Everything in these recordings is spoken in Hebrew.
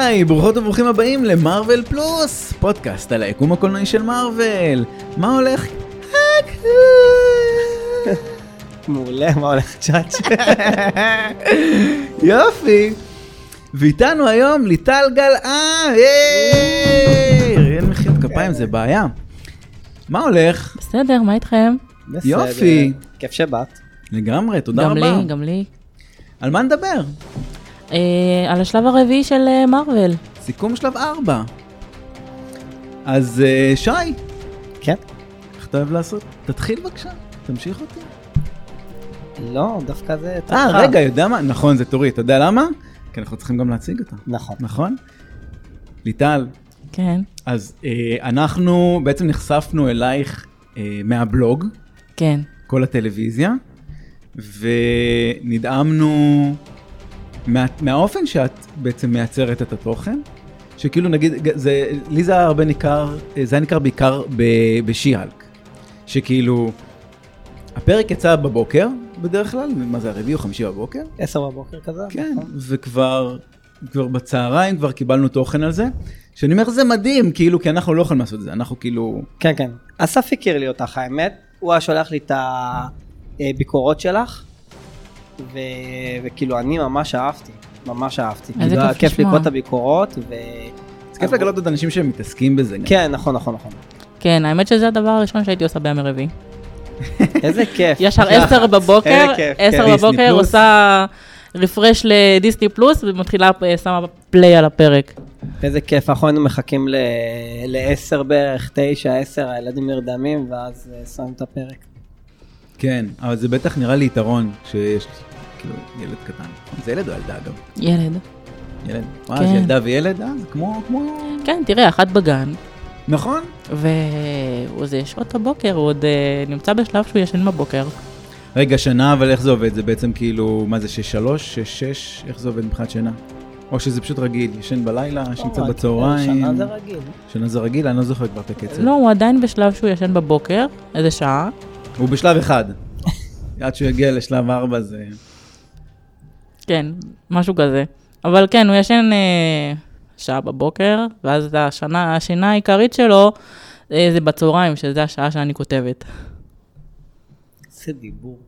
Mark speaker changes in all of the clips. Speaker 1: היי, ברוכות וברוכים הבאים למרוויל פלוס, פודקאסט על היקום הקולנועי של מארוול. מה הולך?
Speaker 2: מעולה, מה הולך צ'אץ'?
Speaker 1: יופי. ואיתנו היום ליטל אה, גלעד, היי! אין מחיאות כפיים, זה בעיה. מה הולך?
Speaker 3: בסדר, מה איתכם?
Speaker 2: בסדר.
Speaker 1: יופי.
Speaker 2: כיף שבאת.
Speaker 1: לגמרי, תודה
Speaker 3: גם
Speaker 1: רבה.
Speaker 3: לי, גם לי.
Speaker 1: על מה נדבר?
Speaker 3: אה, על השלב הרביעי של אה, מארוול.
Speaker 1: סיכום שלב 4. אז אה, שי,
Speaker 2: כן?
Speaker 1: איך אתה אוהב לעשות? תתחיל בבקשה, תמשיך אותי.
Speaker 2: לא, דווקא זה...
Speaker 1: אה,
Speaker 2: תורך.
Speaker 1: רגע, יודע מה? נכון, זה תורי, אתה יודע למה? כי אנחנו צריכים גם להציג אותה,
Speaker 2: נכון.
Speaker 1: נכון? ליטל,
Speaker 3: כן,
Speaker 1: אז אה, אנחנו בעצם נחשפנו אלייך אה, מהבלוג,
Speaker 3: כן.
Speaker 1: כל הטלוויזיה, ונדהמנו מה, מהאופן שאת בעצם מייצרת את התוכן, שכאילו נגיד, ג- זה, לי זה היה הרבה ניכר, אה, זה היה ניכר בעיקר ב- בשיהלק, שכאילו, הפרק יצא בבוקר בדרך כלל, מה זה הרביעי או חמישי בבוקר?
Speaker 2: עשר בבוקר כזה?
Speaker 1: כן,
Speaker 2: נכון?
Speaker 1: וכבר כבר בצהריים כבר קיבלנו תוכן על זה, שאני אומר זה מדהים, כאילו, כי אנחנו לא יכולים לעשות את זה, אנחנו כאילו,
Speaker 2: כן, כן. אסף הכיר לי אותך, האמת. הוא היה שולח לי את הביקורות שלך, ו... וכאילו, אני ממש אהבתי. ממש אהבתי.
Speaker 3: איזה
Speaker 2: כאילו, היה
Speaker 3: כיף
Speaker 2: כיף
Speaker 3: לשמוע.
Speaker 2: לקרוא את הביקורות, ו...
Speaker 1: זה כיף לגלות עוד אנשים שמתעסקים בזה. גם.
Speaker 2: אה, כן, נכון, נכון, נכון.
Speaker 3: כן, האמת שזה הדבר הראשון שהייתי עושה בימי רביעי.
Speaker 2: איזה כיף.
Speaker 3: ישר
Speaker 2: לחץ.
Speaker 3: עשר בבוקר,
Speaker 2: איזה כיף,
Speaker 3: עשר
Speaker 2: כן.
Speaker 1: דיסני
Speaker 3: בבוקר
Speaker 1: פלוס.
Speaker 3: עושה רפרש לדיסני פלוס ומתחילה, אה, שמה פליי על הפרק.
Speaker 2: איזה כיף, אנחנו היינו מחכים ל- לעשר בערך, תשע, עשר, הילדים נרדמים, ואז אה, שמים את הפרק.
Speaker 1: כן, אבל זה בטח נראה לי יתרון שיש כאילו ילד קטן. זה ילד או ילדה אגב?
Speaker 3: ילד.
Speaker 1: ילד. אה,
Speaker 3: כן.
Speaker 1: אז ילדה וילד? אה, זה כמו, כמו...
Speaker 3: כן, תראה, אחת בגן,
Speaker 1: נכון?
Speaker 3: והוא זה שעות הבוקר, הוא עוד אה, נמצא בשלב שהוא ישן בבוקר.
Speaker 1: רגע, שנה, אבל איך זה עובד? זה בעצם כאילו, מה זה, שש שלוש? שש שש? איך זה עובד מבחינת שינה? או שזה פשוט רגיל, ישן בלילה, ישן קצת
Speaker 2: לא,
Speaker 1: בצהריים.
Speaker 2: שנה זה רגיל.
Speaker 1: שנה זה רגיל, אני לא זוכר כבר את
Speaker 2: אה.
Speaker 1: הקצב.
Speaker 3: לא, הוא עדיין בשלב שהוא ישן בבוקר, איזה שעה.
Speaker 1: הוא בשלב אחד. עד שהוא יגיע לשלב ארבע זה...
Speaker 3: כן, משהו כזה. אבל כן, הוא ישן אה, שעה בבוקר, ואז השנה, השינה העיקרית שלו אה, זה בצהריים, שזה השעה שאני כותבת.
Speaker 2: איזה דיבור.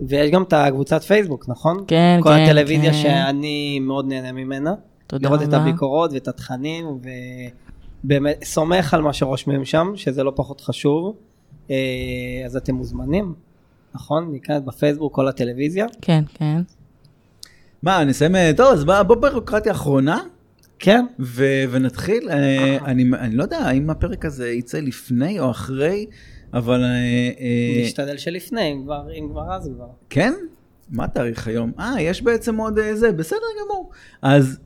Speaker 2: ויש גם את הקבוצת פייסבוק, נכון?
Speaker 3: כן,
Speaker 2: כל
Speaker 3: כן,
Speaker 2: הטלוויזיה
Speaker 3: כן.
Speaker 2: שאני מאוד נהנה ממנה.
Speaker 3: תודה
Speaker 2: לראות את
Speaker 3: רבה.
Speaker 2: הביקורות ואת התכנים, ובאמת סומך על מה שרושמים שם, שזה לא פחות חשוב. אה, אז אתם מוזמנים, נכון? ניכנס בפייסבוק, כל הטלוויזיה.
Speaker 3: כן, כן.
Speaker 1: מה, נסיים... אה, טוב, אז בוא- בוא בירוקרטיה אחרונה.
Speaker 2: כן,
Speaker 1: ו- ונתחיל, אה, אני, אני לא יודע אם הפרק הזה יצא לפני או אחרי, אבל... אה, אה,
Speaker 2: נשתדל שלפני, אם כבר- אם כבר אז כבר.
Speaker 1: כן? מה התאריך היום? אה, יש בעצם עוד אה, זה, בסדר גמור. אז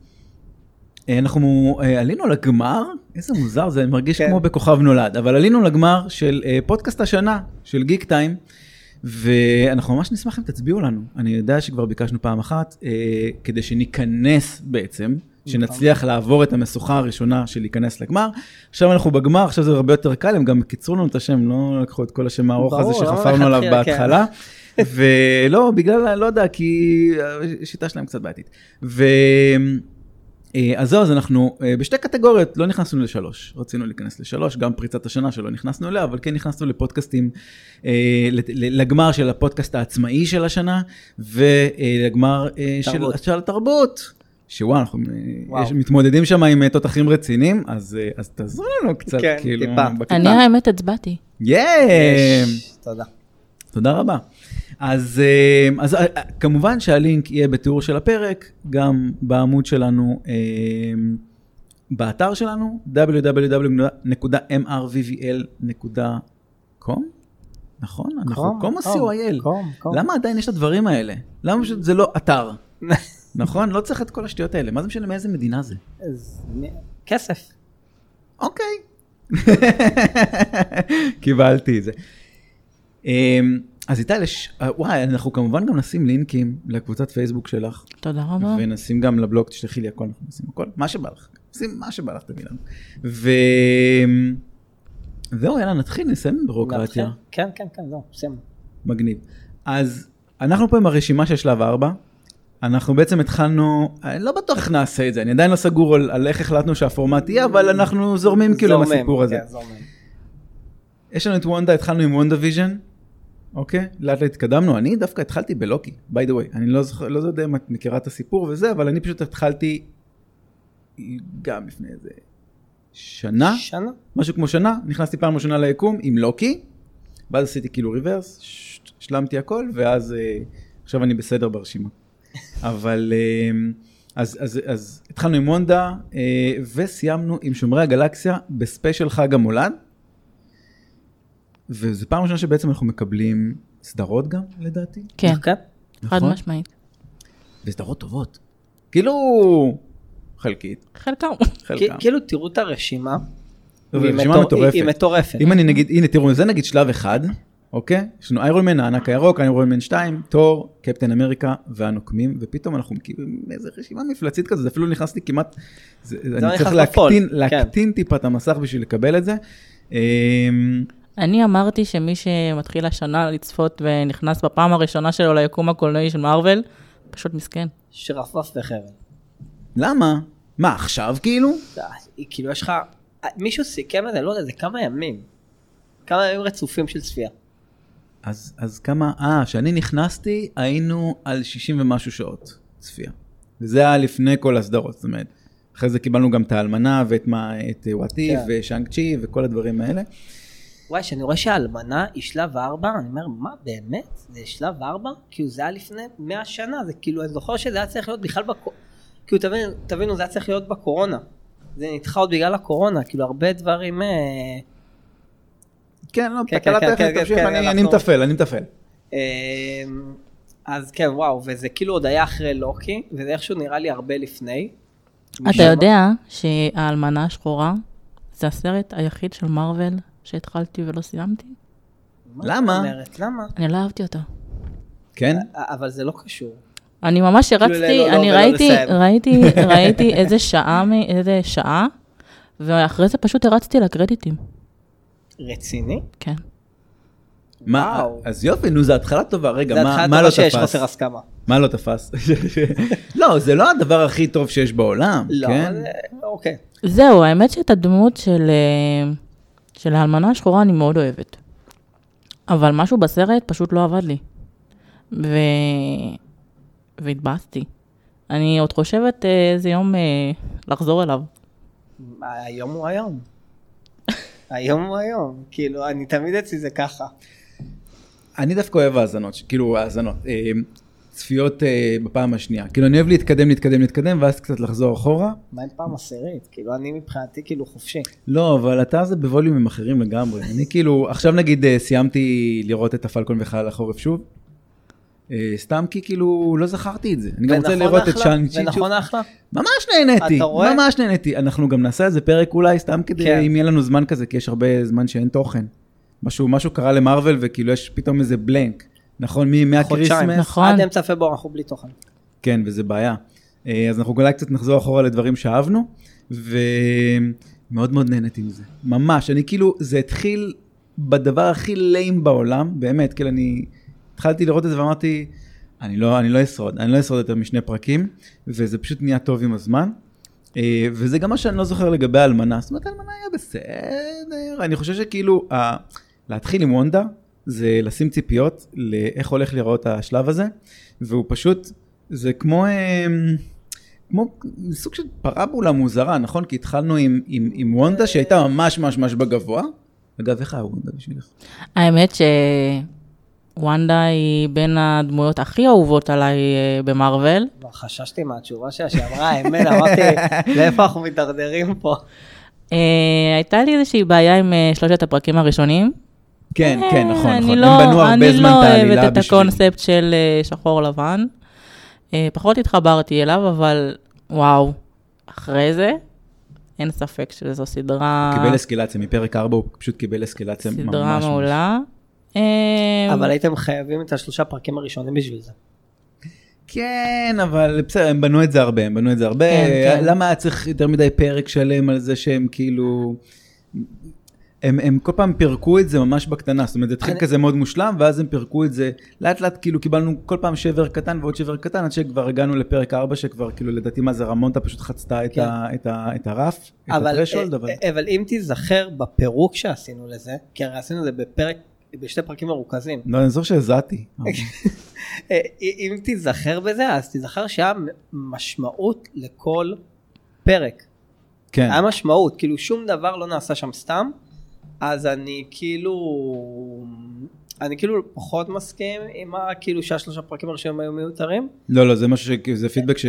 Speaker 1: אה, אנחנו אה, עלינו לגמר, איזה מוזר זה, אני מרגיש
Speaker 2: כן.
Speaker 1: כמו בכוכב נולד, אבל עלינו לגמר של אה, פודקאסט השנה, של גיק טיים, ואנחנו ממש נשמח אם תצביעו לנו. אני יודע שכבר ביקשנו פעם אחת, אה, כדי שניכנס בעצם. שנצליח לעבור את המשוכה הראשונה של להיכנס לגמר. עכשיו אנחנו בגמר, עכשיו זה הרבה יותר קל, הם גם קיצרו לנו את השם, לא לקחו את כל השם הארוך הזה
Speaker 2: ברור, למה
Speaker 1: שחפרנו עליו
Speaker 2: מלכתחילה, כן.
Speaker 1: בהתחלה. ולא, בגלל, לא יודע, כי השיטה שלהם קצת בעייתית. ו... אה, אז זהו, אז אנחנו אה, בשתי קטגוריות, לא נכנסנו לשלוש. רצינו להיכנס לשלוש, גם פריצת השנה שלא נכנסנו אליה, אבל כן נכנסנו לפודקאסטים, אה, לת- ל- לגמר של הפודקאסט העצמאי של השנה, ולגמר
Speaker 2: תרבות.
Speaker 1: אה, של התרבות. שוואו, אנחנו אה,
Speaker 2: וואו.
Speaker 1: יש, מתמודדים שם עם אה, תותחים רציניים, אז, אה, אז תעזרו לנו קצת,
Speaker 2: כן,
Speaker 1: כאילו,
Speaker 2: טיפה.
Speaker 1: בקטנה.
Speaker 3: אני האמת הצבעתי.
Speaker 1: יש!
Speaker 2: יש, תודה.
Speaker 1: תודה רבה. אז, אה, אז אה, אה, כמובן שהלינק יהיה בתיאור של הפרק, גם בעמוד שלנו, אה, באתר שלנו, www.mrvvl.com, נכון? אנחנו קום co.il.
Speaker 2: קום, קום.
Speaker 1: למה עדיין יש את הדברים האלה? למה פשוט זה לא אתר? נכון? לא צריך את כל השטויות האלה. מה זה משנה מאיזה מדינה זה?
Speaker 2: אז מי- כסף.
Speaker 1: אוקיי. קיבלתי את זה. אמ, אז איטל, יש, אה, וואי, אנחנו כמובן גם נשים לינקים לקבוצת פייסבוק שלך,
Speaker 3: תודה רבה.
Speaker 2: אוקיי.
Speaker 1: ונשים גם לבלוג, תשלחי לי הכל, אנחנו נשים הכל, מה שבא לך, שים מה שבא לך תביא לנו. ו... אמ, זהו, יאללה, נתחיל, נסיים עם בירוקרטיה.
Speaker 2: נתחיל? כן, כן, כן, זהו, סיימנו.
Speaker 1: מגניב. אז אנחנו פה עם הרשימה של שלב 4, אנחנו בעצם התחלנו, אני לא בטוח איך נעשה את זה, אני עדיין לא סגור על, על איך החלטנו שהפורמט יהיה, אבל אנחנו זורמים כאילו עם הסיפור הזה.
Speaker 2: כן, זורמים.
Speaker 1: יש לנו את וונדה, התחלנו עם וונדה ויז'ן, אוקיי? לאט לאט התקדמנו, אני דווקא התחלתי בלוקי, by the way, אני לא, זוכר, לא יודע אם את מכירה את הסיפור וזה, אבל אני פשוט התחלתי גם לפני איזה שנה,
Speaker 2: שנה?
Speaker 1: משהו כמו שנה, נכנסתי פעם ראשונה ליקום עם לוקי, ואז עשיתי כאילו ריברס, ש- השלמתי הכל, ואז אה, עכשיו אני בסדר ברשימה. אבל אה, אז, אז, אז התחלנו עם הונדה, אה, וסיימנו עם שומרי הגלקסיה בספיישל חג המולד, וזו פעם ראשונה שבעצם אנחנו מקבלים סדרות גם, לדעתי.
Speaker 3: כן,
Speaker 2: כן.
Speaker 3: חד
Speaker 1: נכון?
Speaker 3: משמעית.
Speaker 1: וסדרות טובות. כאילו, חלקית,
Speaker 3: חלקם.
Speaker 1: חלקם.
Speaker 2: כי- כאילו תראו את הרשימה.
Speaker 1: אבל
Speaker 2: והיא
Speaker 1: רשימה
Speaker 2: מטור-
Speaker 1: מטורפת.
Speaker 2: היא מטורפת.
Speaker 1: אם אני נגיד, הנה תראו, זה נגיד שלב אחד, אוקיי? יש לנו איירון מן, הענק הירוק, איירון מן 2, תור, קפטן אמריקה והנוקמים, ופתאום אנחנו כאילו עם איזה רשימה מפלצית כזאת, זה אפילו נכנס לי כמעט, זה,
Speaker 2: לא
Speaker 1: אני צריך
Speaker 2: נכנס
Speaker 1: להקטין,
Speaker 2: לפול,
Speaker 1: להקטין טיפה את המסך בשביל לקבל את זה. אמ,
Speaker 3: אני אמרתי שמי שמתחיל השנה לצפות ונכנס בפעם הראשונה שלו ליקום הקולנועי של מארוול, פשוט מסכן.
Speaker 2: שרפרף וחרב.
Speaker 1: למה? מה עכשיו כאילו?
Speaker 2: די, כאילו יש לך, מישהו סיכם את זה, לא יודע, זה כמה ימים. כמה ימים רצופים של צפייה.
Speaker 1: אז, אז כמה, אה, כשאני נכנסתי היינו על 60 ומשהו שעות צפייה. וזה היה לפני כל הסדרות, זאת אומרת. אחרי זה קיבלנו גם את האלמנה ואת מה, את אה, וואטי
Speaker 2: כן.
Speaker 1: ושאנג צ'י וכל הדברים האלה.
Speaker 2: וואי, כשאני רואה שהאלמנה היא שלב ארבע, אני אומר, מה באמת? זה שלב ארבע? כאילו זה היה לפני מאה שנה, זה כאילו, אני זוכר שזה היה צריך להיות בכלל בקו... כאילו, תבינו, תבינו, זה היה צריך להיות בקורונה. זה נדחה עוד בגלל הקורונה, כאילו הרבה דברים... אה,
Speaker 1: כן, לא,
Speaker 2: כן,
Speaker 1: תקלה
Speaker 2: כן,
Speaker 1: טכנית,
Speaker 2: כן,
Speaker 1: תמשיך,
Speaker 2: כן,
Speaker 1: אני אני
Speaker 2: אנחנו-
Speaker 1: מתפעל, אני מתפעל.
Speaker 2: אה, אז כן, וואו, וזה כאילו עוד היה אחרי לוקי, וזה איכשהו נראה לי הרבה לפני.
Speaker 3: אתה יודע שהאלמנה השחורה זה הסרט היחיד של מארוול שהתחלתי ולא סיימתי?
Speaker 2: מה
Speaker 1: למה?
Speaker 2: זאת אומרת? למה?
Speaker 3: אני לא אהבתי אותו.
Speaker 1: כן?
Speaker 2: אבל זה לא קשור.
Speaker 3: אני ממש הרצתי,
Speaker 2: לא, לא,
Speaker 3: אני
Speaker 2: ולא
Speaker 3: ראיתי,
Speaker 2: לסיים.
Speaker 3: ראיתי, ראיתי איזה שעה, מ- איזה שעה, ואחרי זה פשוט הרצתי לקרדיטים.
Speaker 2: רציני?
Speaker 3: כן.
Speaker 1: מה,
Speaker 2: וואו.
Speaker 1: אז יופי, נו, זו התחלה טובה. רגע,
Speaker 2: זה
Speaker 1: מה-
Speaker 2: התחלה
Speaker 1: מה לא
Speaker 2: טובה שיש חוסר
Speaker 1: תפס?
Speaker 2: הסכמה.
Speaker 1: מה לא תפס? לא, זה לא הדבר הכי טוב שיש בעולם,
Speaker 2: לא,
Speaker 1: כן?
Speaker 2: זה- אוקיי.
Speaker 3: זהו, האמת שאת הדמות של, אה, של האלמנה השחורה אני מאוד אוהבת. אבל משהו בסרט פשוט לא עבד לי. ו... והתבאסתי. אני עוד חושבת אה, איזה יום אה, לחזור אליו.
Speaker 2: היום הוא היום. היום הוא היום. כאילו, אני תמיד אצלי זה ככה.
Speaker 1: אני דווקא אוהב האזנות, ש- כאילו האזנות, אה, צפיות אה, בפעם השנייה. כאילו אני אוהב להתקדם, להתקדם, להתקדם, ואז קצת לחזור אחורה.
Speaker 2: מה עם פעם עשירית? כאילו, אני מבחינתי כאילו חופשי.
Speaker 1: לא, אבל אתה זה בווליומים אחרים לגמרי. אני כאילו, עכשיו נגיד אה, סיימתי לראות את הפלקון וחלל החורף שוב. אה, סתם כי כאילו לא זכרתי את זה. אני גם רוצה
Speaker 2: ונכון
Speaker 1: לראות את
Speaker 2: אחלה?
Speaker 1: שאנג צ'י. שוב.
Speaker 2: ונכון אחלה?
Speaker 1: ממש נהניתי,
Speaker 2: אתה רואה?
Speaker 1: ממש נהניתי. אנחנו גם נעשה איזה פרק אולי, סתם
Speaker 2: כן.
Speaker 1: כדי, אם יהיה לנו זמן כזה, כי יש הרבה זמן שאין תוכן. משהו, משהו קרה למרוויל וכאילו יש פתאום איזה בלנק. נכון, מ-
Speaker 2: חודשיים.
Speaker 1: מהקריסמס.
Speaker 3: נכון.
Speaker 2: עד אמצע פברואר אנחנו בלי תוכן.
Speaker 1: כן, וזה בעיה. אה, אז אנחנו אולי קצת נחזור אחורה לדברים שאהבנו, ומאוד מאוד נהניתי מזה. ממש, אני כאילו, זה התחיל בדבר הכי ליים בעולם, באמת, כאילו אני התחלתי לראות את זה ואמרתי, אני לא, אני לא אשרוד, אני לא אשרוד יותר משני פרקים, וזה פשוט נהיה טוב עם הזמן. אה, וזה גם מה שאני לא זוכר לגבי האלמנה, זאת אומרת, האלמנה היה בסדר, אני חושב שכאילו, ה... להתחיל עם וונדה, זה לשים ציפיות לאיך הולך להיראות השלב הזה, והוא פשוט, זה כמו, אה, כמו סוג של פרבולה מוזרה, נכון? כי התחלנו עם, עם, עם וונדה שהייתה ממש ממש ממש בגבוה. אגב, איך היה וונדה בשבילך?
Speaker 3: האמת שוונדה היא בין הדמויות הכי אהובות עליי אה, במארוול.
Speaker 2: כבר חששתי מהתשובה שלה, שאמרה האמת, אמרתי, לאיפה אנחנו מידרדרים פה?
Speaker 3: אה, הייתה לי איזושהי בעיה עם אה, שלושת הפרקים הראשונים.
Speaker 1: כן,
Speaker 3: אה,
Speaker 1: כן, נכון,
Speaker 3: אני
Speaker 1: נכון.
Speaker 3: לא-
Speaker 1: הם בנו הרבה זמן את
Speaker 3: אני לא
Speaker 1: העלילה
Speaker 3: אוהבת את
Speaker 1: בשבילי.
Speaker 3: הקונספט של אה, שחור לבן. אה, פחות התחברתי אליו, אבל וואו, אחרי זה, אין ספק שזו סדרה,
Speaker 1: קיבל אסקלציה, מפרק 4 הוא פשוט קיבל אסקלציה ממש.
Speaker 3: סדרה
Speaker 1: ממש.
Speaker 3: מעולה. אה,
Speaker 2: אבל הייתם חייבים את השלושה פרקים הראשונים בשביל זה.
Speaker 1: כן, אבל בסדר, הם בנו את זה הרבה, הם בנו את זה הרבה.
Speaker 3: כן, כן.
Speaker 1: למה היה צריך יותר מדי פרק שלם על זה שהם כאילו... הם, הם כל פעם פירקו את זה ממש בקטנה, זאת אומרת זה התחיל
Speaker 2: אני-
Speaker 1: כזה מאוד מושלם, ואז הם פירקו את זה לאט לאט, כאילו קיבלנו כל פעם שבר קטן ועוד שבר קטן, עד שכבר הגענו לפרק 4, שכבר כאילו לדעתי מה זה רמונטה פשוט חצתה את,
Speaker 2: כן.
Speaker 1: ה, את, ה, את הרף, את
Speaker 2: אבל,
Speaker 1: הטרשולד, אבל...
Speaker 2: אה, אבל אם תיזכר בפירוק שעשינו לזה, כי הרי עשינו את זה בפרק, בשתי פרקים מרוכזים,
Speaker 1: לא, אני זוכר שהזעתי.
Speaker 2: אה, אם תיזכר בזה, אז תיזכר שהיה משמעות לכל פרק.
Speaker 1: כן,
Speaker 2: היה משמעות, כאילו שום דבר לא נעשה שם סתם, אז אני כאילו, אני כאילו פחות מסכים עם ה... כאילו שהשלושה פרקים הראשונים היו מיותרים.
Speaker 1: לא, לא, זה משהו ש... זה פידבק ש...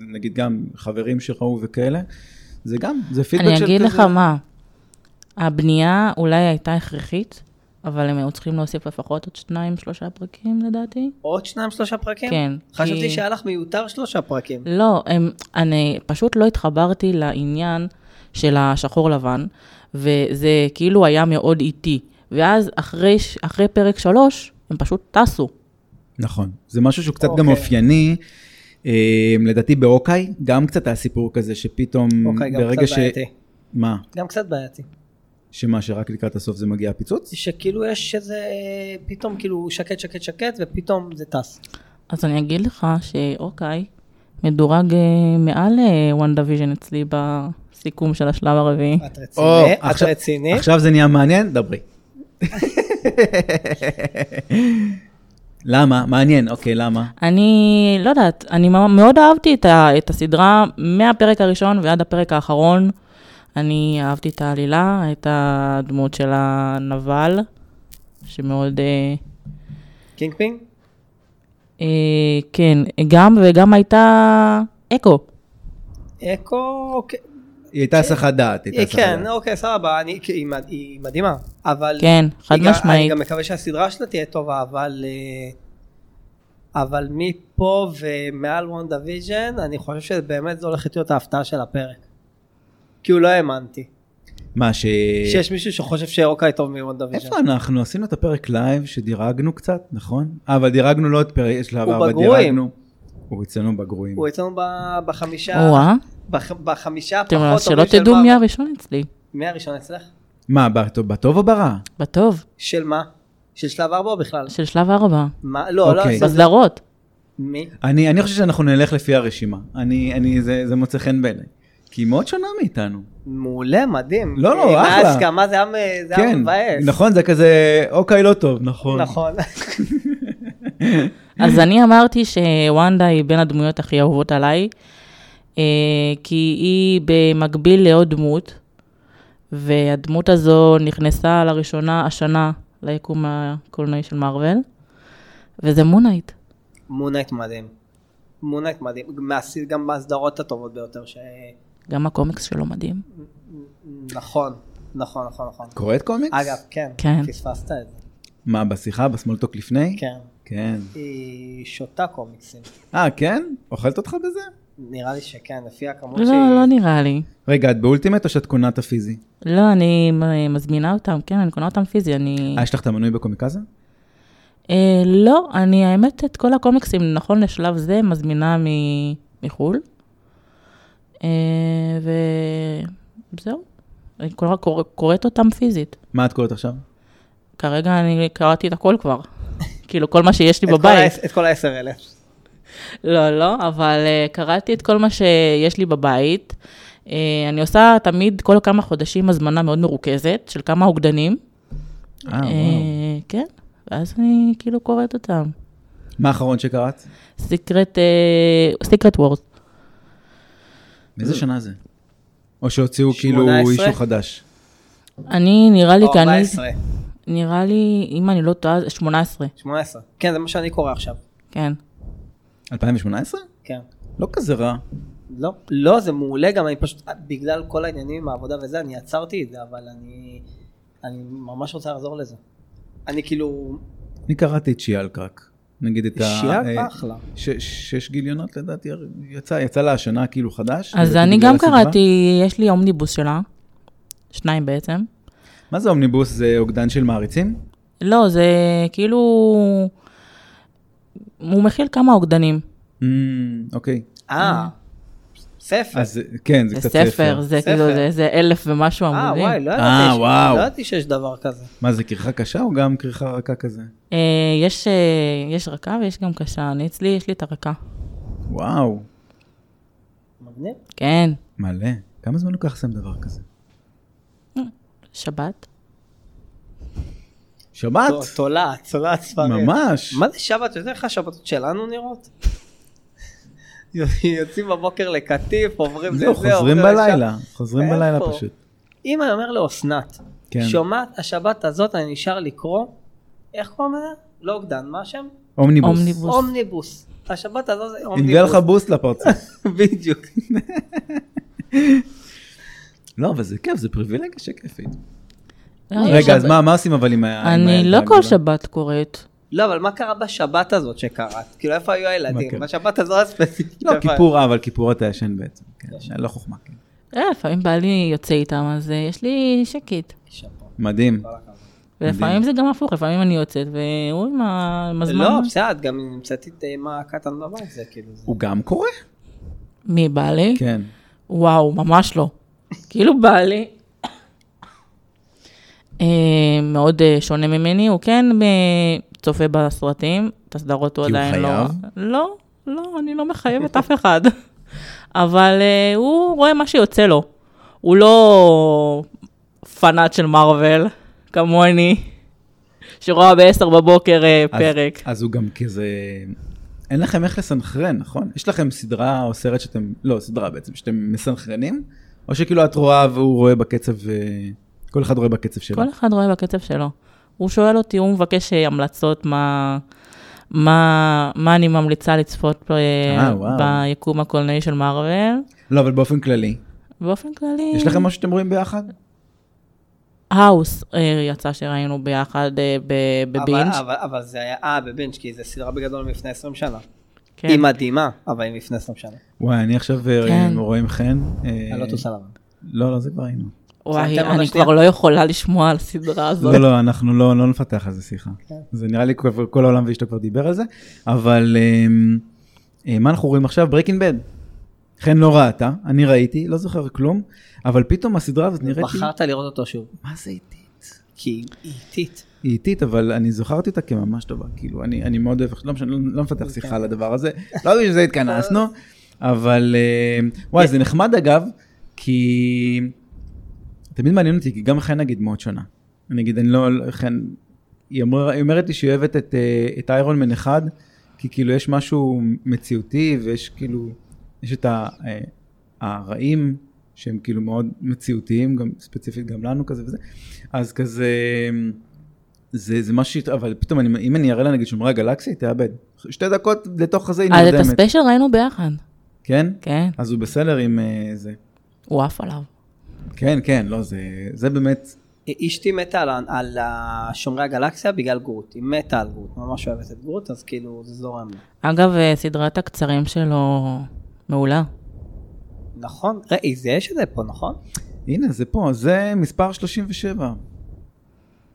Speaker 1: נגיד גם חברים שראו וכאלה, זה גם, זה פידבק
Speaker 3: אני
Speaker 1: של
Speaker 3: אגיד לך
Speaker 1: כזה-
Speaker 3: מה, הבנייה אולי הייתה הכרחית, אבל הם היו צריכים להוסיף לפחות עוד שניים, שלושה פרקים לדעתי.
Speaker 2: עוד שניים שלושה פרקים?
Speaker 3: כן.
Speaker 2: חשבתי
Speaker 3: כי-
Speaker 2: שהיה לך מיותר שלושה פרקים.
Speaker 3: לא, הם, אני פשוט לא התחברתי לעניין של השחור לבן, וזה כאילו היה מאוד איטי. ואז אחרי, ש- אחרי פרק שלוש, הם פשוט טסו.
Speaker 1: נכון, זה משהו שהוא קצת גם
Speaker 2: אוקיי.
Speaker 1: אופייני. אה, לדעתי באוקיי, גם קצת היה סיפור כזה שפתאום,
Speaker 2: אוקיי, גם
Speaker 1: ברגע
Speaker 2: קצת
Speaker 1: ש...
Speaker 2: בעייתי.
Speaker 1: מה?
Speaker 2: גם קצת בעייתי.
Speaker 1: שמה, שרק לקראת הסוף זה מגיע הפיצוץ?
Speaker 2: שכאילו יש איזה, פתאום כאילו שקט שקט שקט ופתאום זה טס.
Speaker 3: אז אני אגיד לך שאוקיי, מדורג אה, מעל אה, וואן דיוויז'ן אצלי בסיכום של השלב הרביעי.
Speaker 2: את
Speaker 1: או,
Speaker 2: רצינית? את
Speaker 1: עכשיו-
Speaker 2: רצינית?
Speaker 1: עכשיו זה נהיה מעניין? דברי. למה? מעניין, אוקיי, למה?
Speaker 3: אני לא יודעת, אני ממ- מאוד אהבתי את, ה, את הסדרה מהפרק הראשון ועד הפרק האחרון. אני אהבתי את העלילה, את הדמות של הנבל, שמאוד... אה,
Speaker 2: קינג פינג?
Speaker 3: אה, כן, גם וגם הייתה אקו.
Speaker 2: אקו? אוקיי.
Speaker 1: היא הייתה הסחת דעת, היא הייתה הסחת
Speaker 2: כן,
Speaker 1: דעת.
Speaker 2: אוקיי, סבבה, אני- כי היא מד- היא מדהימה, אבל...
Speaker 3: כן, חד
Speaker 2: היא גם- אני
Speaker 3: משמעית.
Speaker 2: גם מקווה שהסדרה שלה תהיה טובה, אבל... אה, אבל מפה ומעל וואן דיוויז'ן, אני חושב שבאמת זו הולכת להיות ההפתעה של הפרק. כאילו לא האמנתי.
Speaker 1: מה, ש...
Speaker 2: שיש מישהו שחושב שאירוקה היא טוב מוואן דיוויז'ן.
Speaker 1: אה. איפה אנחנו? עשינו את הפרק לייב שדירגנו קצת, נכון? אה, אבל דירגנו לא את פרק, יש לה
Speaker 2: הוא
Speaker 1: ארבע,
Speaker 2: בגרועים.
Speaker 1: דירגנו. הוא אצלנו בגרועים.
Speaker 2: הוא אצלנו ב- בחמישה...
Speaker 3: או-אה,
Speaker 2: בח- בחמישה
Speaker 3: אה? אתם
Speaker 2: פחות
Speaker 3: שלא
Speaker 2: טובים של
Speaker 3: תדעו מי
Speaker 2: מה?
Speaker 3: הראשון אצלי.
Speaker 2: מי הראשון אצלך?
Speaker 1: מה, בטוב- בטוב או ברע?
Speaker 3: בטוב,
Speaker 2: של מה? של שלב ארבע או בכלל?
Speaker 3: של שלב ארבע.
Speaker 2: מה? לא, לא,
Speaker 1: אוקיי.
Speaker 2: זה-
Speaker 3: בסדרות.
Speaker 2: מי?
Speaker 1: אני, אני חושב שאנחנו נלך לפי הרשימה. אני, אני, זה, זה מוצא חן בעיניי. כי היא מאוד שונה מאיתנו.
Speaker 2: מעולה, מדהים.
Speaker 1: לא, לא,
Speaker 2: אם היה
Speaker 1: אחלה.
Speaker 2: הסכמה זה היה מ- זה היה
Speaker 1: כן,
Speaker 2: מבאס.
Speaker 1: נכון, זה כזה, אוקיי, לא טוב, נכון.
Speaker 2: נכון.
Speaker 3: אז אני אמרתי שוונדה היא בין הדמויות הכי אהובות עליי, אה, כי היא במקביל לעוד דמות, והדמות הזו נכנסה לראשונה השנה ליקום הקולנועי של מארוול, וזה מונייט.
Speaker 2: מונייט מדהים. מונייט מדהים. מהס- גם מהסדרות הטובות ביותר. ש-
Speaker 3: גם הקומיקס שלו מדהים.
Speaker 2: נכון, נכון, נכון, נכון.
Speaker 1: קוראת קומיקס?
Speaker 2: אגב, כן,
Speaker 3: כן.
Speaker 2: פספסת את זה.
Speaker 1: מה, בשיחה, בסמולטוק לפני?
Speaker 2: כן.
Speaker 1: כן.
Speaker 2: היא שותה קומיקסים.
Speaker 1: אה, כן? אוכלת אותך בזה?
Speaker 2: נראה לי שכן, לפי הכמות
Speaker 3: לא,
Speaker 2: שהיא...
Speaker 3: לא נראה לי.
Speaker 1: רגע, את באולטימט או שאת קונה את הפיזי?
Speaker 3: לא, אני מ- מזמינה אותם, כן, אני קונה אותם פיזי, אני...
Speaker 1: אה, יש לך את המנוי בקומיקזה?
Speaker 3: אה, לא, אני האמת את כל הקומיקסים, נכון לשלב זה, מזמינה מ- מחו"ל. אה, וזהו, אני קורא, קורא, קוראת אותם פיזית.
Speaker 1: מה את קוראת עכשיו?
Speaker 3: כרגע אני קראתי את הכל כבר. כאילו, כל מה שיש לי
Speaker 2: את כל
Speaker 3: בבית.
Speaker 2: ה- את כל העשר אלף.
Speaker 3: לא, לא, אבל אה, קראתי את כל מה שיש לי בבית. אה, אני עושה תמיד כל כמה חודשים הזמנה מאוד מרוכזת של כמה אוגדנים.
Speaker 1: אה, וואו.
Speaker 3: אה, כן, ואז אני כאילו קוראת אותם.
Speaker 1: מה האחרון שקראת?
Speaker 3: סיקרט, סיקרט וורד.
Speaker 1: מאיזה שנה זה? לא. או שהוציאו כאילו
Speaker 2: 18?
Speaker 1: אישו חדש.
Speaker 3: אני, נראה לי,
Speaker 2: או
Speaker 3: כי אני,
Speaker 2: 14.
Speaker 3: נראה לי, אם אני לא טועה, זה 18,
Speaker 2: 18. כן, זה מה שאני קורא עכשיו.
Speaker 3: כן.
Speaker 1: 2018?
Speaker 2: כן.
Speaker 1: לא כזה רע.
Speaker 2: לא, לא, זה מעולה גם, אני פשוט, בגלל כל העניינים עם העבודה וזה, אני עצרתי את זה, אבל אני, אני ממש רוצה לחזור לזה. אני כאילו,
Speaker 1: אני קראתי את שיאלקרק. נגיד את ה...
Speaker 2: שיהיה
Speaker 1: אה,
Speaker 2: אחלה.
Speaker 1: ש- שש גיליונות לדעתי, יצא, יצא לה השנה כאילו חדש.
Speaker 3: אז
Speaker 1: לדעתי
Speaker 3: אני
Speaker 1: בגלל
Speaker 3: גם
Speaker 1: הסדרה.
Speaker 3: קראתי, יש לי אומניבוס שלה, שניים בעצם.
Speaker 1: מה זה אומניבוס? זה אוגדן של מעריצים?
Speaker 3: לא, זה כאילו, הוא מכיל כמה אוגדנים.
Speaker 1: אמ, Mm, אוקיי.
Speaker 2: אה, ספר.
Speaker 1: אז כן, זה
Speaker 3: זה
Speaker 1: קצת
Speaker 3: ספר,
Speaker 1: ספר.
Speaker 3: זה
Speaker 2: ספר.
Speaker 3: כאילו, זה- זה אלף ומשהו
Speaker 2: אה,
Speaker 3: עמודים.
Speaker 2: וואי, לא
Speaker 1: אה,
Speaker 2: ידעתי שיש-
Speaker 1: וואו.
Speaker 2: לא ידעתי שיש דבר כזה.
Speaker 1: מה זה, כרכה קשה או גם כרכה רכה כזה?
Speaker 3: אה, יש, אה, יש רכה ויש גם קשה, אני אצלי, יש לי את הרכה.
Speaker 1: וואו,
Speaker 2: מגניב.
Speaker 3: כן,
Speaker 1: מלא. כמה זמן לוקח לסיים דבר כזה?
Speaker 3: שבת.
Speaker 1: שבת?
Speaker 2: טוב, תולעת, תולעת ספרים.
Speaker 1: ממש.
Speaker 2: מה זה שבת? אתה יודע איך השבתות שלנו נראות? יוצאים בבוקר לקטיף, עוברים לזה,
Speaker 1: זהו, לא, חוזרים
Speaker 2: עוברים לשם.
Speaker 1: בלילה. חוזרים
Speaker 2: איפה?
Speaker 1: בלילה פשוט.
Speaker 2: אם אני אומר לאסנת,
Speaker 1: כן.
Speaker 2: שומעת השבת הזאת אני נשאר לקרוא, איך קוראים לזה? לא אוגדן, מה השם?
Speaker 1: אומניבוס.
Speaker 3: אומניבוס. בוס.
Speaker 2: אומניבוס. השבת הזאת זה
Speaker 1: נגלה
Speaker 2: אומניבוס.
Speaker 1: לך בוסט לפרצוף.
Speaker 2: בדיוק.
Speaker 1: לא, אבל זה כיף, זה פריבילגיה שכיפית.
Speaker 3: לא, יש
Speaker 1: רגע, אז
Speaker 3: שבת.
Speaker 1: מה, מה עושים אבל עם ה... עם
Speaker 3: אני
Speaker 1: ה-
Speaker 3: לא
Speaker 1: עם
Speaker 3: כל
Speaker 1: הגדולה?
Speaker 3: שבת קוראת.
Speaker 2: לא, אבל מה קרה בשבת הזאת שקראת? כאילו, איפה היו
Speaker 1: מה
Speaker 2: הילדים?
Speaker 1: קרה?
Speaker 2: בשבת הזאת הספציפית.
Speaker 1: לא,
Speaker 2: איפה-
Speaker 1: כיפור, אה, אבל כיפור אתה ישן בעצם. כן, לא חוכמה. כן.
Speaker 3: אה, לפעמים בעלי יוצא איתם, אז אה, יש לי שקית.
Speaker 2: שאפו,
Speaker 1: מדהים.
Speaker 2: כל הכבוד.
Speaker 3: ולפעמים זה גם הפוך, לפעמים אני יוצאת, והוא עם ה- עם הזמן.
Speaker 2: לא, בסדר, את גם נמצאת איתה עם הקטן בבית, זה כאילו... זה-
Speaker 1: הוא גם קורא?
Speaker 3: מי בעלי?
Speaker 1: כן.
Speaker 3: וואו, ממש לא. כאילו בעלי. אה, מאוד אה, שונה ממני, הוא כן אה, צופה בסרטים, את הסדרות הוא
Speaker 1: כי הוא
Speaker 3: עדיין לא...
Speaker 1: חייב?
Speaker 3: לא, לא, אני לא מחייבת אף אחד. אבל אה, הוא רואה מה שיוצא לו. הוא לא פנאט של מארוול, כמוני, שרואה ב-10 בבוקר אה,
Speaker 1: אז-
Speaker 3: פרק.
Speaker 1: אז הוא גם כזה... אין לכם איך לסנכרן, נכון? יש לכם סדרה או סרט שאתם... לא, סדרה בעצם, שאתם מסנכרנים? או שכאילו את רואה והוא רואה בקצב... אה, כל אחד רואה בקצב שלו.
Speaker 3: כל אחד רואה בקצב שלו. הוא שואל אותי, הוא מבקש אה, המלצות מה, מה, מה אני ממליצה לצפות אה,
Speaker 1: אה, וואו.
Speaker 3: ביקום הקולנועי של מארוול.
Speaker 1: לא, אבל באופן כללי.
Speaker 3: באופן כללי...
Speaker 1: יש לכם משהו שאתם רואים ביחד?
Speaker 3: האוס אה, יצא שראינו ביחד אה, ב- בבינג'.
Speaker 2: אבל- אבל- אבל זה היה, אה, בבינג', כי זו סדרה בגדול מלפני 20 שנה.
Speaker 3: כן.
Speaker 2: היא מדהימה, אבל היא מלפני 20 שנה.
Speaker 1: וואי, אני עכשיו אה,
Speaker 3: כן.
Speaker 1: רואה עם חן. אה,
Speaker 2: על אוטו סלמה.
Speaker 1: לא, לא, זה כבר היינו.
Speaker 3: וואי,
Speaker 2: שמתם
Speaker 3: אני
Speaker 2: ממש לב?
Speaker 3: כבר לא יכולה לשמוע על הסדרה הזאת.
Speaker 1: לא, לא, אנחנו לא, לא נפתח על זה שיחה. זה נראה לי כבר- כל העולם ואשתו כבר דיבר על זה, אבל אמ, אה, מה אנחנו רואים עכשיו? Breaking Bad. חן לא ראתה, אני ראיתי, לא זוכר כלום, אבל פתאום הסדרה הזאת נראית לי...
Speaker 2: בחרת לראות אותו שוב,
Speaker 1: מה זה איטית?
Speaker 2: כי היא איטית.
Speaker 1: היא איטית, אבל אני זוכרתי אותה כממש טובה, כאילו, אני, אני מאוד אוהב, לא משנה, לא, לא מפתח שיחה על הדבר הזה, לא בשביל זה התכנסנו, אבל אמ, וואי, זה נחמד אגב, כי תמיד מעניין אותי, כי גם חן נגיד מאוד שונה. נגיד, אני לא, חן, היא, אומר, היא אומרת לי שהיא אוהבת את, אה, את איירון מן אחד, כי כאילו יש משהו מציאותי, ויש כאילו, יש את ה, אה, הרעים, שהם כאילו מאוד מציאותיים, גם ספציפית גם לנו כזה וזה, אז כזה, אמ, זה, זה משהו, ש- אבל פתאום, אני, אם אני אראה לה נגיד שומרי הגלקסיה, היא תאבד. שתי דקות לתוך הזה היא
Speaker 3: אז את
Speaker 1: נרדמת,
Speaker 3: הספיישל ראינו ביחד.
Speaker 1: כן?
Speaker 3: כן,
Speaker 1: אז הוא בסדר עם אה, זה.
Speaker 3: הוא עף עליו.
Speaker 1: כן, כן, לא, זה, זה באמת,
Speaker 2: אשתי מתה על, ה- על ה- שומרי הגלקסיה בגלל גרוט, היא מתה על גרוט, ממש אוהבת את גרוט, אז כאילו זה זורם. לה.
Speaker 3: אגב, אה, סדרת הקצרים שלו מעולה.
Speaker 2: נכון? ראי, זה יש את זה פה, נכון?
Speaker 1: הנה, זה פה, זה מספר 37.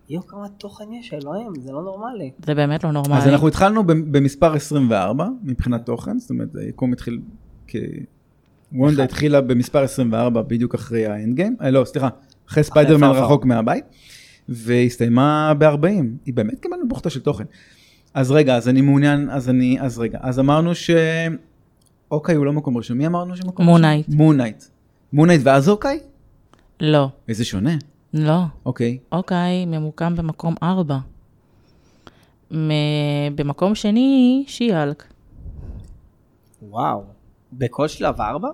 Speaker 2: יואו, כמה תוכן יש, אלוהים, זה לא נורמלי.
Speaker 3: זה באמת לא נורמלי.
Speaker 1: אז אנחנו התחלנו במ- במספר 24, מבחינת תוכן, זאת אומרת, היקום התחיל כ... וונדה התחילה במספר 24, בדיוק אחרי האנד גיים, אה, לא, סליחה, אחרי ספיידרמן
Speaker 2: פרפר.
Speaker 1: רחוק מהבית, והסתיימה ב-40. היא באמת קיבלנו בוכתה של תוכן. אז רגע, אז אני מעוניין, אז אני, אז רגע, אז אמרנו ש... אוקיי, הוא לא מקום ראשון, מי אמרנו שמקום
Speaker 3: Moon
Speaker 1: ראשון?
Speaker 3: Knight.
Speaker 1: מונייט. מונייט ואז אוקיי?
Speaker 3: לא,
Speaker 1: איזה שונה.
Speaker 3: לא.
Speaker 1: אוקיי.
Speaker 3: אוקיי, ממוקם במקום ארבע. מ- במקום שני, שיאלק,
Speaker 2: וואו. בכל שלב ארבע?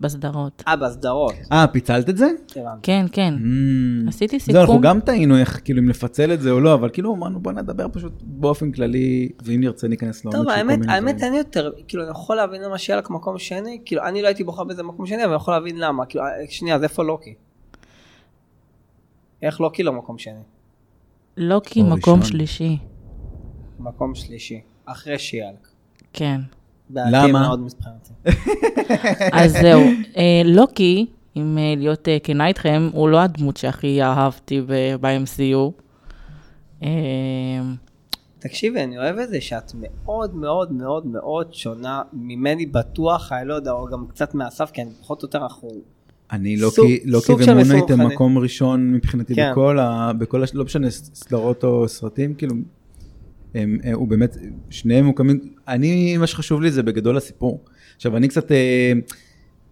Speaker 3: בסדרות.
Speaker 2: אה, בסדרות.
Speaker 1: אה, פיצלת את זה?
Speaker 2: הבנתי.
Speaker 3: כן, כן.
Speaker 1: Mm.
Speaker 3: עשיתי
Speaker 1: זהו, אנחנו
Speaker 3: סיכום.
Speaker 1: גם טעינו איך, כאילו, אם לפצל את זה או לא, אבל כאילו אמרנו, בוא נדבר פשוט באופן כללי, ואם נרצה ניכנס לעומק
Speaker 2: טוב,
Speaker 1: של כל
Speaker 2: האמת,
Speaker 1: מיני
Speaker 2: האמת
Speaker 1: דברים.
Speaker 2: אין יותר, כאילו, אני יכול להבין למה שיהיה לך מקום שני, כאילו, אני לא הייתי בוחר בזה מקום שני, אבל אני יכול להבין למה, כאילו, אה, שנייה, אז איפה לוקי? איך לוקי לא מקום שני?
Speaker 3: לוקי
Speaker 1: או
Speaker 3: מקום
Speaker 1: ראשון.
Speaker 3: שלישי.
Speaker 2: מקום שלישי, אחרי שיאלק.
Speaker 3: כן.
Speaker 2: בעייתי
Speaker 1: למה?
Speaker 2: מאוד מבחינתי.
Speaker 3: אז זהו. אה, לוקי, אם אה, להיות אה, כנה איתכם, הוא לא הדמות שהכי אהבתי ב- ב-MCU. אה,
Speaker 2: תקשיבי, אני אוהב את זה שאת מאוד מאוד מאוד מאוד שונה ממני בטוח, אני לא יודע, או גם קצת מאסף, כי אני פחות או יותר אנחנו...
Speaker 1: אני לא
Speaker 2: סוג-
Speaker 1: כי לא כי
Speaker 2: סוג של
Speaker 1: ומונה הייתם
Speaker 2: מסונכרנים.
Speaker 1: מקום ראשון מבחינתי
Speaker 2: כן.
Speaker 1: בכל ה... בכל הש... לא משנה ס- סדרות או סרטים, כאילו, הם, אה, הוא באמת, שניהם מוקמים, אני, מה שחשוב לי זה בגדול הסיפור. עכשיו, אני קצת, אה,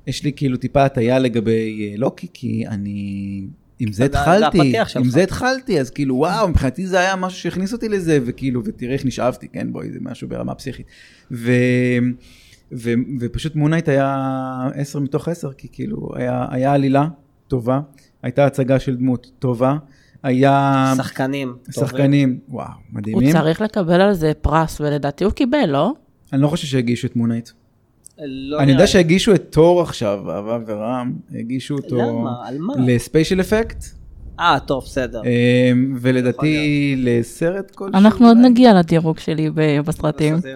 Speaker 1: יש לי כאילו טיפה הטיה לגבי אה, לוקי, כי אני... עם זה
Speaker 2: אתה- זה
Speaker 1: התחלתי,
Speaker 2: הפתיח
Speaker 1: עם
Speaker 2: שלך.
Speaker 1: זה התחלתי, אז כאילו וואו, מבחינתי זה היה משהו שהכניס אותי לזה, וכאילו, ותראה איך נשאבתי, כן, בואי, זה משהו ברמה פסיכית. ו... ו... ופשוט מונייט היה עשר מתוך עשר, כי כאילו, היה, היה עלילה טובה, הייתה הצגה של דמות טובה, היה
Speaker 2: שחקנים. טובים.
Speaker 1: אה, שחקנים, וואו, מדהימים.
Speaker 3: הוא צריך לקבל על זה פרס, ולדעתי הוא קיבל, לא?
Speaker 1: אני לא חושב שהגישו את מונייט.
Speaker 2: לא
Speaker 1: אני
Speaker 2: נראה
Speaker 1: יודע
Speaker 2: לי.
Speaker 1: שהגישו את תור עכשיו, אהבה ורם, הגישו אותו
Speaker 2: למה? על מה?
Speaker 1: לספיישל אפקט.
Speaker 2: אה, טוב, בסדר.
Speaker 1: אמ, ולדעתי לסרט כלשהו.
Speaker 3: אנחנו עוד
Speaker 1: אולי?
Speaker 3: נגיע לדירוג שלי ב- בסרטים.
Speaker 2: בסדר.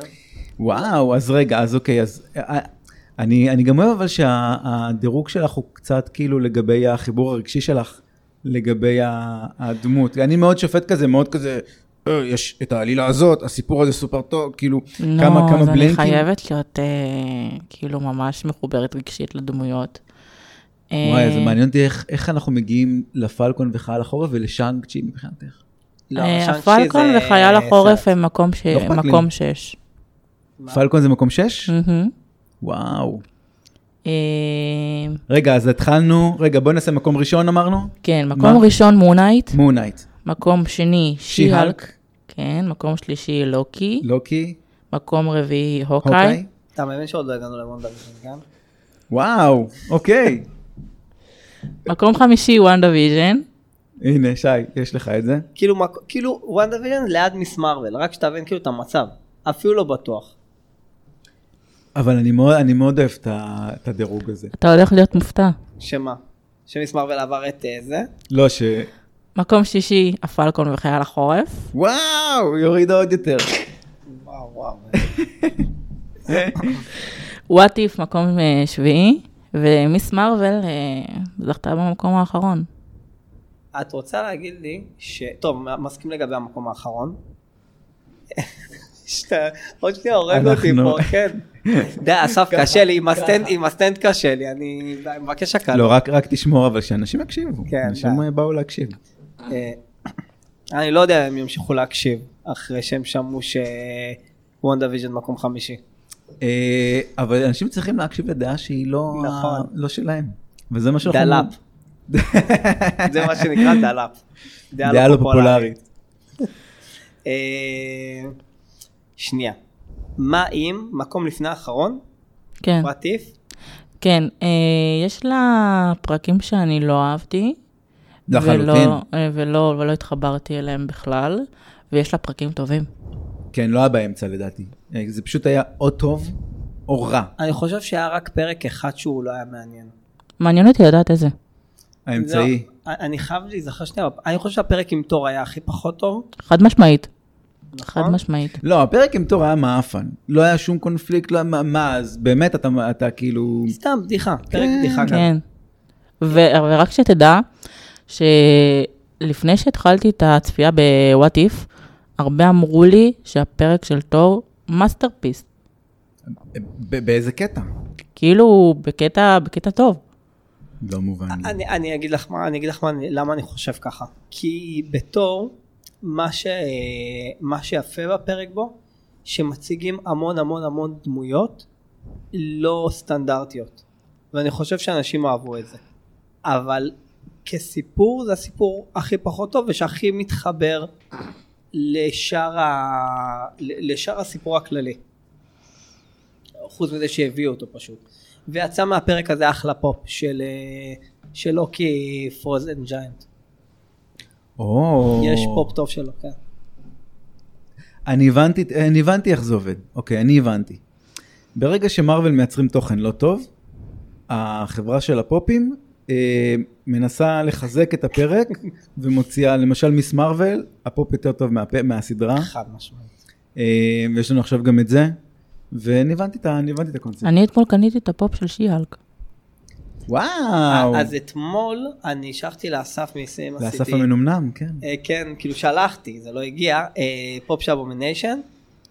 Speaker 1: וואו, אז רגע, אז אוקיי, אז אה, אני, אני גם אוהב אבל שהדירוג שלך הוא קצת כאילו לגבי החיבור הרגשי שלך, לגבי ה- הדמות. אני מאוד שופט כזה, מאוד כזה, "אה, יש את העלילה הזאת, הסיפור הזה סופר טוב, כאילו, כמה,
Speaker 3: לא,
Speaker 1: כמה
Speaker 3: אז אני
Speaker 1: בלנקים.
Speaker 3: חייבת להיות אה, כאילו ממש מחוברת רגשית לדמויות. אה,
Speaker 1: וואי, זה מעניין אותי איך, איך אנחנו מגיעים לפלקון וחייל החורף ולשאנג צ'י מבחינתך.
Speaker 2: לא,
Speaker 3: אה,
Speaker 2: שאנג צ'י
Speaker 3: הפלקון
Speaker 2: זה-
Speaker 3: וחייל החורף הם מקום ש-
Speaker 1: לא אכפת לי.
Speaker 3: מקום שש.
Speaker 2: מה?
Speaker 1: פלקון זה מקום 6?
Speaker 3: מהמם.
Speaker 1: וואו.
Speaker 3: אה,
Speaker 1: רגע, אז התחלנו, רגע, בוא נעשה מקום ראשון אמרנו?
Speaker 3: כן,
Speaker 1: מה?
Speaker 3: מקום ראשון מונייט,
Speaker 1: מונייט.
Speaker 3: מקום שני
Speaker 1: שי-הלק.
Speaker 3: שי-הלק, כן, מקום שלישי לוקי,
Speaker 1: לוקי,
Speaker 3: מקום רביעי
Speaker 1: לא. הוקאי.
Speaker 3: הוקאי,
Speaker 2: אתה מבין שעוד לא הגענו למון דוויז'ן, כן?
Speaker 1: וואו, אוקיי.
Speaker 3: מקום חמישי וואן דוויז'ן,
Speaker 1: הנה, שי, יש לך את זה.
Speaker 2: כאילו, מק- כאילו, וואן דוויז'ן ליד מיס מרוויל, רק שתבין כאילו את המצב. אפילו לא בטוח.
Speaker 1: אבל אני מאוד, אני מאוד אוהב את ה- את הדירוג הזה.
Speaker 3: אתה הולך להיות מופתע.
Speaker 2: שמה? שמיס מרוויל עבר את אה, זה?
Speaker 1: לא ש...
Speaker 3: מקום שישי, הפלקון וחייל החורף.
Speaker 1: וואו, יוריד עוד יותר.
Speaker 2: וואו וואו.
Speaker 3: וואט איף, מקום אה, שביעי, ומיס מרוויל אה, זכתה במקום האחרון.
Speaker 2: את רוצה להגיד לי ש... טוב, מה- מסכים לגבי המקום האחרון? שאתה עוד שנייה הורג אותי
Speaker 1: אנחנו-
Speaker 2: פה, כן. די, אסף, קשה לי, עם הסטנד- עם הסטנד קשה לי, אני מבקש הקלה.
Speaker 1: לא, רק, רק תשמור, אבל שאנשים יקשיבו.
Speaker 2: כן,
Speaker 1: אנשים
Speaker 2: די.
Speaker 1: באו להקשיב.
Speaker 2: אה, אני לא יודע אם הם ימשיכו להקשיב אחרי שהם שמעו שוואן דוויז'ן מקום חמישי.
Speaker 1: אה, אבל אנשים צריכים להקשיב לדעה שהיא לא,
Speaker 2: נכון.
Speaker 1: לא שלהם. וזה מה שאנחנו...
Speaker 2: דלאפ. זה מה שנקרא דלאפ.
Speaker 1: לא. דעה לא פופולרית.
Speaker 2: אה, שנייה. מה אם מקום לפני האחרון?
Speaker 3: כן,
Speaker 2: What if?
Speaker 3: כן, אה, יש לה פרקים שאני לא אהבתי.
Speaker 1: לחלוטין.
Speaker 3: ולא, אה, ולא, ולא התחברתי אליהם בכלל, ויש לה פרקים טובים.
Speaker 1: כן, לא היה באמצע לדעתי. אה, זה פשוט היה או טוב או רע.
Speaker 2: אני חושב שהיה רק פרק אחד שהוא לא היה מעניין.
Speaker 3: מעניין אותי לדעת איזה.
Speaker 1: האמצעי.
Speaker 2: לא, אני חייב להיזכר שנייה, אני חושב שהפרק עם תור היה הכי פחות טוב,
Speaker 3: חד משמעית, חד
Speaker 2: נכון?
Speaker 3: משמעית.
Speaker 1: לא, הפרק עם תור היה מעפן. לא היה שום קונפליקט, לא, מה, מה, אז באמת אתה, אתה כאילו...
Speaker 2: סתם בדיחה, פרק
Speaker 1: כן.
Speaker 2: בדיחה כזה.
Speaker 3: כן. ו- ורק שתדע, שלפני שהתחלתי את הצפייה בוואט איף, הרבה אמרו לי שהפרק של תור מאסטרפיסט.
Speaker 1: ב- באיזה קטע?
Speaker 3: כאילו, בקטע, בקטע טוב.
Speaker 1: לא מובן. לי.
Speaker 2: אני, אני אגיד לך מה, אני אגיד לך מה, אני- למה אני חושב ככה. כי בתור, מה, ש, מה שיפה בפרק בו, שמציגים המון המון המון דמויות לא סטנדרטיות. ואני חושב שאנשים אהבו את זה. אבל כסיפור זה הסיפור הכי פחות טוב ושהכי מתחבר לשאר, ה, ל- לשאר הסיפור הכללי. חוץ מזה שהביאו אותו פשוט. ויצא מהפרק הזה אחלה פופ של, אה, של לוקי פרוזן ג'יינט.
Speaker 1: או...
Speaker 2: יש פופ טוב שלו, כן.
Speaker 1: אני הבנתי, אני הבנתי איך זה עובד. אוקיי, אני הבנתי. ברגע שמרוויל מייצרים תוכן לא טוב, החברה של הפופים אה, מנסה לחזק את הפרק ומוציאה, למשל מיס מרוויל, הפופ יותר טוב מהפ... מהסדרה,
Speaker 2: חד משמעית.
Speaker 1: אה, ויש לנו עכשיו גם את זה, ואני הבנתי את, ה- אני הבנתי את הקונספט.
Speaker 3: אני אתמול קניתי את הפופ של שיהלק.
Speaker 1: וואו,
Speaker 2: אה, אז אתמול אני שלחתי לאסף מיסים,
Speaker 1: לאסף
Speaker 2: עשיתי-
Speaker 1: המנומנם, כן.
Speaker 2: אה, כן, כאילו שלחתי, זה לא הגיע, פופ שאבומיניישן.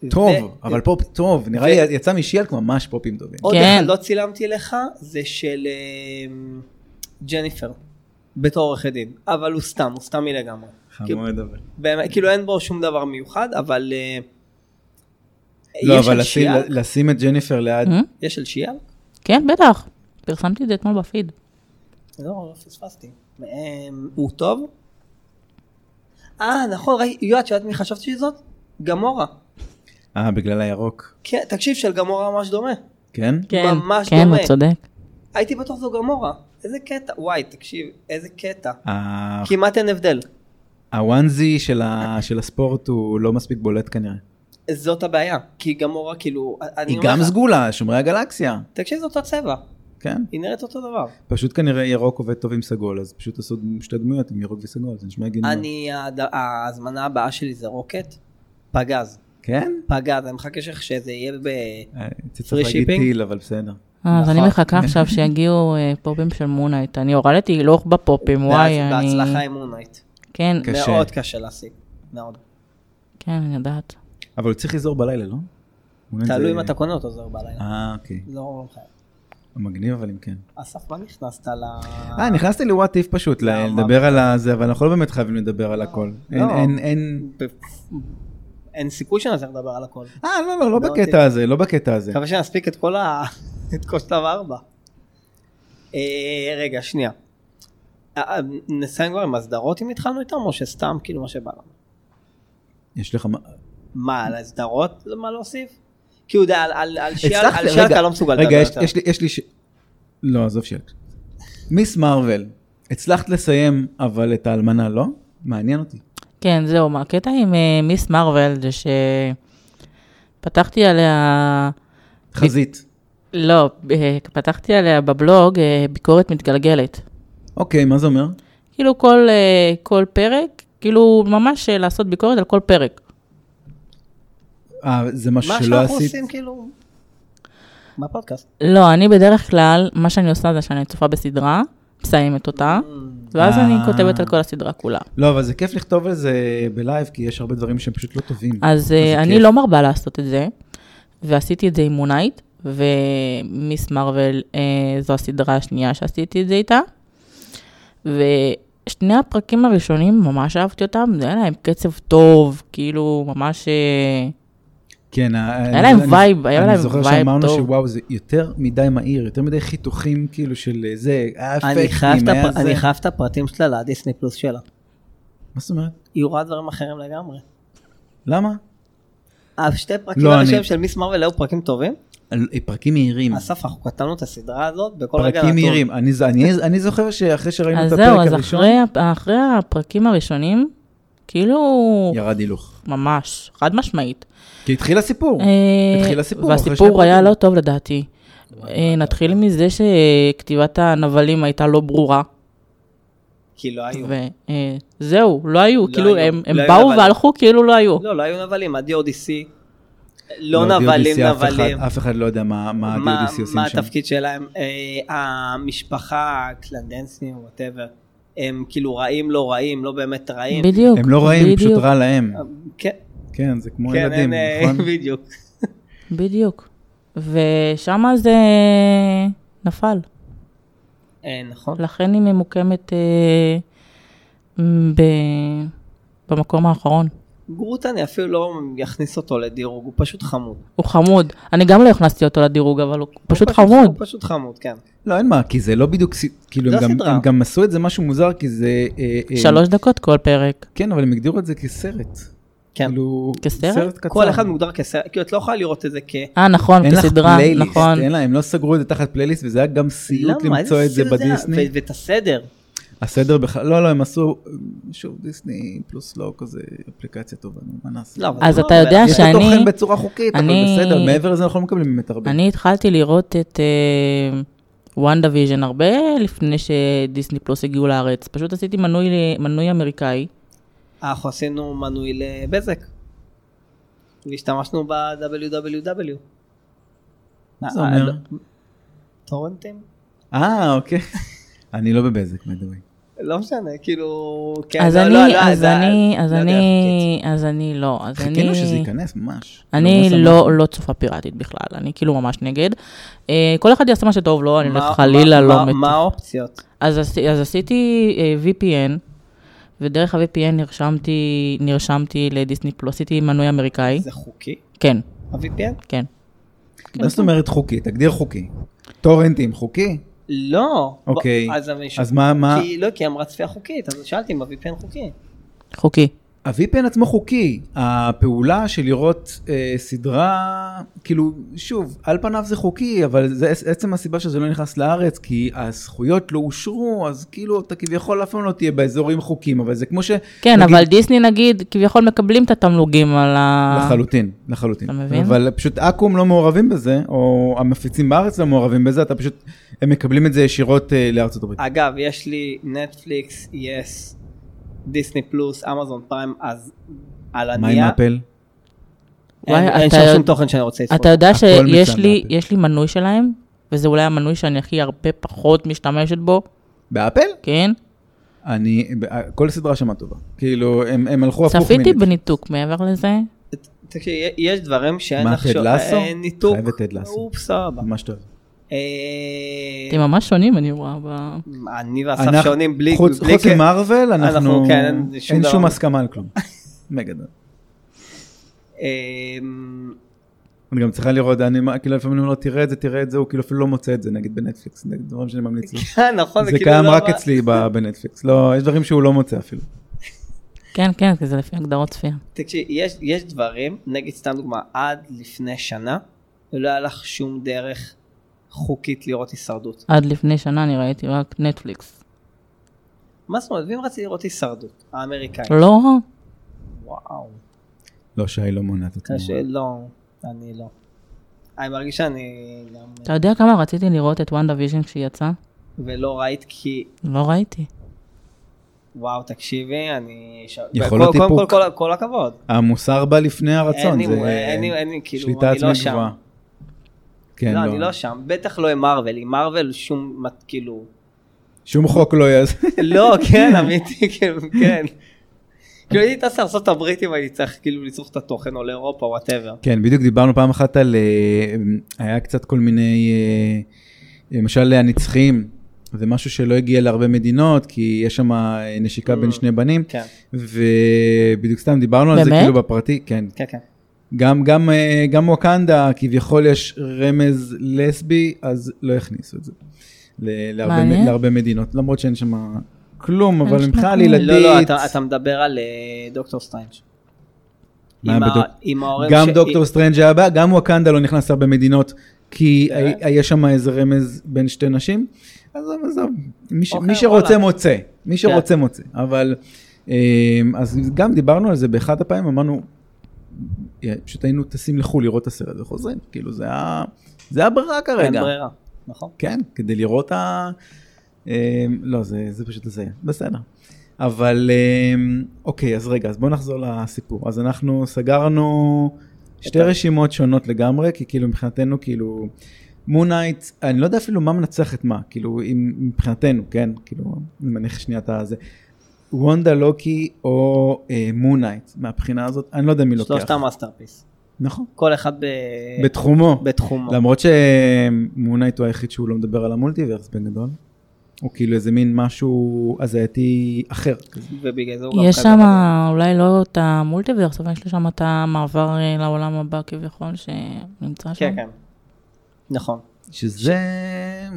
Speaker 1: טוב, אבל פופ טוב, נראה
Speaker 2: ו-
Speaker 1: לי יצא משיאלק ממש פופים טובים.
Speaker 2: עוד
Speaker 3: כן.
Speaker 2: אחד לא צילמתי לך, זה של אה, ג'ניפר, בתור עורכת דין, אבל הוא סתם, הוא סתמי לגמרי.
Speaker 1: חמוד אבל.
Speaker 2: באמת, כאילו אין בו שום דבר מיוחד, אבל... אה,
Speaker 1: לא,
Speaker 2: יש
Speaker 1: אבל לא-
Speaker 2: על
Speaker 1: לשים-
Speaker 2: שיאלק?
Speaker 1: לשים את ג'ניפר ליד,
Speaker 3: אה?
Speaker 2: יש על שיאל?
Speaker 3: כן, בטח. פרסמתי את זה אתמול בפיד.
Speaker 2: לא, פספסתי. אה, הוא טוב? אה, נכון, ראי- יואט, שאת מי חשבתי שזאת? גמורה.
Speaker 1: אה, בגלל הירוק,
Speaker 2: כן, תקשיב, של גמורה ממש דומה.
Speaker 1: כן?
Speaker 3: כן,
Speaker 2: ממש
Speaker 3: כן,
Speaker 2: דומה.
Speaker 3: הוא צודק.
Speaker 2: הייתי בטוח זו גמורה. איזה קטע. וואי, תקשיב, איזה קטע.
Speaker 1: ה-
Speaker 2: כמעט אין הבדל.
Speaker 1: הוואנזי של ה- של הספורט הוא לא מספיק בולט כנראה.
Speaker 2: זאת הבעיה. כי גמורה, כאילו, אני
Speaker 1: היא
Speaker 2: אומר
Speaker 1: גם
Speaker 2: לך,
Speaker 1: סגולה, שומרי הגלקסיה,
Speaker 2: תקשיב, זה אותו צבע.
Speaker 1: כן?
Speaker 2: היא נראית אותו דבר.
Speaker 1: פשוט כנראה ירוק עובד טוב עם סגול, אז פשוט עשו שתי דמויות עם ירוק וסגול, זה נשמע הגיוני. מאוד.
Speaker 2: אני, הד- ההזמנה הבאה שלי זה רוקט. פגז.
Speaker 1: כן?
Speaker 2: פגז, אני מחכה שח- שזה יהיה ב...
Speaker 1: אה, הייתי
Speaker 2: Free
Speaker 1: צריך להגיד
Speaker 2: shipping?
Speaker 1: טיל, אבל בסדר.
Speaker 3: אה, אז אני
Speaker 2: נכון.
Speaker 3: מחכה עכשיו שיגיעו אה, פופים של מונייט. אני הורדתי הילוך בפופים, וואי,
Speaker 2: ואז
Speaker 3: אני...
Speaker 2: בהצלחה עם מונייט.
Speaker 3: כן,
Speaker 1: קשה.
Speaker 2: מאוד קשה להשיג. מאוד.
Speaker 3: כן, אני יודעת.
Speaker 1: אבל הוא צריך לזור בלילה, לא?
Speaker 2: תלוי
Speaker 1: זה-
Speaker 2: אם אתה קונה אותו זר בלילה.
Speaker 1: אה, אוקיי.
Speaker 2: לא חייב.
Speaker 1: מגניב, אבל אם כן.
Speaker 2: אסף, מה נכנסת ל...
Speaker 1: אה, נכנסתי לוואט איף פשוט, ל-
Speaker 2: אה,
Speaker 1: לדבר על זה, אבל אנחנו לא באמת חייבים לדבר על הכל. אין,
Speaker 2: לא.
Speaker 1: אין, אין...
Speaker 2: אין סיכוי שנצליח לדבר על הכל.
Speaker 1: אה, לא, לא, לא
Speaker 2: לא,
Speaker 1: בקטע הזה, לא בקטע הזה.
Speaker 2: מקווה שנספיק את כל ה... את כל שלב הארבע. אה, רגע, שנייה. אה, אה, נסיים כבר עם הסדרות אם התחלנו איתם, או שסתם כאילו מה שבא לנו.
Speaker 1: יש לך מה...
Speaker 2: מה, על הסדרות? לא, מה להוסיף? כי הוא יודע, על- על על שיאל
Speaker 1: הצלחת,
Speaker 2: על שיאל
Speaker 1: רגע,
Speaker 2: אתה לא מסוגל לדבר
Speaker 1: רגע, יש-
Speaker 2: יותר.
Speaker 1: יש לי- יש לי... ש- לא, עזוב שאלות. מיס מרוויל, הצלחת לסיים, אבל את האלמנה לא? מעניין אותי.
Speaker 3: כן, זהו, מה, הקטע עם אה, מיס מרוויל זה שפתחתי עליה...
Speaker 1: חזית.
Speaker 3: לא, אה, פתחתי עליה בבלוג אה, ביקורת מתגלגלת.
Speaker 1: אוקיי, מה זה אומר?
Speaker 3: כאילו כל, אה, כל פרק, כאילו ממש אה, לעשות ביקורת על כל פרק.
Speaker 1: אה, זה משהו
Speaker 2: מה
Speaker 1: שלא
Speaker 2: שאנחנו
Speaker 1: עשית?
Speaker 2: עושים כאילו... בפודקאסט.
Speaker 3: לא, אני בדרך כלל, מה שאני עושה זה שאני צופה בסדרה, מסיימת אותה, ואז
Speaker 1: אה.
Speaker 3: אני כותבת על כל הסדרה כולה.
Speaker 1: לא, אבל זה כיף לכתוב על זה בלייב, כי יש הרבה דברים שהם פשוט לא טובים.
Speaker 3: אז אה,
Speaker 1: זה
Speaker 3: אני
Speaker 1: כיף.
Speaker 3: לא מרבה לעשות את זה, ועשיתי את זה עם מונייט, ומיס מרוויל אה, זו הסדרה השנייה שעשיתי את זה איתה. ושני הפרקים הראשונים, ממש אהבתי אותם, זה היה להם קצב טוב, כאילו, ממש... אה,
Speaker 1: כן, היה
Speaker 3: להם וייב, היה להם
Speaker 1: אני זוכר
Speaker 3: וייב
Speaker 1: שאמרנו
Speaker 3: טוב.
Speaker 1: שוואו, זה יותר מדי מהיר, יותר מדי חיתוכים כאילו של אה, זה, היה
Speaker 2: אני חייב את
Speaker 1: אפקטים, היה
Speaker 2: הפ-
Speaker 1: זה.
Speaker 2: אני חייב את הפרטים שלה לדיסני פלוס שלה.
Speaker 1: מה זאת אומרת?
Speaker 2: היא רואה דברים אחרים לגמרי.
Speaker 1: למה?
Speaker 2: השתי פרקים
Speaker 1: לא,
Speaker 2: הראשונים
Speaker 1: אני-
Speaker 2: של מיס מרוויל היו פרקים טובים.
Speaker 1: על- אה, פרקים מהירים.
Speaker 2: אסף, אנחנו קטענו את הסדרה הזאת בכל רגע
Speaker 1: פרקים מהירים. אני ז- אני- אני זוכר שאחרי שראינו את
Speaker 3: אז
Speaker 1: הפרק
Speaker 3: זהו, אז
Speaker 1: הראשון,
Speaker 3: אחרי הפ- אחרי הפרקים הראשונים, כאילו,
Speaker 1: ירד הילוך.
Speaker 3: ממש, חד משמעית.
Speaker 1: כי התחיל הסיפור.
Speaker 3: אה,
Speaker 1: התחיל הסיפור, אחרי
Speaker 3: והסיפור
Speaker 1: שני
Speaker 3: היה
Speaker 1: פרקים.
Speaker 3: לא טוב לדעתי. אה, נתחיל מזה שכתיבת הנבלים הייתה לא ברורה.
Speaker 2: כי לא היו.
Speaker 3: וזהו, לא היו,
Speaker 2: לא
Speaker 3: כאילו
Speaker 2: היו,
Speaker 3: הם הם
Speaker 2: לא היו
Speaker 3: באו
Speaker 2: נבלים.
Speaker 3: והלכו כאילו לא היו.
Speaker 2: לא, לא היו נבלים, ה-DODC, לא
Speaker 1: ה-DODC,
Speaker 2: נבלים,
Speaker 1: אף אחד-
Speaker 2: נבלים.
Speaker 1: אף אחד לא יודע מה מה
Speaker 2: מה-
Speaker 1: ה-DODC עושים
Speaker 2: מה
Speaker 1: שם.
Speaker 2: התפקיד שלהם? אה, המשפחה, הקלנדנסים, וואטאבר, הם כאילו רעים לא רעים, לא באמת רעים.
Speaker 3: בדיוק.
Speaker 1: הם לא רעים, פשוט
Speaker 3: בדיוק,
Speaker 1: רע להם.
Speaker 2: כן,
Speaker 1: כן, זה כמו
Speaker 2: כן,
Speaker 1: ילדים,
Speaker 2: אין, אה,
Speaker 1: נכון?
Speaker 2: בדיוק.
Speaker 3: בדיוק. ושם זה נפל.
Speaker 2: אה, נכון.
Speaker 3: לכן היא ממוקמת אה, ב- במקום האחרון.
Speaker 2: גרוט אני אפילו לא יכניס אותו לדירוג, הוא פשוט חמוד.
Speaker 3: הוא חמוד. אני גם לא הכנסתי אותו לדירוג, אבל הוא
Speaker 2: הוא
Speaker 3: פשוט חמוד.
Speaker 2: הוא פשוט חמוד, כן.
Speaker 1: לא, אין מה, כי זה לא בדיוק, ס- כאילו,
Speaker 2: לא
Speaker 1: הם גם-
Speaker 2: סדרה.
Speaker 1: הם גם עשו את זה משהו מוזר, כי זה... אה, אה,
Speaker 3: שלוש דקות כל פרק.
Speaker 1: כן, אבל הם הגדירו את זה כסרט.
Speaker 2: כן.
Speaker 1: כאילו,
Speaker 3: כסרט?
Speaker 1: סרט קצר.
Speaker 2: כל אחד מוגדר כסרט, כאילו את לא יכולה לראות את זה כ...
Speaker 3: אה, נכון,
Speaker 1: אין לך
Speaker 3: כסדרה,
Speaker 1: פלייליסט,
Speaker 3: נכון.
Speaker 1: אין לה, הם לא סגרו את זה תחת פלייליסט, וזה היה גם סיוט
Speaker 2: למה?
Speaker 1: למצוא את
Speaker 2: איזה
Speaker 1: זה
Speaker 2: סיוט היה?
Speaker 1: בדיסני.
Speaker 2: ו- ואת הסדר.
Speaker 1: הסדר בכלל, לא, לא, הם עשו, שוב, דיסני פלוס לא כזה אפליקציה טובה, נו, מה נעשה?
Speaker 2: לא, אבל
Speaker 3: אז
Speaker 2: זה
Speaker 3: אתה
Speaker 2: לא-
Speaker 3: יודע
Speaker 1: יש
Speaker 3: ש- שאני-
Speaker 1: את התוכן בצורה חוקית, אבל
Speaker 3: אני-
Speaker 1: בסדר, מעבר לזה אנחנו לא מקבלים באמת הרבה.
Speaker 3: אני התחלתי לראות את וואנדה ויז'ן הרבה לפני שדיסני פלוס הגיעו לארץ. פשוט עשיתי מנוי, ל- מנוי אמריקאי.
Speaker 2: אנחנו עשינו מנוי לבזק. והשתמשנו ב-www.
Speaker 1: מה זה אומר?
Speaker 2: אה, לא- טורנטים?
Speaker 1: אה, אוקיי. אני לא בבזק, by the way.
Speaker 2: לא משנה, כאילו... כן,
Speaker 3: אז
Speaker 2: לא,
Speaker 3: אני,
Speaker 2: לא, לא,
Speaker 3: אז
Speaker 2: לא,
Speaker 3: אני,
Speaker 2: לא
Speaker 3: אז
Speaker 2: יודע,
Speaker 3: אני, אז אני לא, אז אני...
Speaker 1: חיכינו שזה ייכנס, ממש.
Speaker 3: אני
Speaker 1: ממש
Speaker 3: לא, לא צופה פיראטית בכלל, אני כאילו ממש נגד. אה, כל אחד יעשה מה שטוב לו, אני
Speaker 2: כן. מה-
Speaker 3: חלילה
Speaker 2: מה-
Speaker 3: לא...
Speaker 2: מה-
Speaker 3: מת-
Speaker 2: מה האופציות?
Speaker 3: אז עשי- אז עשיתי אה, VPN, ודרך ה-VPN נרשמתי, נרשמתי לדיסני פלוס, עשיתי מנוי אמריקאי.
Speaker 2: זה חוקי?
Speaker 3: כן,
Speaker 2: ה-VPN?
Speaker 3: כן.
Speaker 1: מה זאת אומרת חוקי? תגדיר חוקי. טורנטים חוקי?
Speaker 2: לא.
Speaker 1: אוקיי.
Speaker 2: בוא, אז מישהו...
Speaker 1: אז מה, מה...
Speaker 2: כי לא, כי היא אמרה צפייה חוקית, אז שאלתי אם ה-VPN חוקי.
Speaker 3: חוקי.
Speaker 1: ה-VPN עצמו חוקי, הפעולה של לראות אה, סדרה, כאילו, שוב, על פניו זה חוקי, אבל זה עצ- עצם הסיבה שזה לא נכנס לארץ, כי הזכויות לא אושרו, אז כאילו, אתה כביכול אף פעם לא תהיה באזורים חוקיים, אבל זה כמו ש...
Speaker 3: כן,
Speaker 1: נגיד-
Speaker 3: אבל דיסני נגיד, כביכול מקבלים את התמלוגים על ה...
Speaker 1: לחלוטין, לחלוטין.
Speaker 3: אתה מבין?
Speaker 1: אבל פשוט אקו"ם לא מעורבים בזה, או המפיצים בארץ לא מעורבים בזה, אתה פשוט, הם מקבלים את זה ישירות אה, לארצות הברית.
Speaker 2: אגב, יש לי נטפליקס, יס, דיסני פלוס, אמזון פריים, אז על
Speaker 1: מה עם
Speaker 2: הנייר,
Speaker 1: אפל?
Speaker 2: אין
Speaker 3: וואי,
Speaker 2: אין
Speaker 3: אתה
Speaker 2: שם
Speaker 3: יודע-
Speaker 2: שום תוכן שאני רוצה לצפות.
Speaker 3: אתה יודע
Speaker 1: הכל
Speaker 3: שיש
Speaker 1: מצוין
Speaker 3: לי,
Speaker 1: באפל.
Speaker 3: יש לי מנוי שלהם, וזה אולי המנוי שאני הכי הרבה פחות משתמשת בו,
Speaker 1: באפל?
Speaker 3: כן?
Speaker 1: אני, ב- כל סדרה שם טובה. כאילו, הם הם הלכו הפוך
Speaker 3: צפיתי
Speaker 1: ממני.
Speaker 3: בניתוק מעבר לזה.
Speaker 2: תקשיב, יש דברים שאין
Speaker 1: מה, טד
Speaker 2: לחשוב,
Speaker 1: לאסו?
Speaker 2: אין ניתוק,
Speaker 1: חייב את טד לאסו.
Speaker 2: הוא סבבה.
Speaker 1: ממש טוב.
Speaker 2: אה,
Speaker 3: אתם ממש שונים, אני רואה. ב-
Speaker 2: אני ואסף שונים בלי...
Speaker 1: חוץ,
Speaker 2: בלי
Speaker 1: חוץ
Speaker 2: קשר.
Speaker 1: ממרוויל,
Speaker 2: אנחנו-
Speaker 1: אנחנו,
Speaker 2: כן, אין שום
Speaker 1: אין
Speaker 2: דבר.
Speaker 1: שום הסכמה על כלום. בגדול.
Speaker 2: אמ,
Speaker 1: אני גם צריכה לראות, אני כאילו לפעמים אומר לו, תראה את זה, תראה את זה, הוא כאילו אפילו לא מוצא את זה, נגיד בנטפליקס, נגיד דברים שאני ממליץ לו.
Speaker 2: כן, נכון,
Speaker 1: זה
Speaker 2: כאילו
Speaker 1: קיים
Speaker 2: לא-
Speaker 1: רק אצלי ב- בנטפליקס, לא, יש דברים שהוא לא מוצא אפילו.
Speaker 3: כן, כן, כי זה לפי הגדרות צפייה.
Speaker 2: תקשיב, יש, יש דברים, נגיד סתם דוגמה, עד לפני שנה, לא היה לך שום דרך חוקית לראות הישרדות.
Speaker 3: עד לפני שנה אני ראיתי רק נטפליקס.
Speaker 2: מה זאת אומרת, ואם רציתי לראות הישרדות, האמריקאים.
Speaker 3: לא,
Speaker 2: וואו,
Speaker 1: לא, שי לא מונע את עצמו.
Speaker 2: קשה, לא, אני לא. אני מרגיש שאני גם...
Speaker 3: אתה יודע כמה רציתי לראות את וונדה ויז'ן כשהיא יצאה?
Speaker 2: ולא ראית כי,
Speaker 3: לא ראיתי.
Speaker 2: וואו, תקשיבי, אני... ש-
Speaker 1: יכולות
Speaker 2: קודם כל,
Speaker 1: איפוק.
Speaker 2: כל, כל הכבוד.
Speaker 1: המוסר בא לפני הרצון,
Speaker 2: אין לי-
Speaker 1: זה
Speaker 2: אין לי- אין לי, כאילו,
Speaker 1: שליטה
Speaker 2: אני לא
Speaker 1: עצמית
Speaker 2: שם.
Speaker 1: גבוהה. כן,
Speaker 2: לא,
Speaker 1: לא,
Speaker 2: אני לא שם, בטח לא עם מארוול, עם מארוול שום, כאילו...
Speaker 1: שום חוק לא יעז.
Speaker 2: לא, כן, אמיתי, כאילו, כן. כאילו, אם טסה לארצות הברית, אם אני צריך כאילו לצרוך את התוכן, או לאירופה, וואטאבר.
Speaker 1: כן, בדיוק דיברנו פעם אחת על, אה, היה קצת כל מיני, אה, למשל הנצחים, זה משהו שלא הגיע להרבה מדינות, כי יש שם אה, נשיקה בין שני בנים,
Speaker 2: כן,
Speaker 1: ובדיוק סתם דיברנו על זה
Speaker 3: באמת?
Speaker 1: כאילו בפרטי, כן.
Speaker 2: כן, כן.
Speaker 1: גם, גם, אה, גם ווקנדה, כביכול יש רמז לסבי, אז לא הכניסו את זה. ל- להרבה,
Speaker 3: מעניין.
Speaker 1: מ- להרבה מדינות, למרות שאין שם כלום, אבל
Speaker 3: שם
Speaker 1: מבחינה
Speaker 3: כלום.
Speaker 1: לילתית,
Speaker 2: לא, לא, אתה- אתה מדבר על אה, דוקטור סטריינג'.
Speaker 1: מה
Speaker 2: עם ה-
Speaker 1: בדוק-
Speaker 2: עם ההורים
Speaker 1: גם
Speaker 2: ש-
Speaker 1: דוקטור סטרנג' היה בא, גם ווקנדה לא נכנס להרבה מדינות, כי
Speaker 2: כן.
Speaker 1: היה- היה שם איזה רמז בין שתי נשים, עזוב, עזוב, מי ש-
Speaker 2: אוקיי,
Speaker 1: מי שרוצה
Speaker 2: וואלה. כן.
Speaker 1: מוצא, מי שרוצה מוצא, אבל, אה, אז גם דיברנו על זה באחת הפעמים, אמרנו, אה, פשוט היינו טסים לחו"ל לראות את הסרט וחוזרים, כאילו זה ה- זה הברירה
Speaker 2: אין
Speaker 1: כרגע,
Speaker 2: ברירה, נכון?
Speaker 1: כן, כדי לראות ה... אה, לא, זה, זה פשוט הזיה, בסדר. אבל אה, אוקיי, אז רגע, אז בואו נחזור לסיפור. אז אנחנו סגרנו שתי
Speaker 2: את ה-
Speaker 1: רשימות שונות לגמרי, כי כאילו מבחינתנו, כאילו, מונייט, אני לא יודע אפילו מה מנצח את מה, כאילו, אם מבחינתנו, כן? כאילו, אני מניח שנייה את הזה. וונדה לוקי או אה, מונייט, מהבחינה הזאת, אני לא יודע מי לוקח.
Speaker 2: שלושת המאסטרפיס.
Speaker 1: נכון.
Speaker 2: כל אחד ב-
Speaker 1: בתחומו.
Speaker 2: בתחומו.
Speaker 1: למרות שמונייט הוא היחיד שהוא לא מדבר על המולטיברס בגדול. הוא כאילו איזה מין משהו הזייתי אחר. כזה.
Speaker 2: ובגלל זה הוא גם
Speaker 3: יש
Speaker 2: כזה.
Speaker 3: שם אולי לא את המולטיברס, אבל יש לי שם את המעבר אה, לעולם הבא כביכול שנמצא שם.
Speaker 2: כן, כן. נכון.
Speaker 1: שזה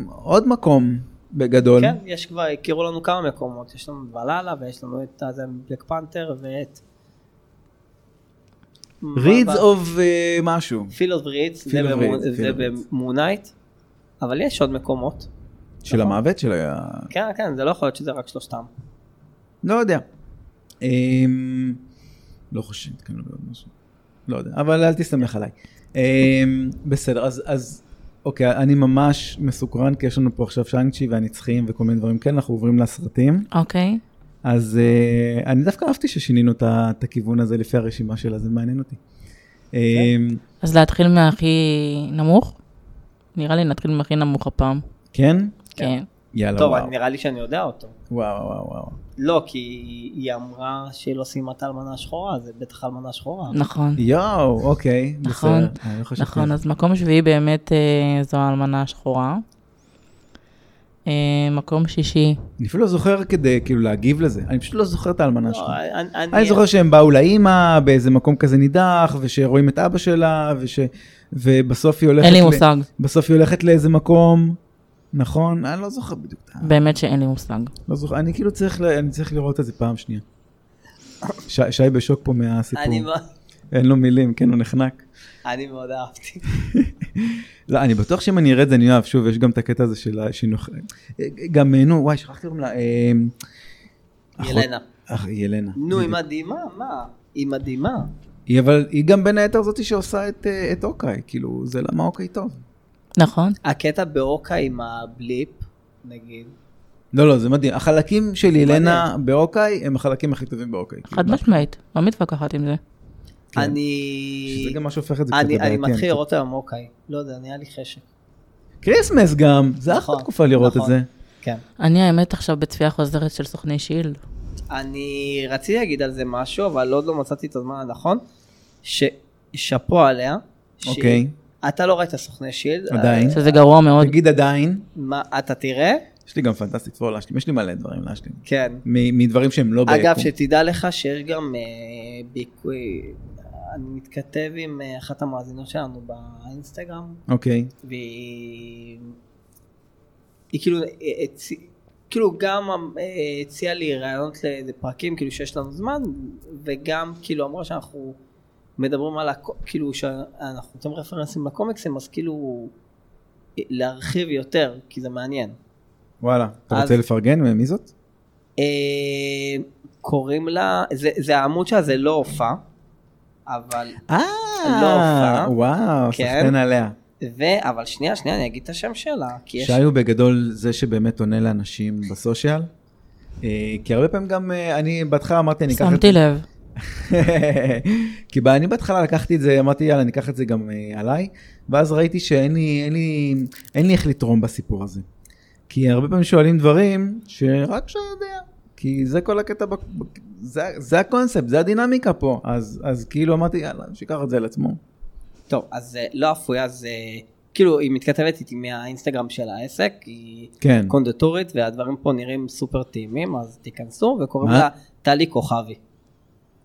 Speaker 1: עוד מקום בגדול.
Speaker 2: כן, יש כבר, הכירו לנו כמה מקומות, יש לנו בלאלה ויש לנו את הזה בלק פנתר ואת...
Speaker 1: רידס אוף אה, משהו.
Speaker 2: פיל אוף רידס
Speaker 1: Field of Reeds,
Speaker 2: זה
Speaker 1: Field of Reeds.
Speaker 2: במונייט, אבל יש עוד מקומות.
Speaker 1: של
Speaker 2: נכון.
Speaker 1: המוות של ה...
Speaker 2: כן, כן, זה לא יכול להיות שזה רק שלושתם.
Speaker 1: לא יודע. אמ, לא חושב, כן, לא יודע משהו. לא יודע, אבל אל תסתמך עליי. אמ, בסדר, אז- אז אוקיי, אני ממש מסוקרן, כי יש לנו פה עכשיו שיינג'י והנצחיים וכל מיני דברים כאלה, אנחנו עוברים לסרטים.
Speaker 3: אוקיי.
Speaker 1: אז uh, אני דווקא אהבתי ששינינו את ה- את הכיוון הזה לפי הרשימה שלה, זה מעניין אותי. Um,
Speaker 3: אז להתחיל מהכי נמוך? נראה לי נתחיל מהכי נמוך הפעם.
Speaker 1: כן?
Speaker 3: כן.
Speaker 1: יאללה,
Speaker 2: טוב,
Speaker 1: וואו.
Speaker 2: אני- נראה לי שאני יודע אותו.
Speaker 1: וואו, וואו, וואו.
Speaker 2: לא, כי היא אמרה שלא סיימה את האלמנה השחורה, זה בטח אלמנה שחורה.
Speaker 3: נכון.
Speaker 1: יואו, אוקיי,
Speaker 3: נכון,
Speaker 1: בסדר. אני לא חשבתי על
Speaker 3: נכון,
Speaker 1: זה.
Speaker 3: אז מקום שביעי באמת אה, זו האלמנה השחורה. אה, מקום שישי,
Speaker 1: אני אפילו לא זוכר כדי כאילו להגיב לזה, אני פשוט לא זוכר את האלמנה שלך.
Speaker 2: לא, אני-
Speaker 1: אני זוכר שהם באו לאימא באיזה מקום כזה נידח, ושרואים את אבא שלה, וש... ובסוף היא הולכת...
Speaker 3: אין לי
Speaker 1: ל-
Speaker 3: מושג,
Speaker 1: בסוף היא הולכת לאיזה מקום, נכון? אני לא זוכר בדיוק. את ה-
Speaker 3: באמת שאין לי מושג.
Speaker 1: לא זוכר, אני כאילו צריך, ל... אני צריך לראות את זה פעם שנייה. ש... שי בשוק פה מהסיפור,
Speaker 2: אני מאוד-
Speaker 1: אין לו מילים, כן, הוא נחנק.
Speaker 2: אני מאוד אהבתי.
Speaker 1: לא, אני בטוח שאם אני אראה את זה אני אוהב, שוב, יש גם את הקטע הזה של השינוך. גם, אה, נו, וואי, שכחתי קוראים לה... אה, אחות-
Speaker 2: ילנה.
Speaker 1: אח, ילנה.
Speaker 2: נו, היא מדהימה, מה? היא מדהימה.
Speaker 1: היא אבל היא גם בין היתר זאתי שעושה את, אה, את אוקיי, כאילו זה למה אוקיי טוב.
Speaker 3: נכון?
Speaker 2: הקטע באוקה עם הבליפ, נגיד.
Speaker 1: לא לא זה מדהים, החלקים של ילנה באוקיי הם החלקים הכי טובים באוקיי.
Speaker 3: חד משמעית, לא מתווכחת עם זה.
Speaker 1: כן.
Speaker 2: אני...
Speaker 1: שזה גם מה שהופך את זה
Speaker 2: אני,
Speaker 1: לבעייתי,
Speaker 2: אני מתחיל
Speaker 1: חושב.
Speaker 2: לראות היום אוקיי. לא יודע, נהיה לי חשק.
Speaker 1: כריסמס גם, זה אחלה
Speaker 2: נכון,
Speaker 1: תקופה לראות את
Speaker 2: נכון.
Speaker 1: זה.
Speaker 2: כן.
Speaker 3: אני האמת עכשיו בצפייה חוזרת של סוכני שילד.
Speaker 2: אני רציתי להגיד על זה משהו, אבל עוד לא מצאתי את הזמן הנכון. ששאפו עליה. שהיא-
Speaker 1: אוקיי.
Speaker 2: אתה לא ראית סוכני שילד.
Speaker 1: עדיין.
Speaker 2: אה,
Speaker 3: שזה גרוע מאוד.
Speaker 1: תגיד עדיין,
Speaker 2: מה, אתה תראה?
Speaker 1: יש לי גם פנטסטיק פור להשלים, יש לי מלא דברים להשלים.
Speaker 2: כן.
Speaker 1: מ- מדברים שהם לא
Speaker 2: אגב,
Speaker 1: ביקום.
Speaker 2: שתדע לך שיש גם אה, ביקוי... אני מתכתב עם אה, אחת המאזינות שלנו באינסטגרם,
Speaker 1: אוקיי,
Speaker 2: והיא היא כאילו, אה, הצ... כאילו גם אה, הציעה לי רעיונות לאיזה פרקים כאילו שיש לנו זמן וגם כאילו אמרה שאנחנו מדברים על הקו... כאילו שאנחנו נותנים רפרנסים לקומיקסים אז כאילו אה, להרחיב יותר כי זה מעניין.
Speaker 1: וואלה, אתה
Speaker 2: אז-
Speaker 1: רוצה לפרגן? מי זאת?
Speaker 2: אה, קוראים לה, זה, זה העמוד שלה זה לא הופעה אבל, לא
Speaker 1: אה,
Speaker 2: הופעה.
Speaker 1: וואו,
Speaker 2: כן.
Speaker 1: סחטיין עליה.
Speaker 2: ו... אבל שנייה שנייה אני אגיד את השם שלה כי יש...
Speaker 1: שי הוא בגדול זה שבאמת עונה לאנשים בסושיאל. אה, כי הרבה פעמים גם אה, אני בהתחלה אמרתי אני אקח את
Speaker 3: שמתי לב.
Speaker 1: כי אני בהתחלה לקחתי את זה אמרתי יאללה אני אקח את זה גם אה, עליי ואז ראיתי שאין לי אין לי אין לי איך לתרום בסיפור הזה. כי הרבה פעמים שואלים דברים שרק שאתה יודע כי זה כל הקטע ב- ב- זה, זה הקונספט זה הדינמיקה פה אז אז כאילו אמרתי יאללה שיקח את זה על עצמו.
Speaker 2: טוב, אז אה, לא אפויה זה... כאילו, היא מתכתבת איתי מהאינסטגרם של העסק, היא
Speaker 1: כן.
Speaker 2: קונדטורית, והדברים פה נראים סופר טעימים, אז תיכנסו, וקוראים
Speaker 1: מה?
Speaker 2: לה טלי כוכבי.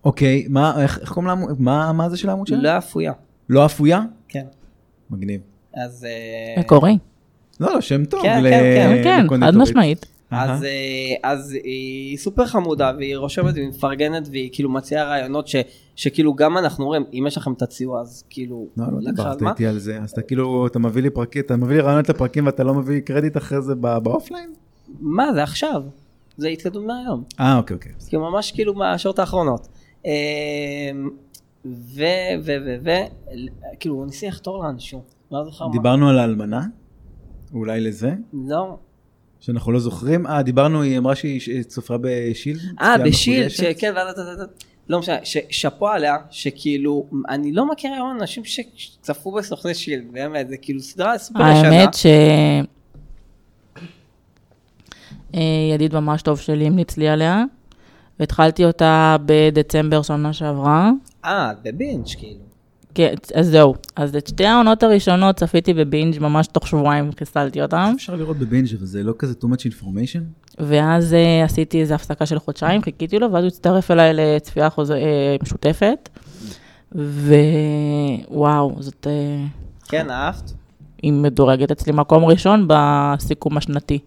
Speaker 1: אוקיי מה איך, איך קוראים לעמוד מה מה זה של העמוד שלה?
Speaker 2: לא אפויה,
Speaker 1: לא אפויה?
Speaker 2: כן.
Speaker 1: מגניב.
Speaker 2: אז... אה,
Speaker 3: מקורי.
Speaker 1: לא לא שם טוב.
Speaker 2: כן,
Speaker 1: ל-
Speaker 2: כן,
Speaker 3: כן,
Speaker 2: כן,
Speaker 3: כן, חד
Speaker 1: לקונדיטורית.
Speaker 3: משמעית.
Speaker 1: אהה.
Speaker 2: אז, אה, אז היא סופר חמודה, והיא רושמת והיא מפרגנת, והיא כאילו מציעה רעיונות ש, שכאילו גם אנחנו אומרים, אם יש לכם את הציור, אז כאילו...
Speaker 1: לא, לא
Speaker 2: לך
Speaker 1: דיברת
Speaker 2: הזמן.
Speaker 1: איתי על זה, אז אתה כאילו, אתה מביא לי פרקים, אתה מביא לי רעיונות לפרקים ואתה לא מביא קרדיט אחרי זה בא- באופליין?
Speaker 2: מה, זה עכשיו. זה התקדמות מהיום.
Speaker 1: אה, אוקיי, אוקיי.
Speaker 2: כי ממש כאילו מהשעות האחרונות. אמ, ו... ו... ו... ו... כאילו הוא ניסה לחתור לאנשהו. לא זוכר מה.
Speaker 1: דיברנו על האלמנה, אולי לזה,
Speaker 2: לא.
Speaker 1: שאנחנו לא זוכרים. אה, דיברנו, היא אמרה שהיא ש- צופה בשילד.
Speaker 2: אה,
Speaker 1: צפייה
Speaker 2: בשילד,
Speaker 1: מחודשת.
Speaker 2: שכן, ואז... לא משנה, ש- שאפו עליה, שכאילו, אני לא מכיר היום אנשים שצפו בסוכני שילד, באמת, זה כאילו סדרה סופר ישנה.
Speaker 3: האמת ש... אה, ידיד ממש טוב שלי המליץ לי עליה, והתחלתי אותה בדצמבר שנה שעברה.
Speaker 2: אה, בבינג' כאילו.
Speaker 3: כן, אז זהו. אז את שתי העונות הראשונות צפיתי בבינג' ממש תוך שבועיים חיסלתי אותם,
Speaker 1: אה, אפשר לראות בבינג' אבל זה לא כזה too much information?
Speaker 3: ואז אה, עשיתי איזו הפסקה של חודשיים, חיכיתי לו, ואז הוא הצטרף אליי לצפייה חוז... אה, משותפת, ווואו, זאת... אה,
Speaker 2: כן, אהבת?
Speaker 3: היא מדורגת אצלי מקום ראשון בסיכום השנתי.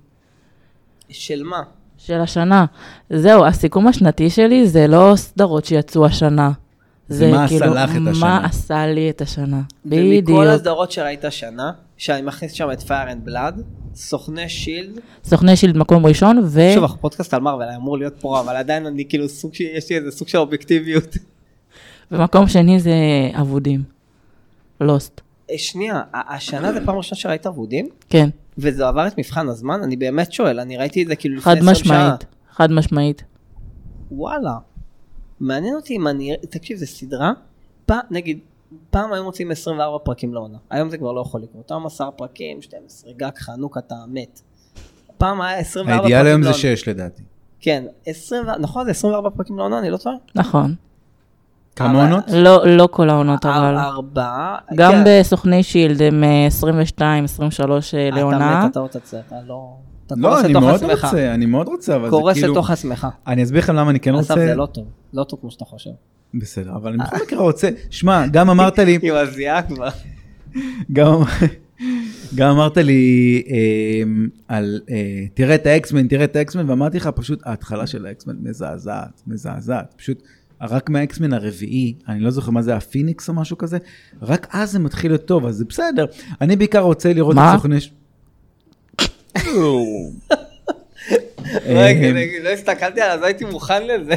Speaker 2: של מה?
Speaker 3: של השנה. זהו, הסיכום השנתי שלי זה לא סדרות שיצאו השנה. כאילו,
Speaker 1: זה מה עשה לך את השנה.
Speaker 3: מה עשה לי את השנה.
Speaker 2: ומכל
Speaker 3: בדיוק.
Speaker 2: הסדרות שראית השנה, שאני מכניס שם את פייר אנד בלאד, סוכני שילד,
Speaker 3: סוכני שילד מקום ראשון, ו...
Speaker 2: שוב, אנחנו פודקאסט על מרוויל, אמור להיות פה, אבל עדיין אני כאילו סוג, ש- יש לי איזה סוג של אובייקטיביות.
Speaker 3: ומקום שני זה אבודים. לוסט.
Speaker 2: אה, שנייה, ה- השנה זה פעם ראשונה שראית אבודים,
Speaker 3: כן,
Speaker 2: וזה עבר את מבחן הזמן, אני באמת שואל, אני ראיתי את זה כאילו לפני
Speaker 3: חד
Speaker 2: 20 שנה.
Speaker 3: משמעית. חד משמעית.
Speaker 2: וואלה. מעניין אותי אם אני, תקשיב, זו סדרה, פעם, נגיד, פעם היו מוצאים 24 פרקים לעונה, היום זה כבר לא יכול לקרות, היום 10 פרקים, 12, גג חנוכה, אתה מת. פעם היה 24 פרקים לא-
Speaker 1: האידיאל היום זה
Speaker 2: לעונה.
Speaker 1: 6 לדעתי.
Speaker 2: כן, 24, נכון זה 24 פרקים לעונה, אני לא טועה?
Speaker 3: נכון.
Speaker 1: כמה
Speaker 2: אבל- אה,
Speaker 1: עונות?
Speaker 3: לא, לא כל העונות אבל.
Speaker 2: ארבעה.
Speaker 3: גם
Speaker 2: אה, כן.
Speaker 3: בסוכני שילד הם אה, 22, 23 אה, לעונה.
Speaker 2: אתה מת, אתה רוצה לצאת, אתה לא... אתה
Speaker 1: לא,
Speaker 2: קורס
Speaker 1: אני
Speaker 2: לתוך
Speaker 1: מאוד
Speaker 2: עצמך.
Speaker 1: רוצה, אני מאוד רוצה, אבל זה
Speaker 2: קורס
Speaker 1: כאילו...
Speaker 2: לתוך עצמך.
Speaker 1: אני אסביר לכם למה אני כן
Speaker 2: אסף,
Speaker 1: רוצה...
Speaker 2: זה לא טוב. לא טוב כמו שאתה חושב.
Speaker 1: בסדר, אבל אני בכל מקרה רוצה... שמע, גם אמרת לי...
Speaker 2: היא מזיעה כבר.
Speaker 1: אה, גם, גם אמרת לי אמ, על אה, תראה את האקסמן, תראה את האקסמן, ואמרתי לך פשוט ההתחלה של האקסמן מזעזעת, מזעזעת, פשוט רק מהאקסמן הרביעי, אני לא זוכר מה זה, הפיניקס או משהו כזה, רק אז זה מתחיל להיות טוב, אז זה בסדר. אני בעיקר רוצה לראות
Speaker 3: מה?
Speaker 1: את סוכני... ש- אה,
Speaker 2: רגע,
Speaker 1: אמ,
Speaker 2: רגע, לא הסתכלתי עליו, אז הייתי מוכן לזה.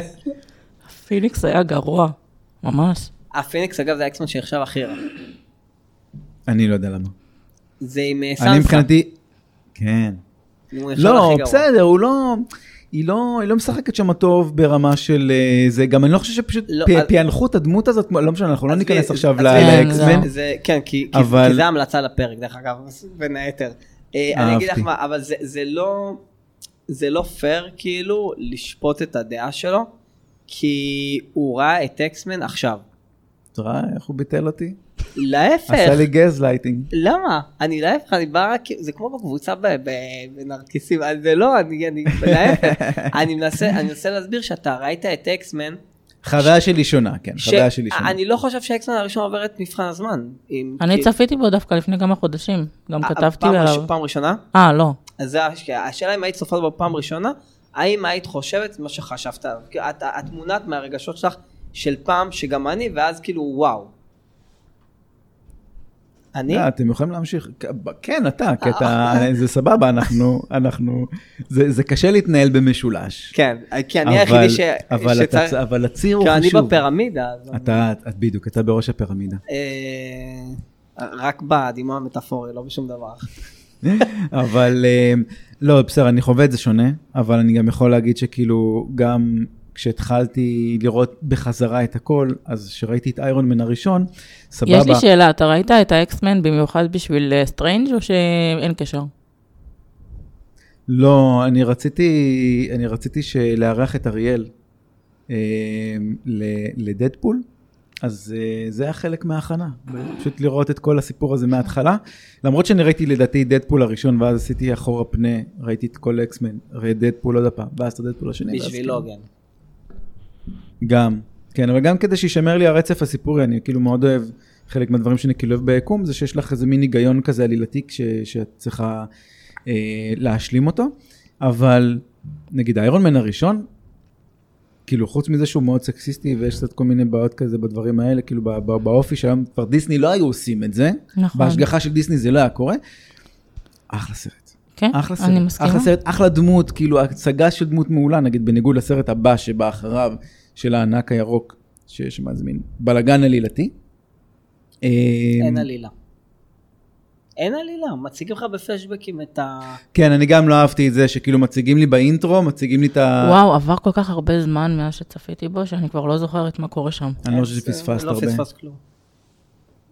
Speaker 3: פיניקס היה גרוע, ממש.
Speaker 2: הפניקס אה, אגב זה האקסמן שנחשב הכי רע.
Speaker 1: אני לא יודע למה.
Speaker 2: זה עם אה, סנסה.
Speaker 1: אני מבחינתי... כן.
Speaker 2: הוא נחשב
Speaker 1: לא,
Speaker 2: הכי גרוע.
Speaker 1: בסדר, הוא לא... היא לא, היא לא משחקת שם טוב ברמה של אה, זה, גם אני לא חושב שפשוט
Speaker 2: לא,
Speaker 1: פי-
Speaker 2: אז-
Speaker 1: פענחו את הדמות הזאת, לא משנה, אנחנו לא
Speaker 2: עזבי,
Speaker 1: ניכנס עכשיו
Speaker 2: עזבי,
Speaker 1: ל-
Speaker 3: כן,
Speaker 1: לאקסמן.
Speaker 3: לא.
Speaker 2: זה- כן, כי כי-
Speaker 1: אבל-
Speaker 2: כי זה המלצה לפרק, דרך אגב, בין היתר. אה, אני אגיד לך
Speaker 1: אהבתי.
Speaker 2: מה, אבל זה- זה לא... זה לא פייר כאילו לשפוט את הדעה שלו, כי הוא ראה את אקסמן עכשיו.
Speaker 1: תראה איך הוא ביטל אותי,
Speaker 2: להפך,
Speaker 1: עשה לי גז לייטינג.
Speaker 2: למה? אני להפך, אני בא רק, זה כמו בקבוצה ב- ב- בנרקיסים, אז זה לא, אני, אני להפך, אני מנסה, אני מנסה להסביר שאתה ראית את אקסמן,
Speaker 1: חוויה שלי שונה, כן, חוויה שלי שונה.
Speaker 2: שאני לא חושב שאקסמן הראשון עובר את מבחן הזמן. אם-
Speaker 3: אני
Speaker 2: כי-
Speaker 3: צפיתי בו דווקא לפני כמה חודשים, גם
Speaker 2: אה,
Speaker 3: כתבתי
Speaker 2: פעם
Speaker 3: עליו.
Speaker 2: ראש- פעם ראשונה?
Speaker 3: אה, לא.
Speaker 2: אז זה הש- השאלה אם היית צופה בו פעם ראשונה, האם היית חושבת מה שחשבת עליו? כי את- את מונעת מהרגשות שלך של פעם שגם אני, ואז כאילו וואו. אני?
Speaker 1: אה, אתם יכולים להמשיך, כן אתה, כי אתה,
Speaker 2: אה.
Speaker 1: זה סבבה, אנחנו, אנחנו, זה זה קשה להתנהל במשולש.
Speaker 2: כן, כי אני
Speaker 1: אבל-
Speaker 2: היחידי ש...
Speaker 1: אבל אתה
Speaker 2: שצריך-
Speaker 1: צ- אבל הציר הוא
Speaker 2: כי אני
Speaker 1: חשוב.
Speaker 2: בפירמידה, אז אני-
Speaker 1: אתה, את- בדיוק, אתה בראש הפירמידה.
Speaker 2: אה, רק בדימוי המטאפורי, לא בשום דבר. אחר.
Speaker 1: אבל אה, לא, בסדר, אני חווה את זה שונה, אבל אני גם יכול להגיד שכאילו, גם כשהתחלתי לראות בחזרה את הכל, אז כשראיתי את איירון מן הראשון, סבבה.
Speaker 3: יש לי שאלה, אתה ראית את האקסמן במיוחד בשביל אה, סטרנג' או שאין קשר?
Speaker 1: לא, אני רציתי, אני רציתי לארח את אריאל אה, ל- לדדפול, אז אה, זה היה חלק מההכנה, פשוט לראות את כל הסיפור הזה מההתחלה. למרות שאני ראיתי לדעתי דדפול הראשון, ואז עשיתי אחורה פנה, ראיתי את כל אקסמן, ראיתי דדפול עוד הפעם, ואז את הדדפול השני. ואז
Speaker 2: בשביל
Speaker 1: כאילו-
Speaker 2: לוגן.
Speaker 1: גם, כן, אבל גם כדי שישמר לי הרצף הסיפורי, אני כאילו מאוד אוהב, חלק מהדברים שאני כאילו אוהב ביקום, זה שיש לך איזה מין היגיון כזה עלילתי ש- שאת צריכה אה, להשלים אותו, אבל נגיד איירון מן הראשון, כאילו חוץ מזה שהוא מאוד סקסיסטי ויש קצת כל מיני בעיות כזה בדברים האלה, כאילו בא- בא- באופי שהיום כבר דיסני לא היו עושים את זה,
Speaker 3: נכון.
Speaker 1: בהשגחה של דיסני זה לא היה קורה, אחלה סרט.
Speaker 3: כן,
Speaker 1: אחלה סרט,
Speaker 3: אני מסכימה.
Speaker 1: אחלה סרט, אחלה דמות, כאילו הצגה של דמות מעולה, נגיד בניגוד לסרט הבא שבא אחריו, של הענק הירוק, שיש שם איזה מין בלאגן עלילתי. אה,
Speaker 2: אין עלילה. אין עלילה, מציגים לך בפלשבקים את ה...
Speaker 1: כן, אני גם לא אהבתי את זה שכאילו מציגים לי באינטרו, מציגים לי את ה...
Speaker 3: וואו, עבר כל כך הרבה זמן מאז שצפיתי בו, שאני כבר לא זוכרת מה קורה שם.
Speaker 1: אני לא חושב שפספסת הרבה.
Speaker 2: לא פספס כלום.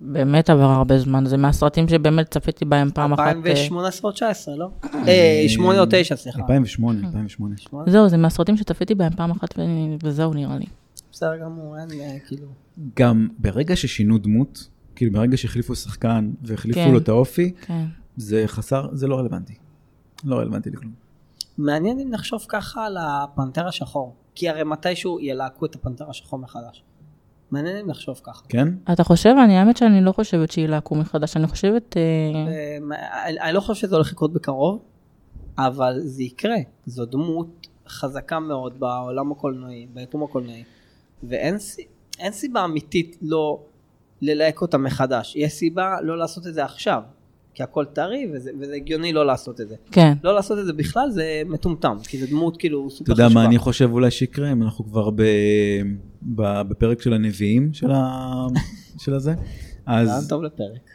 Speaker 3: באמת עבר הרבה זמן, זה מהסרטים שבאמת צפיתי בהם פעם אחת. אה,
Speaker 2: 2018 או 19, לא? אה, 8 או 9, סליחה.
Speaker 3: אה.
Speaker 1: 2008, 2008.
Speaker 3: זהו, זה מהסרטים שצפיתי בהם פעם אחת ו- וזהו נראה לי.
Speaker 2: בסדר גמור, אין אה, כאילו...
Speaker 1: גם ברגע ששינו דמות, כאילו ברגע שהחליפו שחקן והחליפו
Speaker 3: כן.
Speaker 1: לו את האופי,
Speaker 3: כן.
Speaker 1: זה חסר, זה לא רלוונטי. לא רלוונטי לכלום.
Speaker 2: מעניין אם נחשוב ככה על הפנתר השחור. כי הרי מתישהו ילהקו את הפנתר השחור מחדש. מעניין אם נחשוב ככה.
Speaker 1: כן?
Speaker 3: אתה חושב? אני האמת שאני לא חושבת שהיא לעקום מחדש, אני חושבת... אה,
Speaker 2: אה, מה- אני אני לא חושב שזה הולך לקרות בקרוב, אבל זה יקרה. זו דמות חזקה מאוד בעולם הקולנועי, ביקום הקולנועי, ואין סי- אין סיבה אמיתית לא ללהק אותה מחדש. יש סיבה לא לעשות את זה עכשיו, כי הכל טרי וזה, וזה הגיוני לא לעשות את זה.
Speaker 3: כן.
Speaker 2: לא לעשות את זה בכלל זה מטומטם, כי זו דמות כאילו
Speaker 1: אתה
Speaker 2: סופר
Speaker 1: יודע
Speaker 2: חשובה.
Speaker 1: מה אני חושב אולי שיקרה אם אנחנו כבר ב... ב... בפרק של הנביאים של, ה... של הזה
Speaker 2: רעיון
Speaker 1: אז
Speaker 2: טוב לפרק.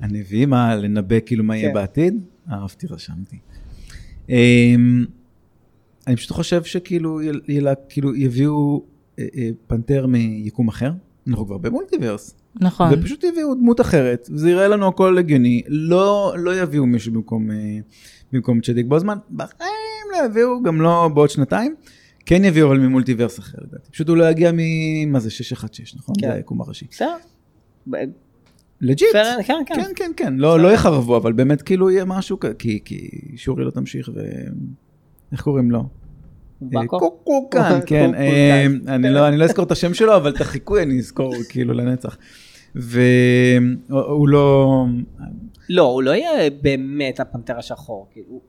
Speaker 1: הנביאים מה לנבא כאילו מה יהיה
Speaker 2: כן.
Speaker 1: בעתיד אהבתי רשמתי. אמ, אני פשוט חושב שכאילו יל- ילה- כאילו יביאו אה, אה, פנתר מיקום אחר אנחנו כבר במולטיברס.
Speaker 3: נכון.
Speaker 1: ופשוט יביאו דמות אחרת, זה יראה לנו הכל הגיוני, לא, לא יביאו מישהו במקום, אה, במקום צ'דיק בוזמן, בחיים לא יביאו, גם לא בעוד שנתיים, כן יביאו אבל ממולטיברס אחר לדעתי, פשוט הוא לא יגיע מ... מה זה 616 נכון?
Speaker 2: כן.
Speaker 1: זה היקום הראשי.
Speaker 2: בסדר. ב-
Speaker 1: לג'יט.
Speaker 2: בסדר, כן, כן.
Speaker 1: כן, כן, כן, לא, לא יחרבו, אבל באמת כאילו יהיה משהו, כ- כי, כי שורי לא תמשיך ו... איך קוראים לו?
Speaker 2: בקו?
Speaker 1: אה, קוקוקן, כן,
Speaker 2: קוקוקן.
Speaker 1: אה, אני לא אני לא אזכור את השם שלו, אבל את החיקוי אני אזכור כאילו לנצח. והוא לא,
Speaker 2: לא, הוא לא יהיה באמת הפנתר השחור, כאילו. הוא-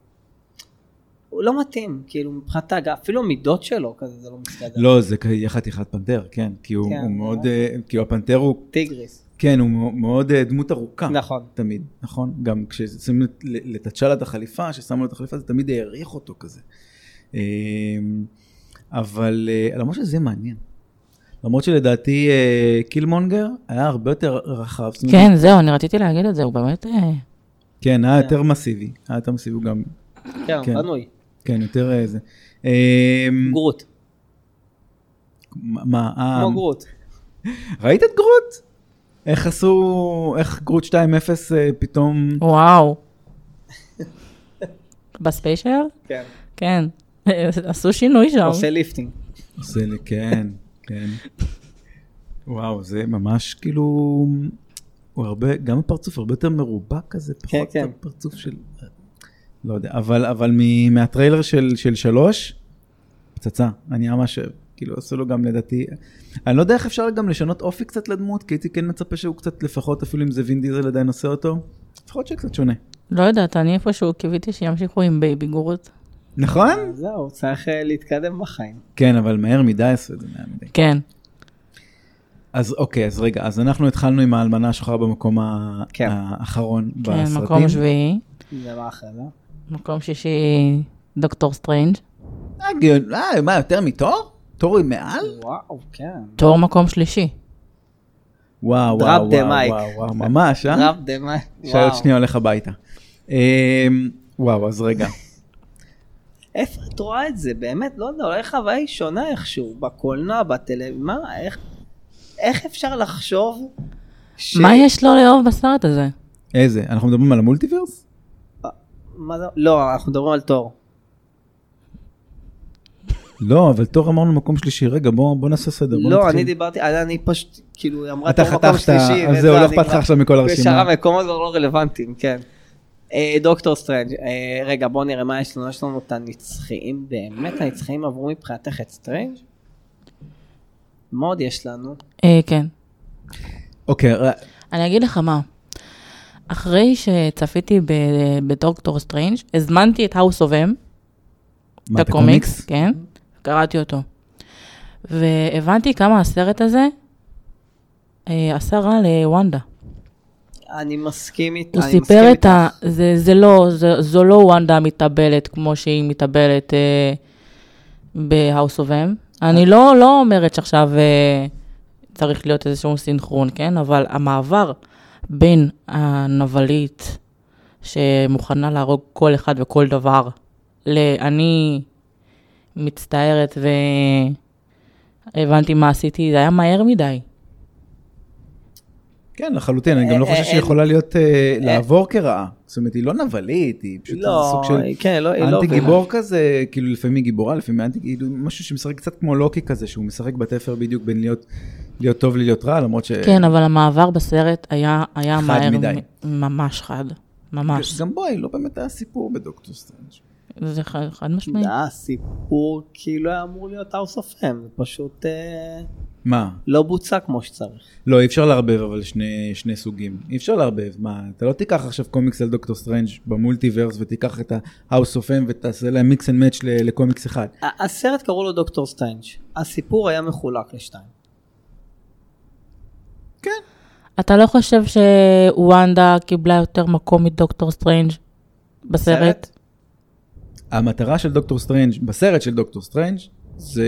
Speaker 2: הוא לא מתאים, כאילו, מבחינת ההגה, אפילו המידות שלו, כזה, זה לא מסתדר.
Speaker 1: לא, זה יהיה חתיכת פנתר, כן, כי הוא
Speaker 2: כן,
Speaker 1: הוא מאוד,
Speaker 2: אה.
Speaker 1: אה, כאילו הפנתר הוא,
Speaker 2: טיגריס.
Speaker 1: כן, הוא מאו- מאוד אה, דמות ארוכה.
Speaker 2: נכון.
Speaker 1: תמיד, נכון? גם כששמים לת- לתצ'אלה את החליפה, כששמו לו את החליפה זה תמיד העריך אותו כזה. אמ, אבל אה, למרות שזה מעניין. למרות שלדעתי אה, קילמונגר היה הרבה יותר רחב. זאת אומרת,
Speaker 3: כן, זהו, אני רציתי להגיד את זה, הוא באמת... אה,
Speaker 1: כן, היה יותר מסיבי. היה יותר מסיבי הוא גם,
Speaker 2: כן,
Speaker 1: כן.
Speaker 2: בנוי.
Speaker 1: כן, יותר אה, זה. אמ,
Speaker 2: גרוט.
Speaker 1: מה, מה, אה,
Speaker 2: כמו גרוט.
Speaker 1: ראית את גרוט? איך עשו, איך גרוט 2-0 אה, פתאום...
Speaker 3: וואו. בספיישל?
Speaker 2: כן.
Speaker 3: כן. עשו שינוי שם.
Speaker 2: עושה ליפטינג.
Speaker 1: עושה לי, כן, כן. וואו, זה ממש כאילו, הוא הרבה, גם הפרצוף הרבה יותר מרובע כזה, פחות
Speaker 2: כן, כן.
Speaker 1: הפרצוף של, לא יודע, אבל, אבל מ- מהטריילר של, של שלוש, פצצה, אני ממש אוהב. כאילו עשו לו גם לדעתי, אני לא יודע איך אפשר גם לשנות אופי קצת לדמות, כי הייתי כן מצפה שהוא קצת לפחות, אפילו אם זה וין דיזל עדיין עושה אותו, לפחות שקצת שונה.
Speaker 3: לא יודעת, אני איפשהו קיוויתי שימשיכו עם בייבי גורות.
Speaker 1: נכון?
Speaker 2: זהו, צריך אה, להתקדם בחיים.
Speaker 1: כן, אבל מהר מדי עשו את זה, מהר מדי.
Speaker 3: כן.
Speaker 1: אז אוקיי, אז רגע, אז אנחנו התחלנו עם האלמנה השחורה במקום ה-
Speaker 2: כן.
Speaker 1: האחרון
Speaker 3: כן,
Speaker 1: בסרטים.
Speaker 3: מקום שביעי.
Speaker 2: זה מה אחרי זה?
Speaker 3: מקום שישי, דוקטור סטרנג'.
Speaker 1: אה, גאון- אה, מה, יותר מתור? תור היא מעל?
Speaker 2: וואו, כן.
Speaker 3: תור מקום שלישי.
Speaker 1: וואו, וואו,
Speaker 2: Drop
Speaker 1: וואו,
Speaker 2: the mic.
Speaker 1: וואו, וואו, ממש, אה?
Speaker 2: רב דמה.
Speaker 1: שעוד שנייה הולך הביתה. אמ, וואו, אז רגע.
Speaker 2: איפה את רואה את זה? באמת, לא יודע, אולי חוויה היא שונה איכשהו. בקולנוע, בטלוויזיה, מה, איך... איך אפשר לחשוב ש...
Speaker 3: מה יש לו לאהוב בסרט הזה?
Speaker 1: איזה? אנחנו מדברים על המולטיברס?
Speaker 2: מה זה... לא, אנחנו מדברים על תור.
Speaker 1: לא, אבל תור אמרנו מקום שלישי. רגע, בוא בוא נעשה סדר. בוא
Speaker 2: לא,
Speaker 1: נתחיל.
Speaker 2: אני דיברתי, אני- אני פשוט, כאילו, היא אמרה
Speaker 1: אתה
Speaker 2: תור מקום
Speaker 1: חתכת,
Speaker 2: שלישי.
Speaker 1: אז
Speaker 2: וזהו,
Speaker 1: זהו, לא
Speaker 2: אני
Speaker 1: אכפת לך
Speaker 2: כבר-
Speaker 1: עכשיו מכל
Speaker 2: ושאר
Speaker 1: הרשימה.
Speaker 2: המקומות כבר לא רלוונטיים, כן. אה, דוקטור סטרנג', אה, רגע, בואו נראה מה יש לנו, יש לנו את הנצחיים, באמת הנצחיים עברו מבחינתך את סטרנג'? מה עוד יש לנו?
Speaker 3: אה, כן.
Speaker 1: אוקיי, ר-
Speaker 3: אני אגיד לך מה. אחרי שצפיתי ב- בדוקטור סטרנג', הזמנתי את האוס אוף אם,
Speaker 1: מה,
Speaker 3: את
Speaker 1: את
Speaker 3: הקומיקס, כן, קראתי אותו. והבנתי כמה הסרט הזה אה, עשה רע לוונדה.
Speaker 2: אני מסכים איתה,
Speaker 3: הוא
Speaker 2: אני מסכים
Speaker 3: סיפר את
Speaker 2: איתך.
Speaker 3: ה... זה, זה לא, זה, זו לא וונדה המתאבלת כמו שהיא מתאבלת אה, ב-house of M.
Speaker 2: אה.
Speaker 3: אני לא, לא אומרת שעכשיו אה, צריך להיות איזשהו סינכרון, כן? אבל המעבר בין הנבלית שמוכנה להרוג כל אחד וכל דבר, ל"אני מצטערת והבנתי מה עשיתי", זה היה מהר מדי.
Speaker 1: כן, לחלוטין, אני גם לא
Speaker 2: אה,
Speaker 1: חושב
Speaker 2: אה,
Speaker 1: שהיא יכולה להיות, אה, לעבור כרעה. זאת אומרת, היא לא נבלית, היא פשוט איזה
Speaker 2: לא,
Speaker 1: סוג של...
Speaker 2: כן, לא, היא לא...
Speaker 1: אנטי
Speaker 2: הובילה.
Speaker 1: גיבור כזה, כאילו לפעמים היא גיבורה, לפעמים היא אנטי, כאילו משהו שמשחק קצת כמו לוקי כזה, שהוא משחק בתפר בדיוק בין להיות, להיות טוב ללהיות רע, למרות ש...
Speaker 3: כן, אבל המעבר בסרט היה, היה
Speaker 1: חד
Speaker 3: מהר.
Speaker 1: מדי.
Speaker 3: מ- ממש חד, ממש.
Speaker 1: גם בואי, לא באמת היה סיפור בדוקטור סטרנג'. כן.
Speaker 3: זה חד, חד משמעי.
Speaker 2: הסיפור אה, כאילו היה אמור להיות האוס אוף אם, זה פשוט אה,
Speaker 1: מה?
Speaker 2: לא בוצע כמו שצריך.
Speaker 1: לא, אי אפשר לערבב אבל שני, שני סוגים. אי אפשר לערבב, מה, אתה לא תיקח עכשיו קומיקס על דוקטור סטרנג' במולטיברס ותיקח את ה-house of M ותעשה להם מיקס אנד מאץ' לקומיקס אחד.
Speaker 2: ה- הסרט קראו לו דוקטור סטרנג', הסיפור היה מחולק לשתיים.
Speaker 3: אתה לא חושב שוונדה קיבלה יותר מקום מדוקטור סטרנג' בסרט?
Speaker 1: כן, המטרה של דוקטור סטרנג', בסרט של דוקטור סטרנג', זה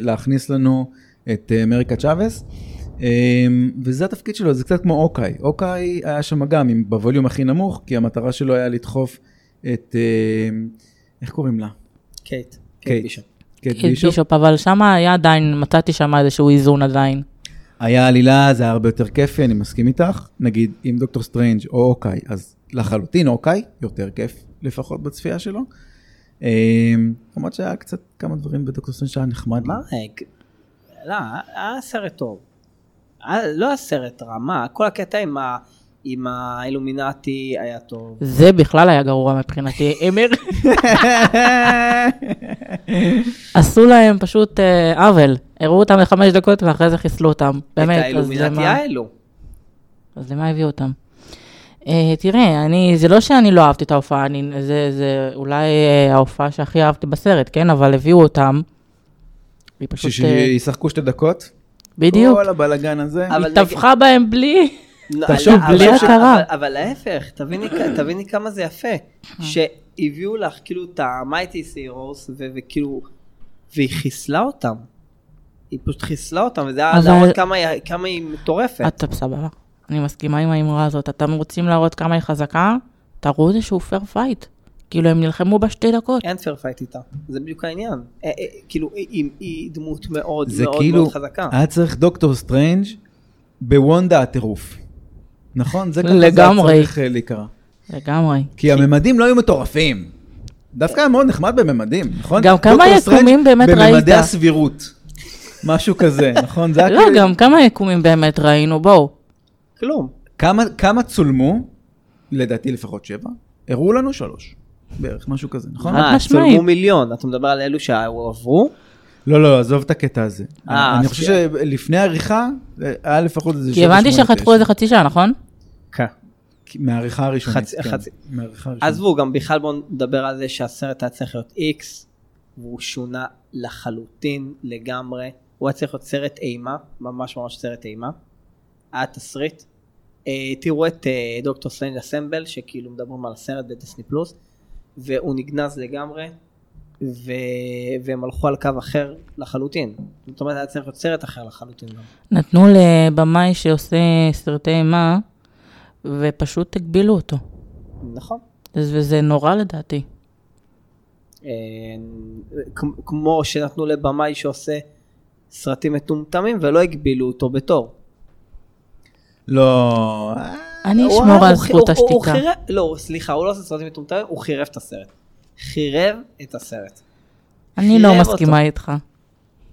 Speaker 1: להכניס לנו את אה, אמריקה צ'אבס, אה, וזה התפקיד שלו, זה קצת כמו אוקיי. אוקיי היה שם גם עם בווליום הכי נמוך, כי המטרה שלו היה לדחוף את, אה, איך קוראים לה?
Speaker 2: קייט.
Speaker 1: קייט.
Speaker 2: בישופ.
Speaker 1: קייט
Speaker 3: כן, בישופ, אבל שם היה עדיין, מצאתי שם איזשהו איזון עדיין.
Speaker 1: היה עלילה, זה היה הרבה יותר כיפי, אני מסכים איתך. נגיד, אם דוקטור סטרנג' או אוקיי, אז לחלוטין אוקיי, יותר כיף, לפחות בצפייה שלו. אה, למרות שהיה קצת כמה דברים בדוקטור סטרנג' שהיה נחמד.
Speaker 2: מה?
Speaker 1: לי.
Speaker 2: לא, היה סרט טוב. היה- לא היה סרט רע, מה? כל הקטע עם ה- עם האילומינטי היה טוב.
Speaker 3: זה בכלל היה גרוע מבחינתי. הם הר- עשו להם פשוט אה, עוול. הראו אותם לחמש דקות ואחרי זה חיסלו אותם.
Speaker 2: את
Speaker 3: באמת, אז
Speaker 2: האילומינטי
Speaker 3: למה,
Speaker 2: האלו.
Speaker 3: אז למה הביאו אותם? אה, תראה, אני, זה לא שאני לא אהבתי את ההופעה, אני, זה, זה אולי אה, ההופעה שהכי אהבתי בסרט, כן? אבל הביאו אותם. היא פשוט... אה,
Speaker 1: שישחקו שתי דקות.
Speaker 3: בדיוק.
Speaker 1: כל הבלגן הזה.
Speaker 2: אבל-
Speaker 3: היא טבחה בהם בלי...
Speaker 2: לא,
Speaker 1: תחשוב,
Speaker 2: אבל-
Speaker 3: בלי
Speaker 2: אבל-
Speaker 3: הכרה.
Speaker 2: אבל- אבל להפך, תביני כ- תביני כמה זה יפה,
Speaker 3: אה.
Speaker 2: שהביאו לך כאילו את ה-Mighty Heroes, ו- וכאילו, והיא חיסלה אותם. היא פשוט חיסלה אותם, וזה היה
Speaker 3: אבל-
Speaker 2: להראות כמה היא- כמה היא מטורפת.
Speaker 3: אתה סבבה. אני מסכימה עם האמרה הזאת. אתם רוצים להראות כמה היא חזקה? תראו איזשהו פייר פייט. כאילו, הם נלחמו בה שתי דקות.
Speaker 2: אין פייר פייט איתה, זה בדיוק העניין. אה, אה, כאילו, היא- היא- היא דמות מאוד
Speaker 1: זה
Speaker 2: מאוד
Speaker 1: כאילו,
Speaker 2: מאוד חזקה.
Speaker 3: אה?
Speaker 1: היה צריך דוקטור סטרנג' בוונדה הטירוף. נכון? זה ככה זה
Speaker 3: לגמרי.
Speaker 1: היה צריך אה, להיקרא.
Speaker 3: לגמרי.
Speaker 1: כי הממדים לא היו מטורפים. דווקא היה מאוד נחמד בממדים, נכון?
Speaker 3: גם כמה
Speaker 1: דוקטור
Speaker 3: יקומים
Speaker 1: סטרנג'
Speaker 3: באמת ראית?
Speaker 1: בממדי הסבירות. משהו כזה, נכון? זה היה
Speaker 3: לא,
Speaker 1: כאילו-
Speaker 3: גם כמה יקומים באמת ראינו, בואו.
Speaker 2: כלום.
Speaker 1: כמה- כמה צולמו? לדעתי לפחות שבע. הראו לנו שלוש. בערך, משהו כזה, נכון?
Speaker 3: חד
Speaker 2: מה,
Speaker 3: משמעית.
Speaker 2: צולמו אה, מיליון, אתה מדבר על אלו שהועברו?
Speaker 1: לא, לא, עזוב את הקטע הזה.
Speaker 2: אה,
Speaker 1: אני
Speaker 2: אז-
Speaker 1: חושב שלפני העריכה, אה, היה לפחות איזה
Speaker 3: כי
Speaker 1: שבע,
Speaker 3: הבנתי
Speaker 1: שמונה,
Speaker 3: שחתכו
Speaker 1: תשע.
Speaker 3: איזה חצי שעה, נכון?
Speaker 2: כן.
Speaker 1: כי- מהעריכה הראשונית,
Speaker 2: חצי-
Speaker 1: כן.
Speaker 2: חצי.
Speaker 1: מהעריכה הראשונית.
Speaker 2: עזבו, גם בכלל בואו נדבר על זה שהסרט היה צריך להיות איקס, והוא שונה לחלוטין לגמרי. הוא היה צריך להיות סרט אימה, ממש ממש סרט אימה. היה תסריט. אה, תראו את אה, דוקטור סליינג אסמבל, שכאילו מדברים על הסרט בדסני פלוס, והוא נגנז לגמרי, ו... והם הלכו על קו אחר לחלוטין. זאת אומרת, היה צריך להיות סרט אחר לחלוטין. גם.
Speaker 3: נתנו לבמאי שעושה סרטי אימה, ופשוט הגבילו אותו.
Speaker 2: נכון.
Speaker 3: אז- וזה נורא לדעתי.
Speaker 2: אה, כ- כמו שנתנו לבמאי שעושה סרטים מטומטמים ולא הגבילו אותו בתור.
Speaker 1: לא, אה,
Speaker 3: אני
Speaker 2: הוא-
Speaker 3: אשמור על
Speaker 2: הוא-
Speaker 3: זכות
Speaker 2: הוא- הוא
Speaker 3: השתיקה.
Speaker 2: חירב- לא, סליחה, הוא לא עושה סרטים מטומטמים, הוא חירב את הסרט. חירב את הסרט.
Speaker 3: אני לא
Speaker 2: חירב
Speaker 3: מסכימה
Speaker 2: אותו.
Speaker 3: איתך.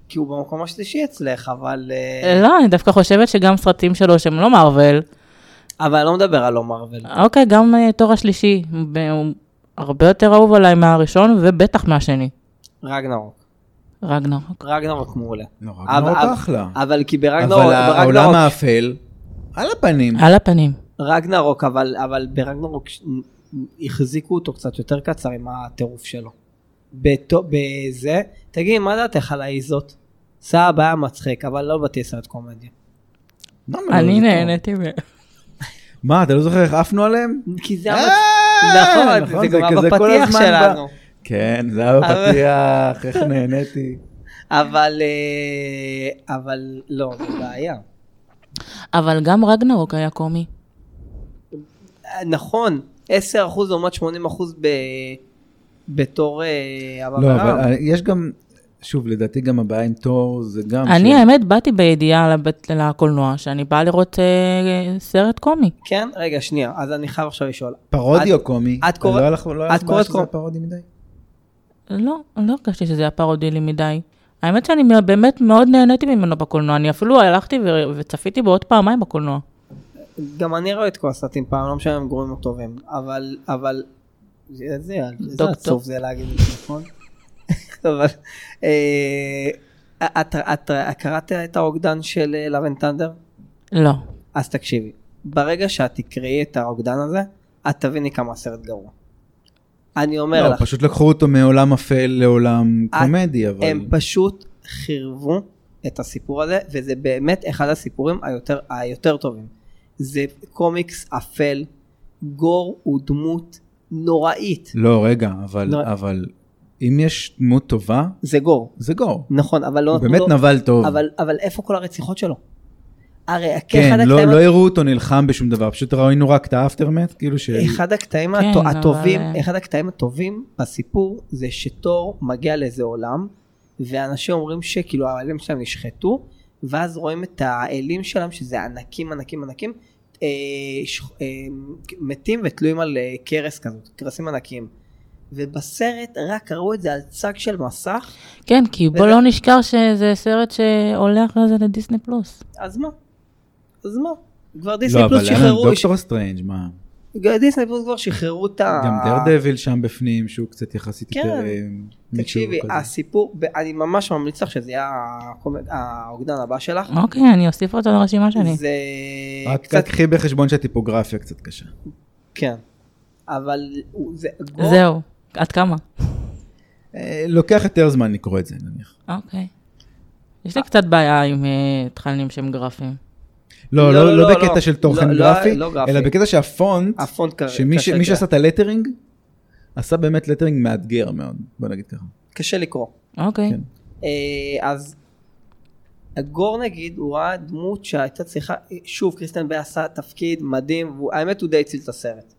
Speaker 2: כי הוא במקום השלישי אצלך, אבל... אה,
Speaker 3: לא, אני דווקא חושבת שגם סרטים שלו שהם לא מארוול,
Speaker 2: אבל אני לא מדבר על לא מרוויל.
Speaker 3: אוקיי, גם אה, תור השלישי, ב- הוא הרבה יותר אהוב עליי מהראשון, ובטח מהשני.
Speaker 2: רגנרוק.
Speaker 3: רגנרוק.
Speaker 2: רגנרוק מעולה.
Speaker 1: לא,
Speaker 2: אבל-
Speaker 1: רגנרוק
Speaker 2: אבל-
Speaker 1: אחלה.
Speaker 2: אבל כי ברגנרוק,
Speaker 1: אבל העולם
Speaker 2: ברגנרוק,
Speaker 1: האפל, על הפנים.
Speaker 3: על הפנים.
Speaker 1: אה,
Speaker 2: רגנרוק, אבל אבל ברגנרוק ש- החזיקו אותו קצת יותר קצר עם הטירוף שלו. בתו- בזה, תגיד, מה דעתך על האיזות? סבא היה מצחיק, אבל לא באתי סרט קומדיה.
Speaker 1: לא,
Speaker 3: אני
Speaker 1: לא, לא.
Speaker 3: נהניתי מ...
Speaker 1: מה, אתה לא זוכר איך עפנו עליהם?
Speaker 2: כי זה היה
Speaker 1: אה,
Speaker 2: מצחיק. נכון, זה גם היה
Speaker 1: כזה כל
Speaker 2: בפתיח
Speaker 1: הזמן
Speaker 2: שלנו.
Speaker 1: ב- כן, זה היה
Speaker 2: אבל-
Speaker 1: בפתיח, איך נהניתי.
Speaker 2: אבל אה, אבל לא, זו בעיה.
Speaker 3: אבל גם רגנרוק היה קומי.
Speaker 2: אה, נכון, 10% לעומת 80% ב... בתור אה, אבא
Speaker 1: לא,
Speaker 2: ורם.
Speaker 1: אבל אה, יש גם, שוב, לדעתי גם הבעיה עם תור, זה גם...
Speaker 3: אני
Speaker 1: ש-
Speaker 3: האמת באתי בידיעה לבית- לקולנוע, שאני באה לראות אה, סרט קומי.
Speaker 2: כן? רגע, שנייה, אז אני חייב עכשיו לשאול.
Speaker 1: פרודי
Speaker 2: את-
Speaker 1: או קומי?
Speaker 2: את קוראת-
Speaker 1: לא הלך- לא הלך
Speaker 2: את
Speaker 1: בעיה
Speaker 2: קוראת
Speaker 1: שזה היה
Speaker 2: קומ-
Speaker 1: פרודי מדי?
Speaker 3: לא, אני לא הרגשתי שזה היה פרודילי מדי. האמת שאני מ- באמת מאוד נהניתי ממנו בקולנוע, אני אפילו הלכתי ו- וצפיתי בו עוד פעמיים בקולנוע.
Speaker 2: גם אני רואה את כל הסרטים פעם, לא משנה אם הם גרועים או טובים, אבל, אבל, זה- זה זה
Speaker 3: דוקטור.
Speaker 2: עצוב זה להגיד את זה, נכון? אבל, אה, את, את, את קראת את הרוקדן של אה, לבן טנדר?
Speaker 3: לא.
Speaker 2: אז תקשיבי, ברגע שאת תקראי את הרוקדן הזה, את תביני כמה הסרט גרוע. אני אומר
Speaker 1: לא,
Speaker 2: לך,
Speaker 1: פשוט לקחו אותו מעולם אפל לעולם
Speaker 2: את-
Speaker 1: קומדי, אבל...
Speaker 2: הם פשוט חירבו את הסיפור הזה, וזה באמת אחד הסיפורים היותר, היותר טובים. זה קומיקס אפל, גור הוא דמות נוראית.
Speaker 1: לא, רגע, אבל-
Speaker 2: לא.
Speaker 1: אבל אם יש דמות טובה,
Speaker 2: זה גור,
Speaker 1: זה גור.
Speaker 2: נכון, אבל לא
Speaker 1: הוא
Speaker 2: נתנו
Speaker 1: באמת
Speaker 2: לו-
Speaker 1: נבל טוב.
Speaker 2: אבל, אבל איפה כל הרציחות שלו? הרי
Speaker 1: כן,
Speaker 2: אחד
Speaker 1: לא,
Speaker 2: הקטעים,
Speaker 1: לא הראו אותו נלחם בשום דבר, פשוט ראינו רק את האפטרמט, כאילו ש...
Speaker 2: אחד הקטעים
Speaker 3: כן,
Speaker 2: הטו-
Speaker 3: אבל-
Speaker 2: הטובים, אחד הקטעים הטובים בסיפור זה שתור מגיע לאיזה עולם, ואנשים אומרים שכאילו העלים שלהם נשחטו, ואז רואים את האלים שלהם, שזה ענקים ענקים ענקים, אה, ש... אה, מתים ותלויים על אה, קרס כזאת, קרסים ענקיים. ובסרט רק ראו את זה על צג של מסך,
Speaker 3: כן, כי בוא
Speaker 2: וזה-
Speaker 3: לא נשכח שזה סרט שעולה אחרי זה לדיסני פלוס.
Speaker 2: אז מה? אז מה? כבר דיסני
Speaker 1: לא, אבל
Speaker 2: פלוס
Speaker 1: היה לנו
Speaker 2: שחררו,
Speaker 1: דוקטור סטרנג', מה?
Speaker 2: דיסני פלוס כבר שחררו את ה...
Speaker 1: גם דר דביל שם בפנים, שהוא קצת יחסית
Speaker 2: אה. כן.
Speaker 1: יותר... אה, מישהו
Speaker 2: תקשיבי, אה,
Speaker 1: כזה.
Speaker 2: הסיפור, ב- אני ממש ממליץ לך שזה יהיה הקומד- האוגדן הבא שלך.
Speaker 3: אוקיי, אני אוסיף אותו לרשימה שלי.
Speaker 2: זה
Speaker 1: רק
Speaker 2: קצת,
Speaker 1: קצת קחי בחשבון שהטיפוגרפיה קצת קשה.
Speaker 2: כן. אבל הוא- זה...
Speaker 3: זהו, עד כמה?
Speaker 1: אה, לוקח יותר זמן לקרוא את זה, נניח.
Speaker 3: אוקיי. יש לי קצת בעיה עם אה, תכנים שהם גרפיים.
Speaker 1: לא,
Speaker 2: לא,
Speaker 1: לא, לא
Speaker 2: לא,
Speaker 1: בקטע
Speaker 2: לא.
Speaker 1: של תוכן
Speaker 2: לא, לא,
Speaker 1: גרפי,
Speaker 2: לא גרפי.
Speaker 1: אלא בקטע שהפונט,
Speaker 2: הפונט קשה.
Speaker 1: שמי ש-
Speaker 2: קשה
Speaker 1: מי
Speaker 2: לקרוא.
Speaker 1: שעשה את הלטרינג, עשה באמת לטרינג מאתגר מאוד, בוא נגיד ככה.
Speaker 2: קשה לקרוא.
Speaker 3: אוקיי.
Speaker 1: כן.
Speaker 2: אה, אז הגור נגיד הוא ראה דמות שהייתה צריכה, שוב קריסטן בי עשה תפקיד מדהים, והאמת הוא די הציל את הסרט.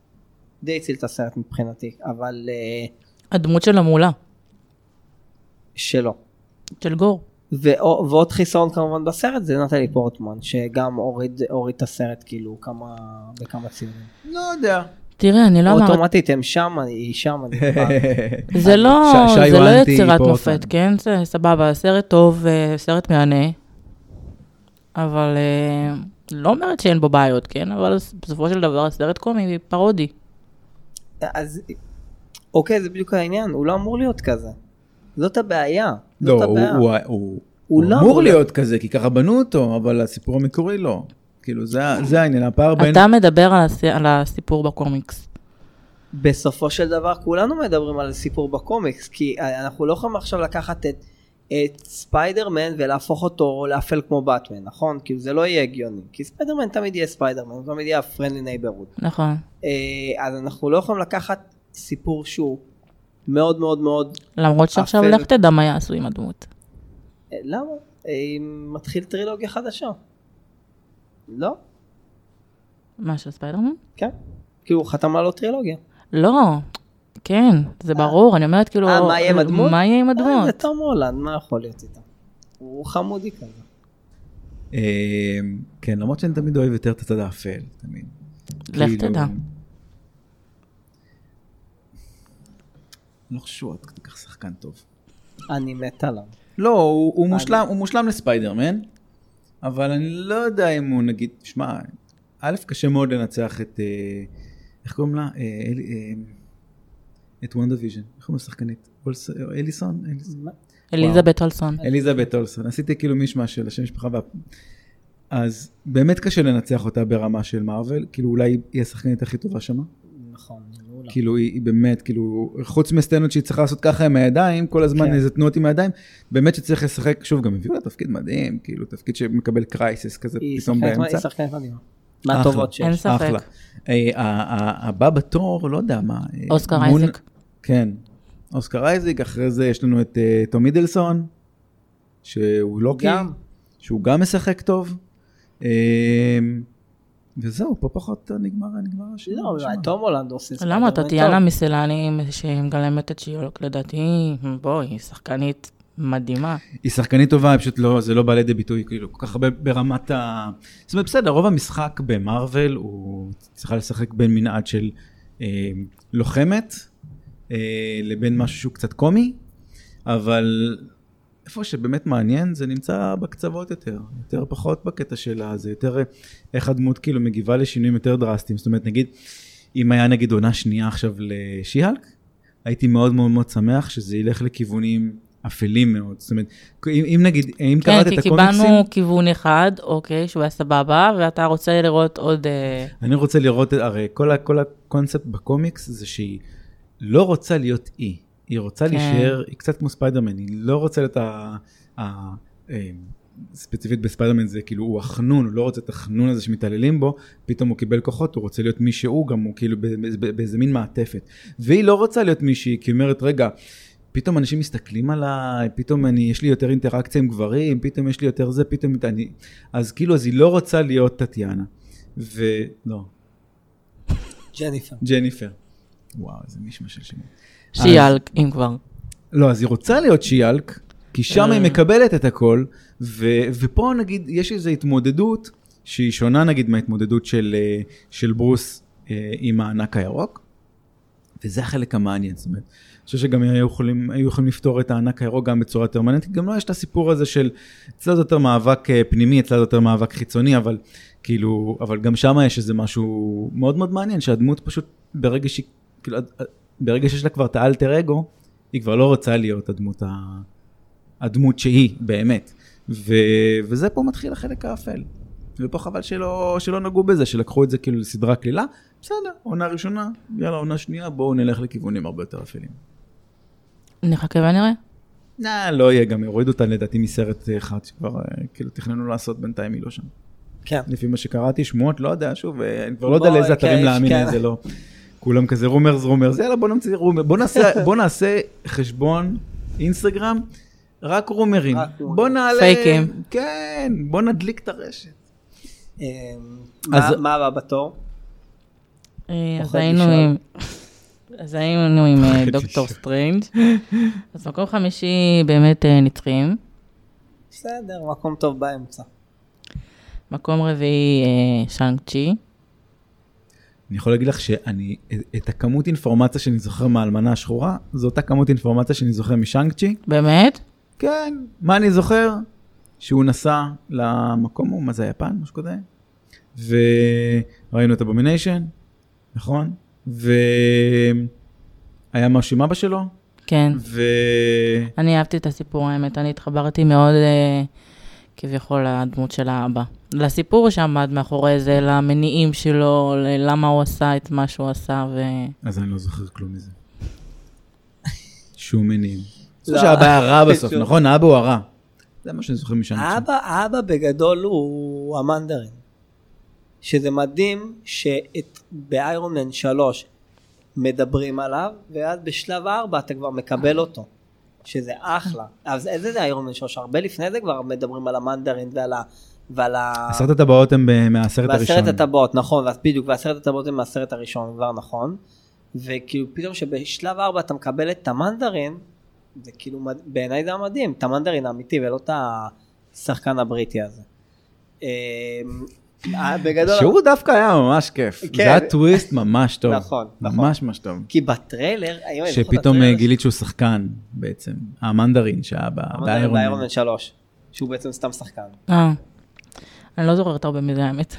Speaker 2: די הציל את הסרט מבחינתי, אבל אה,
Speaker 3: הדמות שלו מעולה,
Speaker 2: שלא.
Speaker 3: של גור.
Speaker 2: ועוד, ועוד חיסרון כמובן בסרט זה נטלי פורטמן שגם הוריד, הוריד את הסרט כאילו כמה בכמה ציונים.
Speaker 1: לא יודע.
Speaker 3: תראה, אני לא אמרת,
Speaker 2: אוטומטית הם שם, אני- היא שם, אני פעם.
Speaker 3: זה לא
Speaker 1: ש- שי
Speaker 3: זה לא
Speaker 1: וונטי
Speaker 3: יצירת
Speaker 1: פה
Speaker 3: מופת,
Speaker 1: אותנו.
Speaker 3: כן? זה סבבה, סרט טוב, אה, סרט מהנה, אבל אה, לא אומרת שאין בו בעיות, כן? אבל בסופו של דבר סרט קומי, פרודי.
Speaker 2: אז אוקיי זה בדיוק העניין, הוא לא אמור להיות כזה. זאת הבעיה.
Speaker 1: לא,
Speaker 2: זאת
Speaker 1: הוא-
Speaker 2: הבעיה.
Speaker 1: הוא- הוא
Speaker 2: הוא
Speaker 1: הוא
Speaker 2: לא
Speaker 1: אמור
Speaker 2: אמור
Speaker 1: להיות כזה, כי ככה בנו אותו, אבל הסיפור המקורי לא. כאילו, זה ה- זה העניין, הפער בין...
Speaker 3: אתה מדבר על הס- על הסיפור בקומיקס.
Speaker 2: בסופו של דבר כולנו מדברים על סיפור בקומיקס כי אנחנו לא יכולים עכשיו לקחת את, את ספיידרמן ולהפוך אותו לאפל כמו באטמן נכון כאילו זה לא יהיה הגיוני כי ספיידרמן תמיד יהיה ספיידרמן הוא תמיד יהיה הפרנדלי נייברוד
Speaker 3: נכון.
Speaker 2: אז אנחנו לא יכולים לקחת סיפור שהוא מאוד מאוד מאוד
Speaker 3: למרות שעכשיו
Speaker 2: אפל.
Speaker 3: לך תדע מה יעשו עם הדמות.
Speaker 2: אה, למה אה, מתחיל טרילוגיה חדשה לא
Speaker 3: מה של ספיידרמן?
Speaker 2: כן כאילו הוא חתם על עוד טרילוגיה
Speaker 3: לא. כן,
Speaker 1: אה.
Speaker 3: זה ברור, אני אומרת כאילו...
Speaker 2: אה, מה יהיה עם הדמות?
Speaker 3: מה יהיה עם
Speaker 2: אה, זה
Speaker 3: הדמות?
Speaker 2: תום הולנד מה יכול להיות איתה הוא חמודי כזה
Speaker 1: אה, כן, למרות שאני תמיד אוהב יותר את הצד האפל, תמיד.
Speaker 3: לך
Speaker 1: כאילו,
Speaker 3: תדע.
Speaker 1: אני לא חושב שהוא עד כדי כך שחקן טוב.
Speaker 2: אני מת עליו
Speaker 1: לא, הוא, הוא, מושלם, הוא מושלם לספיידרמן, אבל אני לא יודע אם הוא נגיד, שמע, א', קשה מאוד לנצח את, אה, איך קוראים לה? אה, אלי, אה, את וונדה ויז'ן, איך קוראים לשחקנית? אולס- אה, אליסון? אליס-
Speaker 2: מה?
Speaker 3: אליזבת אולסון.
Speaker 1: אה, אליזבת אולסון, עשיתי כאילו מישמע של השם משפחה. וה... אז באמת קשה לנצח אותה ברמה של מארוול, כאילו אולי היא השחקנית הכי טובה שמה.
Speaker 2: נכון, מעולה.
Speaker 1: כאילו היא, היא באמת, כאילו, חוץ מסצנות שהיא צריכה לעשות ככה עם הידיים, כל הזמן
Speaker 2: כן.
Speaker 1: איזה תנועות עם הידיים, באמת שצריך לשחק, שוב, גם הביאו לה תפקיד מדהים, כאילו, תפקיד שמקבל קרייסס כזה
Speaker 2: היא
Speaker 1: פתאום
Speaker 2: שחקנית-
Speaker 1: באמצע. אה, לא.
Speaker 2: היא שחקנית מדהימה.
Speaker 1: אחלה.
Speaker 2: מהטובות
Speaker 3: אין
Speaker 2: שיש.
Speaker 3: ספק.
Speaker 1: אחלה. אה, ה- ה- הבא בתור, לא יודע מה. אה,
Speaker 3: אוסקר
Speaker 1: מון-
Speaker 3: אייזק.
Speaker 1: כן, אוסקר אייזק, אחרי זה יש לנו את אה, תום מידלסון, שהוא לוקי,
Speaker 2: גם.
Speaker 1: שהוא גם משחק טוב. אה, וזהו, פה פחות נגמר, נגמר השיר.
Speaker 2: לא,
Speaker 1: נשמע.
Speaker 2: תום הולנד עושה ספיידרמן
Speaker 3: למה?
Speaker 2: טוב.
Speaker 3: טטיאנה מסלני שמגלמת את שיולוק, לדעתי, בואי, היא שחקנית מדהימה.
Speaker 1: היא שחקנית טובה, היא פשוט לא, זה לא בא לידי ביטוי כאילו כל כך הרבה ברמת ה... זאת אומרת, בסדר, רוב המשחק במרוויל הוא צריכה לשחק בין מנעד של אה, לוחמת אה, לבין משהו שהוא קצת קומי, אבל איפה שבאמת מעניין זה נמצא בקצוות יותר, יותר פחות בקטע שלה, זה יותר אה, איך הדמות כאילו מגיבה לשינויים יותר דרסטיים, זאת אומרת, נגיד, אם היה נגיד עונה שנייה עכשיו לשיהלק, הייתי מאוד מאוד מאוד שמח שזה ילך לכיוונים אפלים מאוד. זאת אומרת, אם, אם נגיד, אם
Speaker 3: כן,
Speaker 1: קראת את
Speaker 3: כי
Speaker 1: הקומיקסים,
Speaker 3: קיבלנו כיוון אחד, אוקיי, שהוא היה סבבה, ואתה רוצה לראות עוד... אה,
Speaker 1: אני רוצה לראות, הרי כל, ה, כל הקונספט בקומיקס זה שהיא לא רוצה להיות אי, היא רוצה
Speaker 3: כן.
Speaker 1: להישאר, היא קצת כמו ספיידרמן, היא לא רוצה להיות ה... ה אה, ספציפית בספיידרמן זה כאילו הוא החנון, הוא לא רוצה את החנון הזה שמתעללים בו, פתאום הוא קיבל כוחות, הוא רוצה להיות מי שהוא, גם הוא כאילו באיזה- באיזה- באיזה מין מעטפת. והיא לא רוצה להיות מישהי, כי היא אומרת, רגע, פתאום אנשים מסתכלים עליי, פתאום אני, יש לי יותר אינטראקציה עם גברים, פתאום יש לי יותר זה, פתאום אני... אז כאילו, אז היא לא רוצה להיות טטיאנה. ולא,
Speaker 2: ג'ניפר.
Speaker 1: לא. ג'ניפר. וואו, איזה מישמע של שמות.
Speaker 3: שיאלק, אם כבר.
Speaker 1: לא, אז היא רוצה להיות שיאלק, כי שם היא
Speaker 3: אה.
Speaker 1: מקבלת את הכל, ו- ופה נגיד יש איזו התמודדות שהיא שונה נגיד מההתמודדות של, אה, של ברוס אה, עם הענק הירוק, וזה החלק המעניין, זאת אומרת, אני חושב שגם היו יכולים, היו יכולים לפתור את הענק הירוק גם בצורה יותר מעניינת, גם לא יש את הסיפור הזה של, אצלה זה יותר מאבק אה, פנימי, אצלה זה יותר מאבק חיצוני, אבל כאילו, אבל גם שם יש איזה משהו מאוד מאוד מעניין, שהדמות פשוט ברגע שהיא, כאילו, עד- עד- ברגע שיש לה כבר את האלטר אגו, היא כבר לא רוצה להיות הדמות ה... הדמות שהיא באמת. ו... וזה פה מתחיל החלק האפל. ופה חבל שלא, שלא נגעו בזה, שלקחו את זה כאילו לסדרה קלילה. בסדר, עונה ראשונה, יאללה עונה שנייה, בואו נלך לכיוונים הרבה יותר אפלים.
Speaker 3: נחכה ונראה. אה,
Speaker 1: נא, לא יהיה, גם יורידו אותה לדעתי מסרט אחד שכבר אה, כאילו תכננו לעשות בינתיים היא לא שם.
Speaker 2: כן.
Speaker 1: לפי מה שקראתי, שמועות, לא יודע, שוב, אה, אני כבר לא יודע
Speaker 2: בוא,
Speaker 1: לאיזה אתרים
Speaker 2: כן,
Speaker 1: להאמין,
Speaker 2: כן.
Speaker 1: איזה לא. כולם כזה רומרס רומרס, יאללה בוא נמציא רומר, בוא נעשה, בוא נעשה חשבון אינסטגרם, רק רומרים,
Speaker 2: רק רומרים.
Speaker 1: בוא נעלה,
Speaker 3: פייקים.
Speaker 1: כן, בוא נדליק את הרשת.
Speaker 2: אה,
Speaker 1: אז-
Speaker 2: מה- מה הבא בתור?
Speaker 3: אה, אז
Speaker 2: פוחד
Speaker 3: היינו
Speaker 2: לשאול.
Speaker 3: עם... אז היינו עם אה,
Speaker 1: פוחד
Speaker 3: דוקטור
Speaker 1: לשאול.
Speaker 3: סטרנג'. אז מקום חמישי באמת אה, נצחים.
Speaker 2: בסדר, מקום טוב באמצע.
Speaker 3: מקום רביעי אה, שאנג צ'י.
Speaker 1: אני יכול להגיד לך שאני, את הכמות אינפורמציה שאני זוכר מהאלמנה השחורה, זו אותה כמות אינפורמציה שאני זוכר משאנג צ'י.
Speaker 3: באמת?
Speaker 1: כן, מה אני זוכר? שהוא נסע למקום ההוא, מה זה יפן, משהו כזה? וראינו את הבומיניישן, נכון? והיה משהו עם אבא שלו,
Speaker 3: כן.
Speaker 1: ו...
Speaker 3: אני אהבתי את הסיפור, האמת. אני התחברתי מאוד אה, כביכול לדמות של האבא. לסיפור שעמד מאחורי זה, למניעים שלו, ל- למה הוא עשה את מה שהוא עשה, ו...
Speaker 1: אז אני לא זוכר כלום מזה. שום מניעים. זה
Speaker 2: לא.
Speaker 1: שאבא היה רע בסוף,
Speaker 2: שום.
Speaker 1: נכון? האבא הוא הרע. זה מה שאני זוכר משם.
Speaker 2: האבא, האבא בגדול הוא המנדרין. שזה מדהים שבאיירון מן 3 מדברים עליו, ואז בשלב 4 אתה כבר מקבל אותו. שזה אחלה. אז איזה זה איירון מן 3? הרבה לפני זה כבר מדברים על המנדרין ועל ה... ועל ה...
Speaker 1: עשרת הטבעות הם ב- מהסרט הראשון.
Speaker 2: בעשרת הטבעות, נכון, ואז בדיוק, בעשרת הטבעות הם מהסרט הראשון, כבר נכון. וכאילו פתאום שבשלב 4 אתה מקבל את המנדרין, זה כאילו, מד- בעיניי זה היה מדהים, את המנדרין האמיתי ולא את השחקן הבריטי הזה. אמ, אה, בגדול,
Speaker 1: שהוא דווקא היה ממש כיף.
Speaker 2: כן.
Speaker 1: זה היה טוויסט ממש טוב.
Speaker 2: נכון, נכון.
Speaker 1: ממש ממש טוב.
Speaker 2: כי בטריילר, היום אני זוכר את
Speaker 1: שפתאום אה,
Speaker 2: הטריילר
Speaker 1: גילית שהוא שחקן בעצם, המנדרין שהיה
Speaker 2: של
Speaker 1: ב-
Speaker 2: המנדרין
Speaker 1: באיירון
Speaker 2: באיירון
Speaker 1: מן.
Speaker 2: מן 3, שהוא בעצם סתם שחקן.
Speaker 3: אה. אני לא זוכרת הרבה מזה, האמת.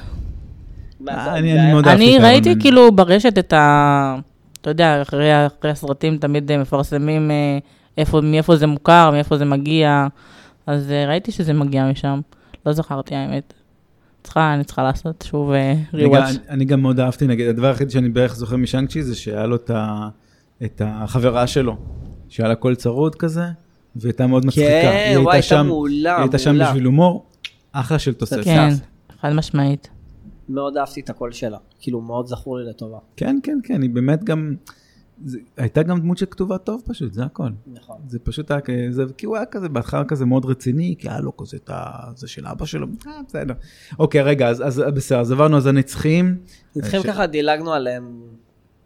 Speaker 1: אה,
Speaker 2: זה-
Speaker 1: אני
Speaker 2: זה
Speaker 1: אני
Speaker 2: היה-
Speaker 1: מאוד אהבתי
Speaker 3: אני
Speaker 1: את
Speaker 3: ראיתי
Speaker 1: האיירון מן.
Speaker 3: כאילו ברשת את ה... אתה יודע, אחרי, אחרי הסרטים תמיד אה, מפרסמים אה, איפה, מאיפה זה מוכר, מאיפה זה מגיע, אז אה, ראיתי שזה מגיע משם. לא זכרתי האמת. צריכה, אני צריכה לעשות שוב אה,
Speaker 1: אני גם-
Speaker 3: ריוואץ'.
Speaker 1: אני גם מאוד אהבתי, נגיד, הדבר היחיד שאני בערך זוכר משאנג צ'י זה שהיה לו את ה- את החברה שלו, שהיה לה קול צרוד כזה, והייתה מאוד מצחיקה. היא
Speaker 2: כן, וואי, הייתה
Speaker 1: שם-
Speaker 2: מעולה,
Speaker 1: היא הייתה שם
Speaker 2: מעולה.
Speaker 1: בשביל הומור, אחלה של תוספת.
Speaker 3: כן, חד משמעית.
Speaker 2: מאוד אהבתי את הקול שלה, כאילו מאוד זכור לי לטובה.
Speaker 1: כן, כן, כן, היא באמת גם, זה- הייתה גם דמות שכתובה טוב פשוט, זה הכל.
Speaker 2: נכון.
Speaker 1: זה פשוט היה כ- זה, כי הוא היה כזה בהתחלה כזה מאוד רציני, כי היה לו כזה את ה... זה של אבא שלו, אה, בסדר. אוקיי, רגע, אז, אז בסדר, אז עברנו, אז הנצחים.
Speaker 2: נתחיל
Speaker 1: אה, ש-
Speaker 2: ככה דילגנו עליהם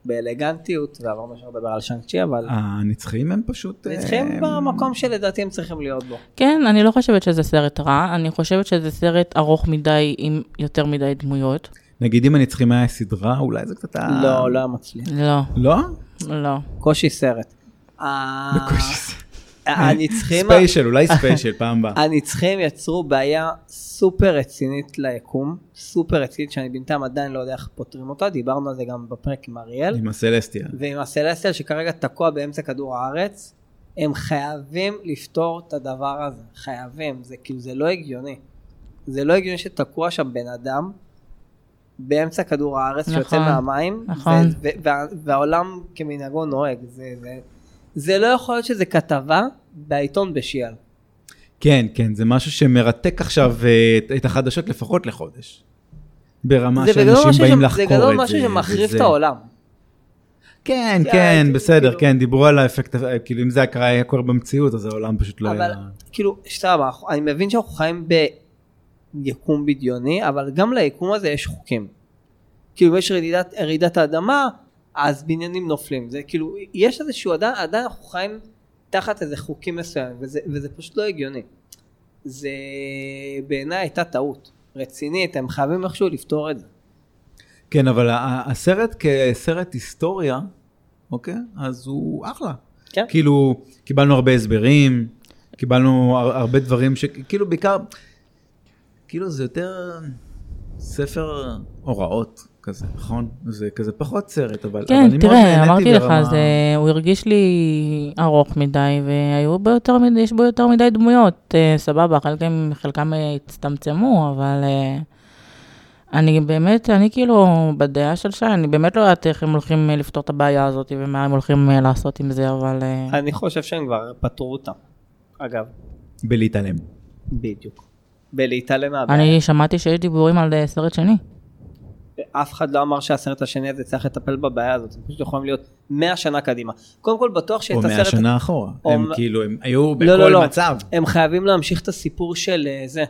Speaker 2: באלגנטיות ועברנו אפשר לדבר על שאנק צ'י אבל
Speaker 1: הנצחים הם פשוט... אה,
Speaker 2: נתחיל
Speaker 1: הם-
Speaker 2: במקום שלדעתי הם צריכים להיות בו.
Speaker 3: כן, אני לא חושבת שזה סרט רע, אני חושבת שזה סרט ארוך מדי עם יותר מדי דמויות.
Speaker 1: נגיד אם הנצחים היה סדרה, אולי זה קצת... ה-
Speaker 2: לא לא היה מצליח.
Speaker 3: לא,
Speaker 1: לא?
Speaker 3: לא.
Speaker 2: קושי סרט. ה- הנצחים ה-
Speaker 1: ספיישל, אולי ספיישל, פעם הבאה.
Speaker 2: הנצחים יצרו בעיה סופר רצינית ליקום סופר רצינית שאני בינתיים עדיין לא יודע איך פותרים אותה דיברנו על זה גם בפרק עם אריאל
Speaker 1: עם הסלסטיה.
Speaker 2: ועם הסלסטל שכרגע תקוע באמצע כדור הארץ הם חייבים לפתור את הדבר הזה חייבים זה כאילו זה לא הגיוני זה לא הגיוני שתקוע שם בן אדם באמצע כדור הארץ נכון, שיוצא
Speaker 3: נכון,
Speaker 2: מהמים
Speaker 3: נכון.
Speaker 2: ו- ו- וה- והעולם כמנהגו נוהג זה, זה, זה לא יכול להיות שזה כתבה בעיתון בשיעל
Speaker 1: כן, כן, זה משהו שמרתק עכשיו אה, את- את החדשות לפחות לחודש. ברמה
Speaker 2: זה בגדול
Speaker 1: שאנשים
Speaker 2: משהו
Speaker 1: באים
Speaker 2: ש-
Speaker 1: לחקור
Speaker 2: זה
Speaker 1: את זה.
Speaker 2: גדול משהו שמחריב את
Speaker 1: וזה.
Speaker 2: העולם
Speaker 1: כן,
Speaker 2: זה
Speaker 1: כן,
Speaker 2: היה-
Speaker 1: בסדר,
Speaker 2: כאילו-
Speaker 1: כן, דיברו על האפקט, כאילו אם זה היה קרה, היה קורה במציאות, אז העולם פשוט לא
Speaker 2: אבל
Speaker 1: היה...
Speaker 2: כאילו, סתם, אנחנו- אני מבין שאנחנו חיים ביקום בדיוני, אבל גם ליקום הזה יש חוקים. כאילו, אם יש רעידת, רעידת האדמה, אז בניינים נופלים. זה כאילו, יש איזשהו, עדיין, עדיין אנחנו חיים תחת איזה חוקים מסוימים, וזה, וזה פשוט לא הגיוני. זה בעיניי הייתה טעות רצינית, הם חייבים איכשהו לפתור את זה.
Speaker 1: כן, אבל ה- ה- הסרט כסרט היסטוריה, אוקיי? אז הוא אחלה.
Speaker 2: כן.
Speaker 1: כאילו, קיבלנו הרבה הסברים, קיבלנו הר- הרבה דברים שכאילו בעיקר, כאילו זה יותר ספר הוראות כזה, נכון? זה כזה פחות סרט, אבל, אבל
Speaker 3: כן,
Speaker 1: אני מאוד נהניתי
Speaker 3: תראה, אמרתי לך,
Speaker 1: ברמה-
Speaker 3: זה, הוא הרגיש לי ארוך מדי, והיו בו יותר מדי, יש בו יותר מדי דמויות, אה, סבבה, חלקם, חלקם אה, הצטמצמו, אבל אה, אני באמת, אני כאילו, בדעה של שי, אני באמת לא יודעת איך הם הולכים אה, לפתור את הבעיה הזאת, ומה הם הולכים אה, לעשות עם זה, אבל... אה,
Speaker 2: אני חושב שהם כבר פתרו אותה. אגב,
Speaker 1: בלהתעלם.
Speaker 2: בדיוק. בלהתעלם מהבעיה.
Speaker 3: אני שמעתי שיש דיבורים על אה, סרט שני.
Speaker 2: אף אחד לא אמר שהסרט השני הזה צריך לטפל בבעיה הזאת, הם פשוט יכולים להיות 100 שנה קדימה. קודם כל בטוח שאת
Speaker 1: או
Speaker 2: הסרט...
Speaker 1: מאה שנה אחורה.
Speaker 2: או
Speaker 1: הם
Speaker 2: מ-
Speaker 1: כאילו, הם היו
Speaker 2: לא, לא,
Speaker 1: בכל
Speaker 2: לא.
Speaker 1: מצב.
Speaker 2: הם חייבים להמשיך את הסיפור של אה, זה,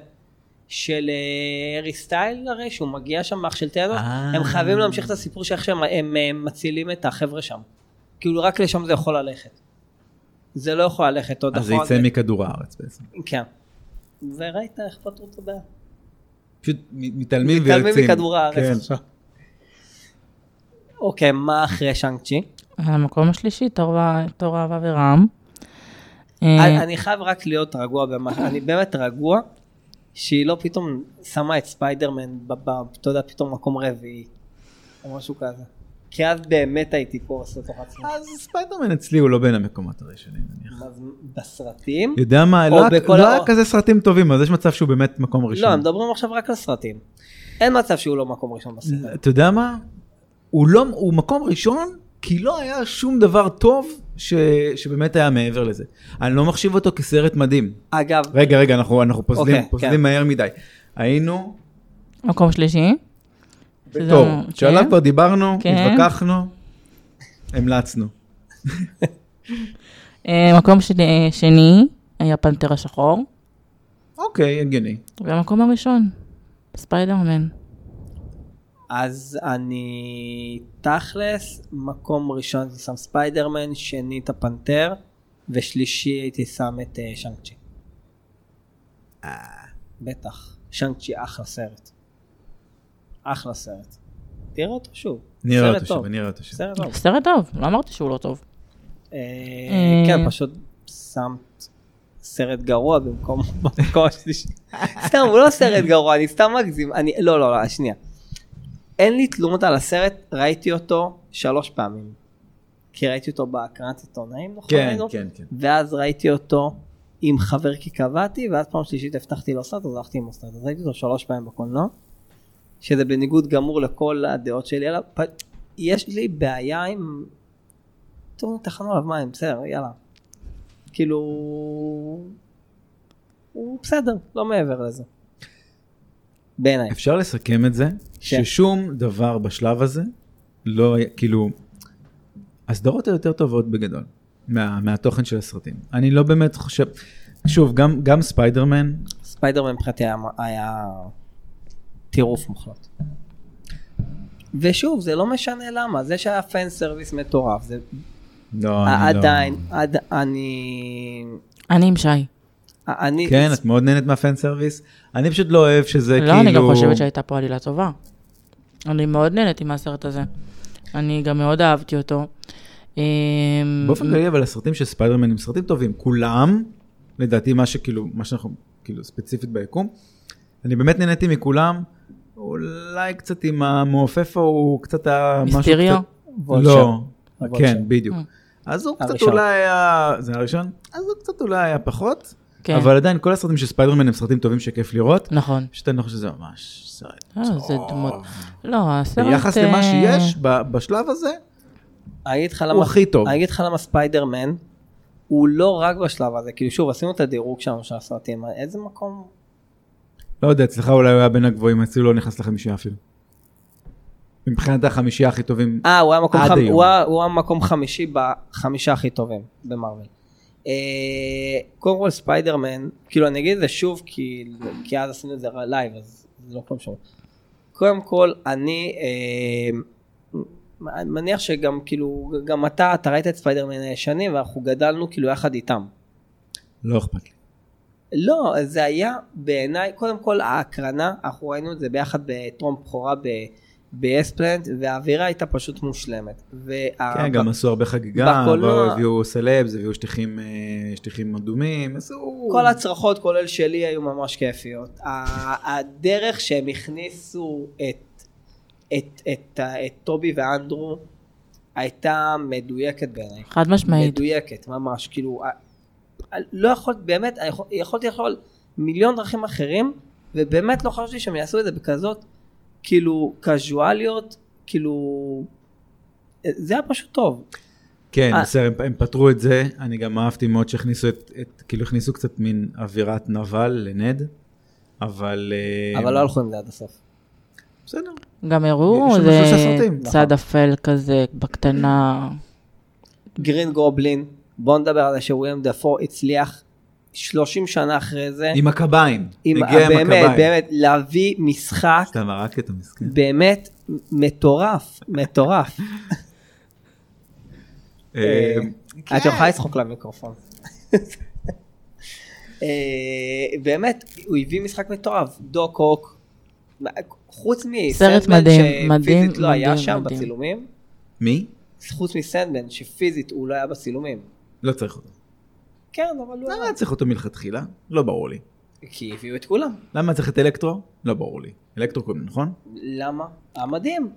Speaker 2: של אה, הארי סטייל הרי, שהוא מגיע שם מאח של תיאדו,
Speaker 1: אה.
Speaker 2: הם חייבים להמשיך את הסיפור שאיך שהם הם, אה, מצילים את החבר'ה שם. כאילו רק לשם זה יכול ללכת. זה לא יכול ללכת עוד
Speaker 1: אז זה
Speaker 2: אחורה.
Speaker 1: יצא מכדור הארץ בעצם.
Speaker 2: כן. וראית איך פתרו את הבעיה.
Speaker 1: פשוט מ- מתעלמים ויוצאים.
Speaker 2: מתעלמים מכדור הארץ
Speaker 1: כן.
Speaker 2: עכשיו. אוקיי, מה אחרי שאנג צ'י?
Speaker 3: המקום השלישי, תור ו- תור אהבה ורעם.
Speaker 2: אני
Speaker 3: אה,
Speaker 2: אני חייב רק להיות רגוע, במה- אני באמת רגוע, שהיא לא פתאום שמה את ספיידרמן, ב- ב- אתה יודע, פתאום מקום רביעי, או משהו כזה. כי אז באמת הייתי קורס לתוך עצמי.
Speaker 1: אז ספיידרמן אצלי הוא לא בין המקומות הראשונים נניח.
Speaker 2: אז בסרטים?
Speaker 1: יודע מה,
Speaker 2: או
Speaker 1: לא היה-
Speaker 2: בכל
Speaker 1: לא
Speaker 2: ה-
Speaker 1: היה כזה סרטים טובים, אז יש מצב שהוא באמת מקום
Speaker 2: לא, הם
Speaker 1: ראשון.
Speaker 2: מדברים עכשיו רק על סרטים. אין מצב שהוא לא מקום ראשון בסרט.
Speaker 1: אתה יודע מה? הוא לא, הוא מקום ראשון, כי לא היה שום דבר טוב ש- שבאמת היה מעבר לזה. אני לא מחשיב אותו כסרט מדהים.
Speaker 2: אגב,
Speaker 1: רגע, רגע, אנחנו אנחנו פוזלים
Speaker 2: אוקיי, כן.
Speaker 1: פוזלים מהר מדי. היינו
Speaker 3: מקום שלישי. שזה-
Speaker 1: בתור,
Speaker 3: כן.
Speaker 1: שעליו כבר דיברנו,
Speaker 3: כן.
Speaker 1: התווכחנו, המלצנו.
Speaker 3: אה, מקום שני- שני היה פנתר השחור,
Speaker 1: אוקיי, הגיוני.
Speaker 3: והמקום הראשון, ספיידרמן.
Speaker 2: אז אני תכלס, מקום ראשון הייתי שם ספיידרמן, שני את הפנתר, ושלישי הייתי שם את אה, שאנג צ'י.
Speaker 1: אה.
Speaker 2: בטח, שאנג צ'י אחלה סרט. אחלה סרט. תראה אותו שוב.
Speaker 1: נראה
Speaker 2: סרט
Speaker 1: אותו
Speaker 2: טוב.
Speaker 1: שוב, נראה אותו שוב.
Speaker 2: סרט טוב.
Speaker 3: סרט טוב, לא אמרתי שהוא לא טוב.
Speaker 2: אה,
Speaker 3: אה.
Speaker 2: כן, פשוט שמת סרט גרוע במקום במקום השלישי. סתם, הוא לא סרט גרוע, אני סתם מגזים. אני, לא, לא, לא, שנייה. אין לי תלונות על הסרט, ראיתי אותו שלוש פעמים. כי ראיתי אותו בהקרנת עיתונאים, נכון?
Speaker 1: כן,
Speaker 2: ראינו?
Speaker 1: כן, כן.
Speaker 2: ואז ראיתי אותו עם חבר כי קבעתי, ואז פעם שלישית הבטחתי לו סרט, אז הלכתי עם הסרט. אז ראיתי אותו שלוש פעמים בקולנוע, שזה בניגוד גמור לכל הדעות שלי עליו. פ... יש לי בעיה עם... טוב, תחנו עליו מים, בסדר, יאללה. כאילו... הוא בסדר, לא מעבר לזה. בעיניי.
Speaker 1: אפשר לסכם את זה,
Speaker 2: כן.
Speaker 1: ששום דבר בשלב הזה לא היה, כאילו, הסדרות היותר טובות בגדול, מה, מהתוכן של הסרטים. אני לא באמת חושב, שוב, גם, גם ספיידרמן,
Speaker 2: ספיידרמן מבחינתי היה, היה טירוף מוחלט. ושוב, זה לא משנה למה, זה שהיה פן סרוויס מטורף, זה
Speaker 1: לא, אני לא...
Speaker 2: עדיין, עד, אני,
Speaker 3: אני עם שי.
Speaker 2: אני,
Speaker 1: כן, את מאוד נהנית מהפן סרוויס, אני פשוט לא אוהב שזה כאילו...
Speaker 3: לא, אני גם חושבת שהייתה פה עלילה טובה. אני מאוד נהניתי מהסרט הזה. אני גם מאוד אהבתי אותו. אה,
Speaker 1: באופן כללי, אבל הסרטים של ספיידרמן הם סרטים טובים, כולם, לדעתי מה שכאילו, מה שאנחנו, כאילו, ספציפית ביקום, אני באמת נהניתי מכולם, אולי קצת עם המעופף הוא קצת ה... משהו
Speaker 3: מיסטריו?
Speaker 1: קצת-
Speaker 2: וולשר.
Speaker 1: לא,
Speaker 2: וולשר.
Speaker 1: כן, בדיוק.
Speaker 3: Mm.
Speaker 1: אז הוא קצת
Speaker 2: הראשון.
Speaker 1: אולי היה, זה הראשון? אז הוא קצת אולי היה פחות,
Speaker 3: כן.
Speaker 1: אבל עדיין כל הסרטים של ספיידרמן הם סרטים טובים שכיף לראות,
Speaker 3: נכון.
Speaker 1: פשוט אני לא חושב שזה ממש סרט.
Speaker 3: אה, זה
Speaker 1: טוב.
Speaker 3: דמות. לא, הסרט...
Speaker 1: ביחס
Speaker 3: אה,
Speaker 1: למה שיש ב- בשלב הזה,
Speaker 2: אני אגיד לך
Speaker 1: הוא
Speaker 2: למה,
Speaker 1: הכי טוב.
Speaker 2: אני אגיד לך למה ספיידרמן, הוא לא רק בשלב הזה, כאילו שוב, עשינו את הדירוג שלנו של הסרטים, איזה מקום,
Speaker 1: לא יודע, אצלך אולי הוא היה בין הגבוהים, אצלי הוא לא נכנס לחמישייה אפילו. מבחינת החמישייה הכי טובים,
Speaker 2: אה, הוא היה מקום,
Speaker 1: עד
Speaker 2: חמ...
Speaker 1: היום.
Speaker 2: הוא היה, הוא היה מקום חמישי בחמישה הכי טובים במרוויל. אה, קודם כל ספיידרמן, כאילו אני אגיד את זה שוב כי, כי אז עשינו את זה לייב אז זה לא כלום שם. קודם כל אני אה, אני מניח שגם כאילו גם אתה אתה ראית את ספיידרמן הישנים ואנחנו גדלנו כאילו יחד איתם.
Speaker 1: לא אכפת לי.
Speaker 2: לא, זה היה בעיניי, קודם כל ההקרנה, אנחנו ראינו את זה ביחד בטרום בכורה ב... באספלנט והאווירה הייתה פשוט מושלמת. וה...
Speaker 1: כן, גם עשו הרבה חגיגה,
Speaker 2: בקולנוע-
Speaker 1: באו, הביאו סלבס, הביאו שטיחים, אה, שטיחים אדומים, עשו...
Speaker 2: כל הצרחות כולל שלי היו ממש כיפיות. ה- הדרך שהם הכניסו את, את, את, ה- את טובי ואנדרו הייתה מדויקת בעיניי.
Speaker 3: חד משמעית.
Speaker 2: מדויקת, ממש. כאילו, ה- ה- לא יכולת, באמת, היכול- יכולתי לחשוב על מיליון דרכים אחרים, ובאמת לא חשבתי שהם יעשו את זה בכזאת, כאילו, קזואליות, כאילו... זה היה פשוט טוב.
Speaker 1: כן,
Speaker 2: אה.
Speaker 1: בסדר, הם, הם פתרו את זה, אני גם אהבתי מאוד שהכניסו את, את כאילו הכניסו קצת מין אווירת נבל לנד, אבל... אה,
Speaker 2: אבל לא הלכו עם זה עד הסוף.
Speaker 1: בסדר.
Speaker 3: גם הראו
Speaker 1: יש לנו
Speaker 3: איזה
Speaker 1: שלושה סרטים, נכון.
Speaker 3: צד אפל כזה, בקטנה.
Speaker 2: גרין גובלין, בוא נדבר על זה שוויליאם דפו הצליח 30 שנה אחרי זה,
Speaker 1: עם הקביים,
Speaker 2: עם-
Speaker 1: הגיע עם
Speaker 2: באמת,
Speaker 1: הקביים. כן.
Speaker 2: באמת, להביא משחק
Speaker 1: סתם הרג את המסכן.
Speaker 2: באמת מטורף, מטורף.
Speaker 1: אה,
Speaker 2: את יכולה לצחוק למיקרופון. אה, באמת, הוא הביא משחק מטורף, דוק הוק, חוץ
Speaker 3: סרט
Speaker 2: מסנדמן
Speaker 3: מדהים, מדהים,
Speaker 2: שפיזית לא היה
Speaker 3: מדהים,
Speaker 2: שם
Speaker 3: מדהים.
Speaker 2: בצילומים,
Speaker 1: מי?
Speaker 2: חוץ מסנדמן שפיזית הוא לא היה בצילומים.
Speaker 1: לא צריך אותו.
Speaker 2: כן, אבל הוא...
Speaker 1: למה צריך אותו מלכתחילה? לא ברור לי.
Speaker 2: כי הביאו את כולם.
Speaker 1: למה צריך את אלקטרו? לא ברור לי. אלקטרו קוראים לו, נכון?
Speaker 2: למה? המדהים.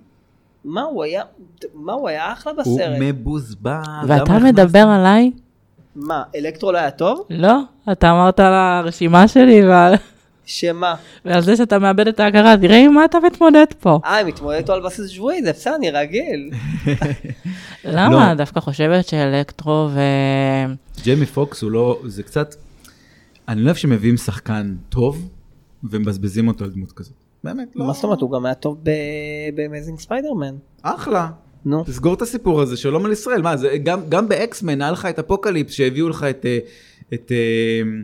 Speaker 2: מה הוא היה, מה הוא היה אחלה
Speaker 1: הוא
Speaker 2: בסרט.
Speaker 1: מבוזבז. למה
Speaker 3: ואתה
Speaker 1: נכנס?
Speaker 3: מדבר עליי?
Speaker 2: מה, אלקטרו לא היה טוב?
Speaker 3: לא, אתה אמרת על הרשימה שלי ועל-
Speaker 2: שמה?
Speaker 3: ועל זה שאתה מאבד את ההכרה, תראה עם מה אתה מתמודד פה.
Speaker 2: אה, הם התמודדו על בסיס שבועי, זה בסדר, אני רגיל.
Speaker 1: לא.
Speaker 3: למה? דווקא חושבת שאלקטרו ו...
Speaker 1: ג'יימי פוקס הוא לא, זה קצת, אני לא אוהב שמביאים שחקן טוב ומבזבזים אותו על דמות כזאת. באמת, לא.
Speaker 2: מה זאת אומרת, הוא גם היה טוב באמזינג ספיידרמן.
Speaker 1: אחלה.
Speaker 2: נו.
Speaker 1: תסגור את הסיפור הזה, שלום על ישראל. מה, זה, גם, גם באקסמן היה לך את אפוקליפס שהביאו לך את... אה, את אה,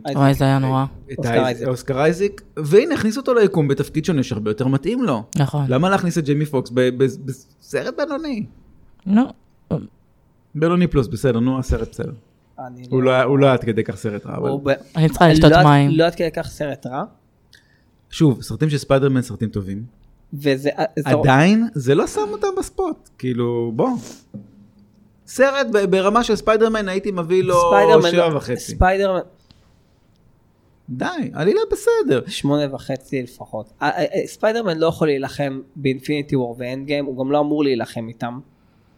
Speaker 2: אייזק.
Speaker 3: אוי, זה היה נורא.
Speaker 1: את
Speaker 2: אוסקר
Speaker 1: האייז-
Speaker 2: אייזק.
Speaker 1: אוסקר אייזיק, והנה הכניסו אותו ליקום בתפקיד שונה שהרבה יותר מתאים לו.
Speaker 3: נכון.
Speaker 1: למה להכניס את ג'יימי פוקס ב- ב- בסרט בינוני?
Speaker 3: נו,
Speaker 1: בינוני פלוס, בסדר, נו, הסרט בסדר.
Speaker 2: אני
Speaker 1: הוא לא היה- הוא לא היה עד כדי כך סרט רע, אבל...
Speaker 2: הוא ב-
Speaker 3: אני צריכה לשתות
Speaker 2: לא עד-
Speaker 3: מים.
Speaker 2: לא עד כדי כך סרט רע.
Speaker 1: שוב, סרטים של ספיידרמן סרטים טובים.
Speaker 2: וזה... אה, זה-
Speaker 1: עדיין זה לא שם אותם בספוט, כאילו בוא. סרט ב- ברמה של ספיידרמן הייתי מביא לו לא
Speaker 2: ספיידרמן- לא-
Speaker 1: שבע וחצי.
Speaker 2: ספיידרמן...
Speaker 1: די, עלילה בסדר.
Speaker 2: שמונה וחצי לפחות. אה, אה, אה, ספיידרמן לא יכול להילחם באינפיניטי וור ואנד גיים, הוא גם לא אמור להילחם איתם.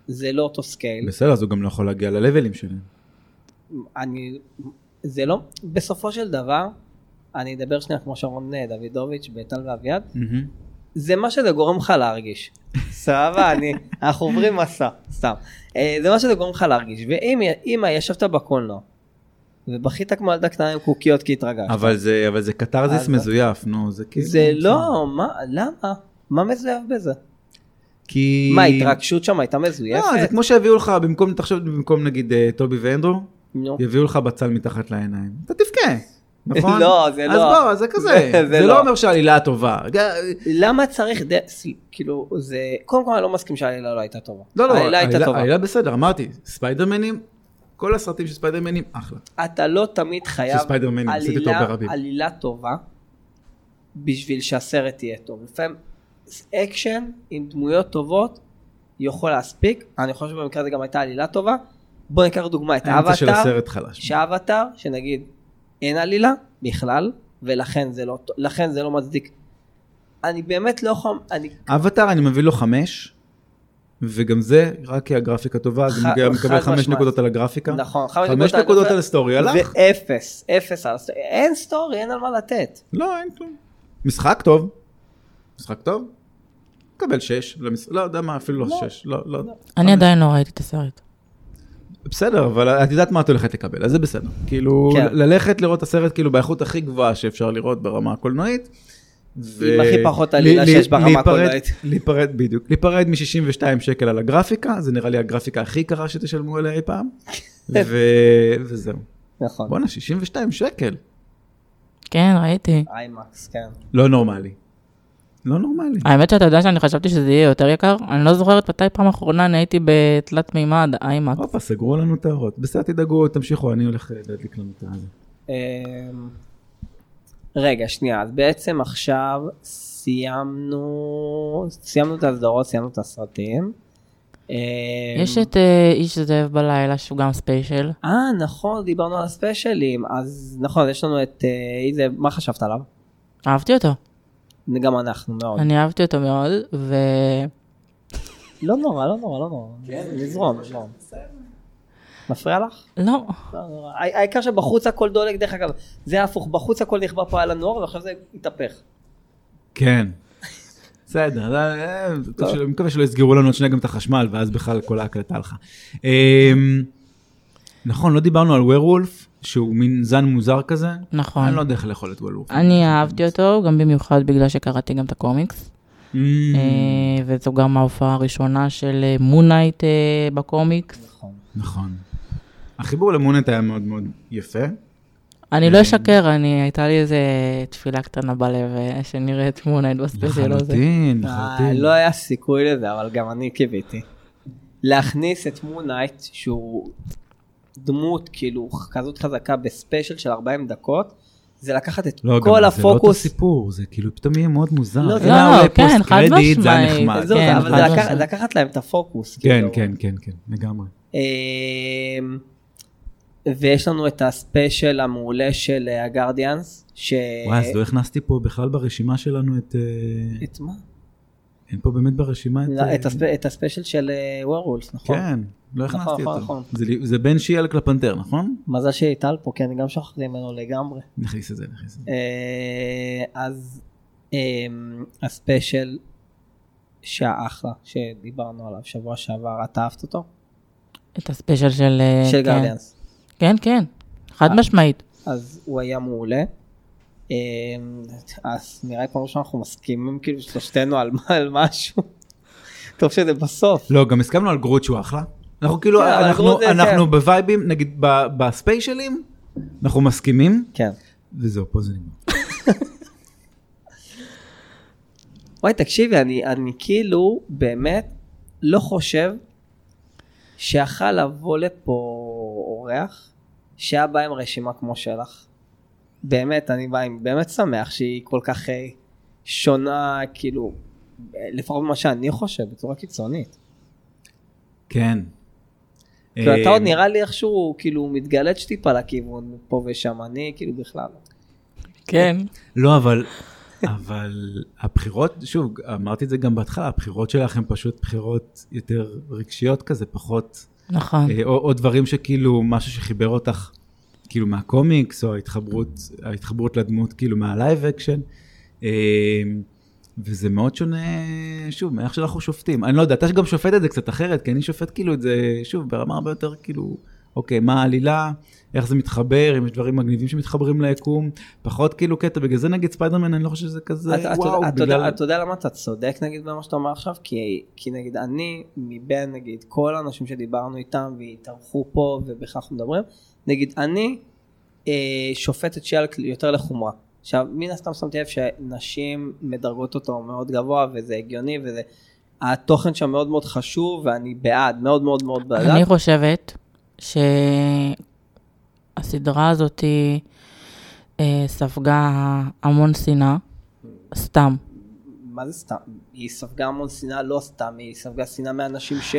Speaker 2: זה לא אותו סקייל.
Speaker 1: בסדר, אז הוא גם לא יכול להגיע ללבלים שלי.
Speaker 2: אני, זה לא, בסופו של דבר, אני אדבר שנייה כמו שרון אה, דוידוביץ' בטל ואביעד, זה מה שזה גורם לך להרגיש. סבבה, אני, אנחנו עוברים מסע, סתם. אה, זה מה שזה גורם לך להרגיש, ואם אם ישבת בקולנוע, ובכית כמו ילדה קטנה עם קוקיות כי התרגשת.
Speaker 1: אבל זה אבל זה קתרזיס
Speaker 2: אז-
Speaker 1: מזויף, נו, זה כאילו...
Speaker 2: אה, זה לא, מה, למה? מה מזויף בזה?
Speaker 1: כי...
Speaker 2: מה, ההתרגשות שם הייתה מזויפת?
Speaker 1: לא, זה כמו שיביאו לך, במקום, תחשוב, במקום נגיד אה, טובי ואנדרו,
Speaker 2: נו.
Speaker 1: יביאו לך בצל מתחת לעיניים. אתה תבכה, נכון?
Speaker 2: לא, זה
Speaker 1: אז
Speaker 2: לא.
Speaker 1: בוא, זה כזה.
Speaker 2: זה- זה
Speaker 1: זה לא
Speaker 2: לא.
Speaker 1: אומר שהעלילה טובה.
Speaker 2: למה צריך, ד- סל- כאילו, זה, קודם כל אני לא מסכים שהעלילה לא הייתה טובה.
Speaker 1: לא, לא,
Speaker 2: העלילה הייתה טובה.
Speaker 1: העלילה בסדר, אמרתי, ספיידרמנים, כל הסרטים של ספיידרמנים, אחלה.
Speaker 2: אתה לא תמיד חייב
Speaker 1: שספיידרמן הפסיד את
Speaker 2: עלילה,
Speaker 1: אופרה ביל.
Speaker 2: עלילה טובה בשביל שהסרט יהיה טוב. לפעמים אקשן עם דמויות טובות יכול להספיק, אני חושב שבמקרה הזה גם הייתה עלילה טובה. בוא ניקח דוגמא את
Speaker 1: האמצע של
Speaker 2: האבטר,
Speaker 1: הסרט חלש.
Speaker 2: שהאבטר, שנגיד אין עלילה בכלל, ולכן זה לא, לכן זה לא מצדיק. אני באמת לא יכול, אני
Speaker 1: אבטאר, אני מביא לו חמש, וגם זה, רק כי הגרפיקה טובה, אז
Speaker 2: ח-
Speaker 1: הוא גם מקבל
Speaker 2: חד
Speaker 1: חמש
Speaker 2: משמעית.
Speaker 1: נקודות על הגרפיקה.
Speaker 2: נכון,
Speaker 1: כן. חמש נקודות על
Speaker 2: הגרפיקה,
Speaker 1: הסטורי, הלך?
Speaker 2: ואפס, אפס על הסטורי, אין סטורי, אין על מה לתת.
Speaker 1: לא, אין כלום. משחק טוב. משחק טוב. קבל שש. למש- לא יודע מה, אפילו לא שש. לא, לא.
Speaker 3: אני עדיין לא ראיתי את הסרט.
Speaker 1: בסדר, אבל את יודעת מה את הולכת לקבל, אז זה בסדר. כאילו,
Speaker 2: כן.
Speaker 1: ל- ללכת לראות את הסרט כאילו באיכות הכי גבוהה שאפשר לראות ברמה הקולנועית. ו-
Speaker 2: עם הכי פחות
Speaker 1: ל-
Speaker 2: עלילה
Speaker 1: ל-
Speaker 2: שיש ברמה
Speaker 1: להיפרד-
Speaker 2: הקולנועית.
Speaker 1: להיפרד, בדיוק. להיפרד מ-62 שקל על הגרפיקה, זה נראה לי הגרפיקה הכי יקרה שתשלמו עליה אי פעם.
Speaker 2: כן.
Speaker 1: ו- וזהו.
Speaker 2: נכון.
Speaker 1: בואנה, 62 שקל.
Speaker 3: כן, ראיתי.
Speaker 2: איימקס, כן.
Speaker 1: לא נורמלי. לא נורמלי.
Speaker 3: האמת שאתה יודע שאני חשבתי שזה יהיה יותר יקר? אני לא זוכרת מתי פעם אחרונה אני הייתי בתלת מימד איימאק.
Speaker 1: הופה, סגרו לנו את האורות. בסדר, תדאגו, תמשיכו, אני הולך אה, להדליק לנו את הזה.
Speaker 2: אמ, רגע, שנייה, אז בעצם עכשיו סיימנו, סיימנו את הסדרות, סיימנו את הסרטים. אמ,
Speaker 3: יש את אה, איש זאב בלילה, שהוא גם ספיישל.
Speaker 2: אה, נכון, דיברנו על הספיישלים, אז נכון, יש לנו את אה, איזה, מה חשבת עליו?
Speaker 3: אהבתי אותו.
Speaker 2: גם אנחנו מאוד.
Speaker 3: אני אהבתי אותו מאוד, ו...
Speaker 2: לא נורא, לא נורא, לא נורא. נזרום, נזרום. מפריע לך?
Speaker 3: לא.
Speaker 2: לא נורא. הע- העיקר שבחוץ הכל דולק, דרך אגב, זה הפוך, בחוץ הכל נכבה פה על הנוער, ועכשיו זה התהפך.
Speaker 1: כן. בסדר, זה- אה, טוב שלא- אני מקווה שלא יסגרו לנו עוד שנייה גם את החשמל, ואז בכלל כל ההקלטה הלכה. אמ, נכון, לא דיברנו על ווירולף, שהוא מין זן מוזר כזה.
Speaker 3: נכון.
Speaker 1: אני לא יודע איך לאכול את ווירולף.
Speaker 3: אני אהבתי אותו, גם במיוחד בגלל שקראתי גם את הקומיקס.
Speaker 1: אמ,
Speaker 3: אה, וזו גם ההופעה הראשונה של אה, מונייט אה, בקומיקס.
Speaker 2: נכון.
Speaker 1: נכון. החיבור למונט היה מאוד מאוד יפה.
Speaker 3: אני
Speaker 1: Mm.
Speaker 3: לא אשקר, אני, הייתה לי איזה תפילה קטנה בלב, אה, שנראה את מונייט בספיישל הזה.
Speaker 1: לחלוטין,
Speaker 2: אה,
Speaker 1: לחלוטין.
Speaker 2: לא היה סיכוי לזה, אבל גם אני קיוויתי. להכניס את מונייט, שהוא דמות כאילו כזאת חזקה בספיישל של 40 דקות, זה לקחת את
Speaker 1: לא, גם
Speaker 2: כל
Speaker 1: זה לא אותו
Speaker 2: הפוקוס.
Speaker 1: סיפור, זה כאילו פתאום יהיה מאוד מוזר.
Speaker 2: לא, זה-
Speaker 1: אלא
Speaker 3: לא,
Speaker 1: אולי
Speaker 3: כן,
Speaker 1: פוסט
Speaker 3: חד
Speaker 1: קרדיט, זה היה
Speaker 3: משמעית.
Speaker 1: נחמד.
Speaker 2: עזוב,
Speaker 3: כן,
Speaker 2: אה, אבל זה לא-
Speaker 3: חד
Speaker 2: לקח-
Speaker 3: משמעית.
Speaker 2: לקחת להם את הפוקוס.
Speaker 1: כן,
Speaker 2: כאילו.
Speaker 1: כן, כן, כן, לגמרי.
Speaker 2: אמ, ויש לנו את הספיישל המעולה של אה, הגרדיאנס, ש...
Speaker 1: וואי, אז לא הכנסתי פה בכלל ברשימה שלנו את... אה,
Speaker 2: את מה?
Speaker 1: אין פה באמת ברשימה את...
Speaker 2: לא,
Speaker 1: אה,
Speaker 2: את הספ- את הספיישל של וורוולס, נכון?
Speaker 1: כן, לא
Speaker 2: נכון,
Speaker 1: הכנסתי
Speaker 2: נכון,
Speaker 1: אותו.
Speaker 2: נכון.
Speaker 1: זה לי- זה בין שיאלק לפנתר, נכון?
Speaker 2: מזל שטל פה, כי אני גם שכחתי ממנו לגמרי.
Speaker 1: נכניס את זה, נכניס את זה.
Speaker 2: אה, אז אמ, הספיישל שהיה אחלה, שדיברנו עליו שבוע שעבר, את אהבת אותו?
Speaker 3: את הספיישל של... אה,
Speaker 2: של
Speaker 3: כן.
Speaker 2: גרדיאנס.
Speaker 3: כן, כן,
Speaker 1: אה.
Speaker 3: חד משמעית.
Speaker 2: אז הוא היה מעולה. אמ, אז נראה לי כמו שאנחנו מסכימים כאילו שלושתנו על מה- על משהו. טוב שזה בסוף.
Speaker 1: לא, גם הסכמנו על גרוט שהוא אחלה. אנחנו כאילו,
Speaker 2: כן, אבל גרוט
Speaker 1: אנחנו-
Speaker 2: זה- כן.
Speaker 1: אנחנו בווייבים, נגיד ב- בספיישלים, אנחנו מסכימים,
Speaker 2: כן.
Speaker 1: וזהו, פה זה נגמר.
Speaker 2: וואי תקשיבי אני אני כאילו באמת לא חושב שיכל לבוא לפה אורח שהיה בא עם רשימה כמו שלך. באמת אני בא עם באמת שמח שהיא כל כך אה, שונה כאילו אה, לפחות ממה שאני חושב בצורה קיצונית.
Speaker 1: כן.
Speaker 2: כאילו, אתה
Speaker 1: אה,
Speaker 2: עוד נראה לי איכשהו כאילו מתגלץ' טיפה לכיוון פה ושם אני כאילו בכלל. לא.
Speaker 3: כן.
Speaker 1: לא, אבל, אבל הבחירות, שוב, אמרתי את זה גם בהתחלה, הבחירות שלך הן פשוט בחירות יותר רגשיות כזה, פחות,
Speaker 3: נכון.
Speaker 1: אה, או, או דברים שכאילו, משהו שחיבר אותך, כאילו מהקומיקס, או ההתחברות, ההתחברות לדמות, כאילו מהלייב אקשן. אה, וזה מאוד שונה, שוב, מאיך שאנחנו שופטים. אני לא יודע, אתה גם שופט את זה קצת אחרת, כי אני שופט כאילו את זה, שוב, ברמה הרבה יותר כאילו, אוקיי, מה העלילה, איך זה מתחבר, אם יש דברים מגניבים שמתחברים ליקום, פחות כאילו קטע, בגלל זה נגיד ספיידרמן, אני לא חושב שזה כזה,
Speaker 2: אתה- אתה-
Speaker 1: וואו,
Speaker 2: אתה יודע-
Speaker 1: בגלל...
Speaker 2: אתה יודע למה אתה צודק נגיד במה שאתה אומר עכשיו? כי כי נגיד אני מבין נגיד כל האנשים שדיברנו איתם והתארחו פה ובכך אנחנו מדברים, נגיד אני אה, שופט את שיאלק יותר לחומרה. עכשיו מן הסתם שמתי לב שנשים מדרגות אותו מאוד גבוה וזה הגיוני וזה התוכן שם מאוד מאוד חשוב ואני בעד מאוד מאוד מאוד בעד.
Speaker 3: אני חושבת שהסדרה הזאת אה, ספגה המון שנאה, סתם.
Speaker 2: מה זה סתם? היא ספגה המון שנאה, לא סתם, היא ספגה שנאה מאנשים ש...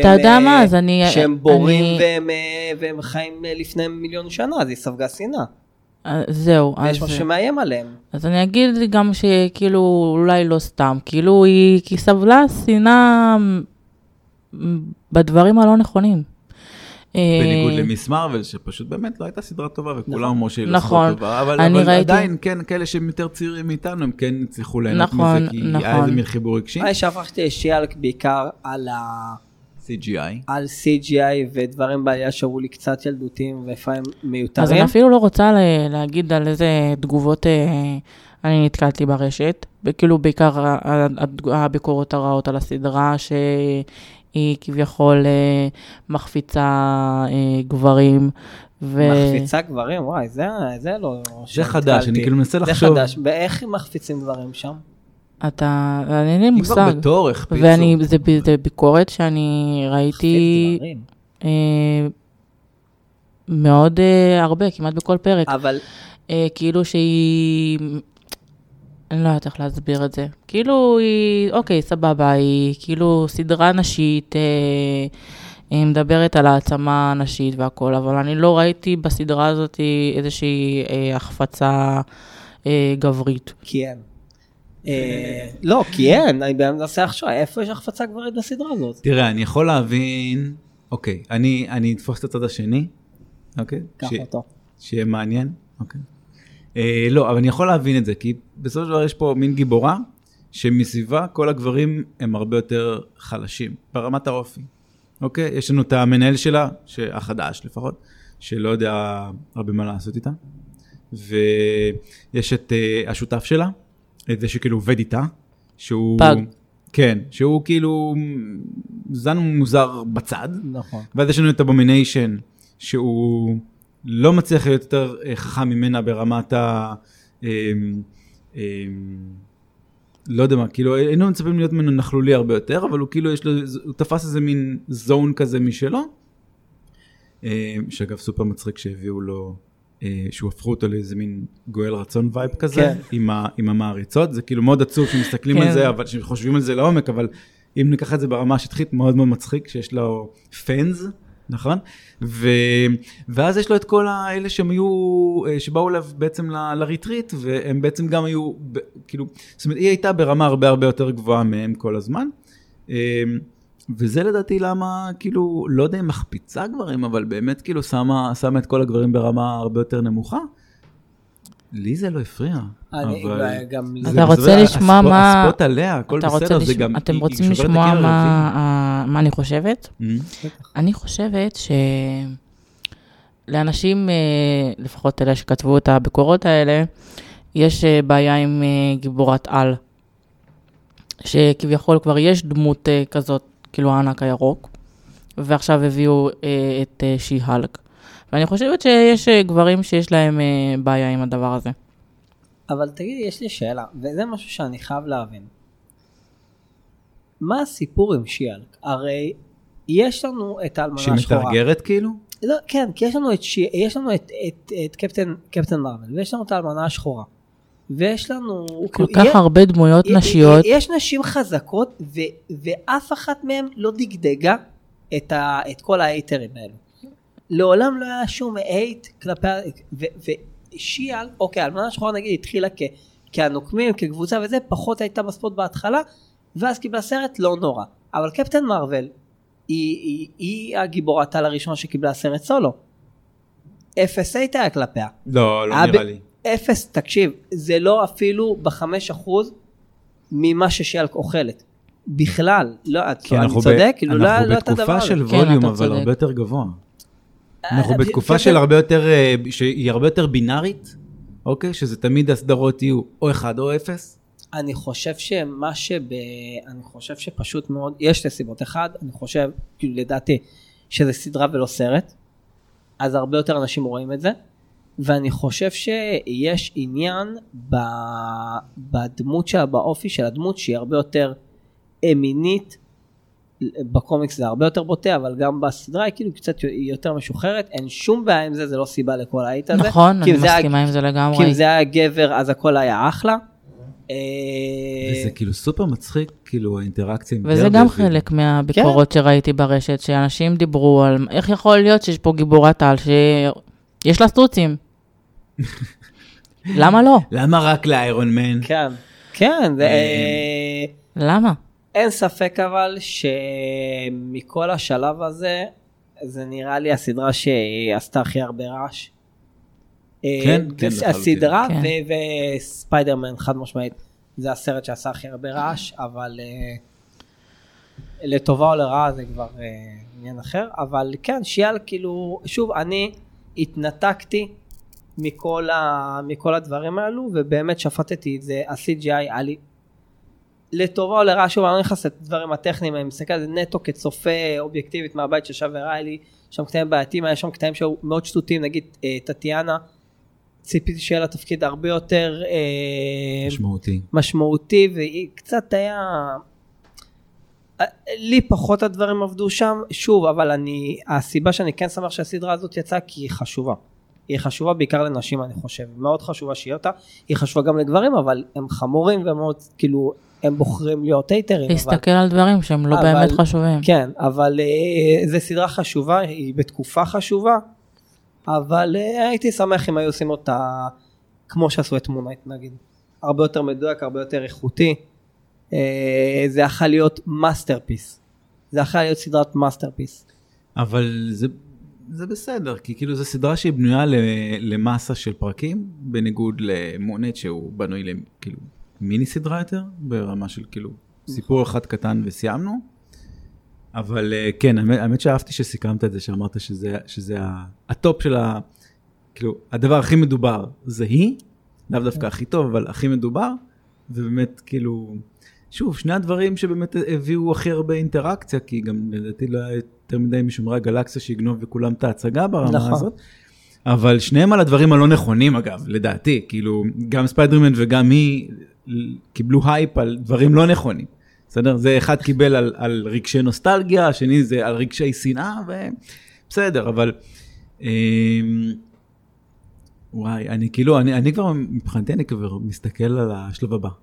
Speaker 3: אתה יודע מה,
Speaker 2: אה,
Speaker 3: אז אני-
Speaker 2: שהם בורים
Speaker 3: אני-
Speaker 2: והם, אה, והם חיים אה, לפני מיליון שנה, אז היא ספגה שנאה.
Speaker 3: אה, זהו, אז,
Speaker 2: ויש משהו שמאיים עליהם.
Speaker 3: אז אני אגיד גם שכאילו אולי לא סתם, כאילו היא, היא סבלה שנאה מ- בדברים הלא נכונים. אה,
Speaker 1: בניגוד למיס מרוויל, שפשוט באמת לא הייתה סדרה טובה, וכולם אמרו שהיא לא
Speaker 3: נכון.
Speaker 1: סדרה טובה, אבל,
Speaker 3: אני
Speaker 1: אבל
Speaker 3: ראיתי-
Speaker 1: עדיין, כן, כאלה שהם יותר צעירים מאיתנו, הם כן הצליחו ליהנות
Speaker 3: נכון,
Speaker 1: מזה, כי היה
Speaker 3: נכון.
Speaker 1: איזה מין חיבור רגשי,
Speaker 2: אני שהפכתי לשיאלק בעיקר על, ה...
Speaker 1: CGI.
Speaker 2: על CGI ודברים בעלייה שהראו לי קצת ילדותיים ולפעמים מיותרים.
Speaker 3: אז אני אפילו לא רוצה ל- להגיד על איזה תגובות אה, אני נתקלתי ברשת, וכאילו בעיקר ה- ה- התג- הביקורות הרעות על הסדרה, שהיא כביכול אה, מחפיצה אה, גברים. ו...
Speaker 2: מחפיצה גברים, וואי, זה, זה לא...
Speaker 1: זה
Speaker 2: שנתקלתי.
Speaker 1: חדש, אני כאילו מנסה
Speaker 2: זה
Speaker 1: לחשוב,
Speaker 2: חדש, ואיך מחפיצים דברים שם?
Speaker 3: אתה, אני אין לי
Speaker 1: אם כבר
Speaker 3: מושג.
Speaker 1: בתור החפיצו.
Speaker 3: ואני, זה, ב- זה ביקורת שאני ראיתי
Speaker 2: מחפיץ גברים.
Speaker 3: אה, מאוד אה, הרבה, כמעט בכל פרק.
Speaker 2: אבל
Speaker 3: אה, אה, כאילו שהיא... אני לא יודעת איך להסביר את זה. כאילו היא, אוקיי, סבבה, היא כאילו סדרה נשית, אה, היא מדברת על העצמה נשית והכל, אבל אני לא ראיתי בסדרה הזאת איזושהי אה, החפצה אה, גברית.
Speaker 2: כי אין. אה, לא, כי אין, אני באמת מנסה לחשוב, איפה יש החפצה גברית בסדרה הזאת?
Speaker 1: תראה, אני יכול להבין, אוקיי, אני, אני אתפוס את הצד השני, אוקיי?
Speaker 2: קח
Speaker 1: ש-
Speaker 2: אותו.
Speaker 1: שיהיה מעניין, אוקיי. אה, לא, אבל אני יכול להבין את זה, כי בסופו של דבר יש פה מין גיבורה, שמסביבה כל הגברים הם הרבה יותר חלשים, ברמת האופי, אוקיי? יש לנו את המנהל שלה, ש- החדש לפחות, שלא יודע הרבה מה לעשות איתה, ויש את אה, השותף שלה, את זה שכאילו עובד איתה, שהוא...
Speaker 3: פג.
Speaker 1: כן, שהוא כאילו זן מוזר בצד,
Speaker 2: נכון.
Speaker 1: ואז יש לנו את הבומיניישן, שהוא לא מצליח להיות יותר אה, חכם ממנה ברמת ה... אמ, אמ, לא יודע מה, כאילו היינו מצפים להיות ממנו נכלולי הרבה יותר, אבל הוא כאילו יש לו, הוא תפס איזה מין זון כזה משלו, אמ, שאגב סופר מצחיק שהביאו לו, אה, שהוא הפכו אותו לאיזה מין גואל רצון וייב כזה,
Speaker 2: כן.
Speaker 1: עם, ה, עם המעריצות, זה כאילו מאוד עצוב שמסתכלים
Speaker 3: כן.
Speaker 1: על זה, אבל שחושבים על זה לעומק, אבל אם ניקח את זה ברמה השטחית, מאוד מאוד מצחיק, שיש לו פאנס, נכון? ו... ואז יש לו את כל האלה שהם היו, אה, שבאו אליו בעצם ל- לריטריט, והם בעצם גם היו, ב... כאילו, זאת אומרת, היא הייתה ברמה הרבה הרבה יותר גבוהה מהם כל הזמן. אה, וזה לדעתי למה, כאילו, לא יודע אם מחפיצה גברים, אבל באמת כאילו שמה, שמה את כל הגברים ברמה הרבה יותר נמוכה. לי זה לא הפריע.
Speaker 2: אני
Speaker 1: אבל...
Speaker 2: גם... לא.
Speaker 1: זה-
Speaker 3: אתה
Speaker 1: זה-
Speaker 3: רוצה
Speaker 1: זה-
Speaker 3: לשמוע
Speaker 1: הספוט-
Speaker 3: מה-
Speaker 1: הספוט עליה, הכל
Speaker 3: אתה רוצה
Speaker 1: בסדר, זה
Speaker 3: לשמוע-
Speaker 1: גם...
Speaker 3: אתם
Speaker 1: היא- היא
Speaker 3: רוצים
Speaker 1: שוברת את
Speaker 3: לשמוע
Speaker 1: הקיר הרביעי.
Speaker 3: מה, ה- מה אני חושבת?
Speaker 1: Mm-hmm.
Speaker 2: לא,
Speaker 3: אני חושבת ש... לאנשים, אה, לפחות אלה שכתבו את הביקורות האלה, יש אה, בעיה עם אה, גיבורת על, שכביכול כבר יש דמות אה, כזאת, כאילו הענק הירוק, ועכשיו הביאו אה, את אה, שי-הלק. ואני חושבת שיש אה, גברים שיש להם אה, בעיה עם הדבר הזה.
Speaker 2: אבל תגידי, יש לי שאלה, וזה משהו שאני חייב להבין. מה הסיפור עם שיאלק? הרי יש לנו את
Speaker 1: לא,
Speaker 2: האלמנה השחורה.
Speaker 1: שמתארגרת כאילו?
Speaker 2: לא, כן, כי יש לנו את, שי, יש לנו את, את, את קפטן, קפטן מרוויל, ויש לנו את האלמנה השחורה. ויש לנו...
Speaker 3: כל
Speaker 2: יש-
Speaker 3: כך הרבה דמויות
Speaker 2: י-
Speaker 3: נשיות,
Speaker 2: י- יש נשים חזקות, ו, ואף אחת מהן לא דגדגה את, ה, את כל ההייטרים האלו. לעולם לא היה שום הייט כלפי... ה- ו- ושיאל, אוקיי, אלמנה שחורה נגיד התחילה כ, כהנוקמים, כקבוצה וזה, פחות הייתה בספורט בהתחלה, ואז קיבלה סרט לא נורא. אבל קפטן מרוויל, היא, היא, היא הגיבורת על הראשונה שקיבלה סרט סולו. אפס הייט היה כלפיה.
Speaker 1: לא, לא
Speaker 2: אה,
Speaker 1: נראה
Speaker 2: ב-
Speaker 1: לי.
Speaker 2: אפס, תקשיב, זה לא אפילו בחמש אחוז ממה ששיאלק אוכלת. בכלל, לא, את-
Speaker 1: כי
Speaker 2: אני
Speaker 1: אנחנו ב-
Speaker 2: צודק, כאילו לא היה לא
Speaker 1: אנחנו
Speaker 2: היה את הדבר
Speaker 1: בתקופה
Speaker 2: הזה.
Speaker 1: של
Speaker 3: כן,
Speaker 1: ווליום,
Speaker 3: אתה
Speaker 1: אבל
Speaker 3: צודק.
Speaker 1: הרבה יותר גבוה. אנחנו
Speaker 2: אה,
Speaker 1: בתקופה
Speaker 2: כן,
Speaker 1: של
Speaker 2: כן.
Speaker 1: הרבה יותר, אה, שהיא הרבה יותר בינארית, אוקיי? שזה תמיד הסדרות יהיו או אחד או אפס.
Speaker 2: אני חושב שמה שב... אני חושב שפשוט מאוד, יש שתי סיבות. אחד, אני חושב, כאילו לדעתי, שזה סדרה ולא סרט, אז הרבה יותר אנשים רואים את זה, ואני חושב שיש עניין ב... בדמות שלה, באופי של הדמות, שהיא הרבה יותר אה, מינית. בקומיקס זה הרבה יותר בוטה, אבל גם בסדרה היא כאילו קצת יותר משוחררת, אין שום בעיה עם זה, זה לא סיבה לכל האיט הזה.
Speaker 3: נכון,
Speaker 2: כי
Speaker 3: אני
Speaker 2: אם כאילו זה היה-
Speaker 3: מסכימה עם זה
Speaker 2: כי אם
Speaker 3: לגמרי.
Speaker 2: כאילו, זה היה גבר אז הכל היה אחלה. אה,
Speaker 1: וזה כאילו סופר מצחיק, כאילו האינטראקציה עם
Speaker 3: וזה
Speaker 1: דרדוויל.
Speaker 3: גם חלק
Speaker 2: כן.
Speaker 3: מהביקורות שראיתי ברשת, שאנשים דיברו על איך יכול להיות שיש פה גיבורת על שיש לה סטוצים. למה לא?
Speaker 1: למה רק לאיירון מן?
Speaker 2: כן, כן, זה...
Speaker 1: אה,
Speaker 3: למה?
Speaker 2: אין ספק אבל שמכל השלב הזה, זה נראה לי הסדרה שעשתה הכי הרבה רעש. אה,
Speaker 1: כן, כן,
Speaker 2: הס-
Speaker 1: לחלוטין.
Speaker 2: הסדרה
Speaker 3: כן.
Speaker 2: ו- וספיידרמן חד משמעית, זה הסרט שעשה הכי הרבה רעש, אבל אה, לטובה או לרעה זה כבר אה, עניין אחר, אבל כן, שיאל כאילו, שוב, אני התנתקתי מכל, ה, מכל הדברים האלו, ובאמת שפטתי את זה, ה-CGI היה לי לטובה או לרעה, שוב, אני לא נכנס לדברים הטכניים, אני מסתכל על זה נטו כצופה אובייקטיבית מהבית של שווה ראה לי, שם קטעים בעייתיים, היה שם קטעים שהיו מאוד שטותיים, נגיד אה, טטיאנה, ציפיתי שיהיה לה תפקיד הרבה יותר אה,
Speaker 1: משמעותי.
Speaker 2: משמעותי, והיא קצת היה... אה, לי פחות הדברים עבדו שם, שוב, אבל אני, הסיבה שאני כן שמח שהסדרה הזאת יצאה כי היא חשובה. היא חשובה בעיקר לנשים אני חושב, מאוד חשובה שיהיה אותה, היא חשובה גם לגברים אבל הם חמורים ומאוד כאילו הם בוחרים להיות טייטרים. אבל...
Speaker 3: להסתכל על דברים שהם לא
Speaker 2: אבל-
Speaker 3: באמת חשובים.
Speaker 2: כן, אבל אה, זו סדרה חשובה, היא בתקופה חשובה, אבל אה, הייתי שמח אם היו עושים אותה כמו שעשו את מונייט נגיד. הרבה יותר מדויק, הרבה יותר איכותי. אה, זה יכול להיות מאסטרפיס. זה יכול להיות סדרת מאסטרפיס.
Speaker 1: אבל זה, זה בסדר, כי כאילו זו סדרה שהיא בנויה ל, למסה של פרקים, בניגוד למונט שהוא בנוי לכאילו מיני סדרה יותר, ברמה של כאילו סיפור אחד קטן וסיימנו. אבל אה, כן, האמת, האמת שאהבתי שסיכמת את זה, שאמרת שזה, שזה ה- הטופ של ה... כאילו, הדבר הכי מדובר זה היא, לאו דווקא הכי טוב, אבל הכי מדובר, ובאמת כאילו, שוב, שני הדברים שבאמת הביאו הכי הרבה אינטראקציה, כי גם לדעתי לא היה יותר מדי משומרי הגלקסיה שיגנוב לכולם את ההצגה ברמה
Speaker 2: נכון.
Speaker 1: נכון. הזאת. אבל שניהם על הדברים הלא נכונים אגב, לדעתי, כאילו, גם ספיידרמן וגם היא קיבלו הייפ על דברים לא נכונים. בסדר? זה אחד קיבל על, על רגשי נוסטלגיה, השני זה על רגשי שנאה, ובסדר, אבל... אמ, וואי, אני כאילו, אני, אני כבר, מבחינתי אני כבר מסתכל על השלב הבא.
Speaker 2: אה,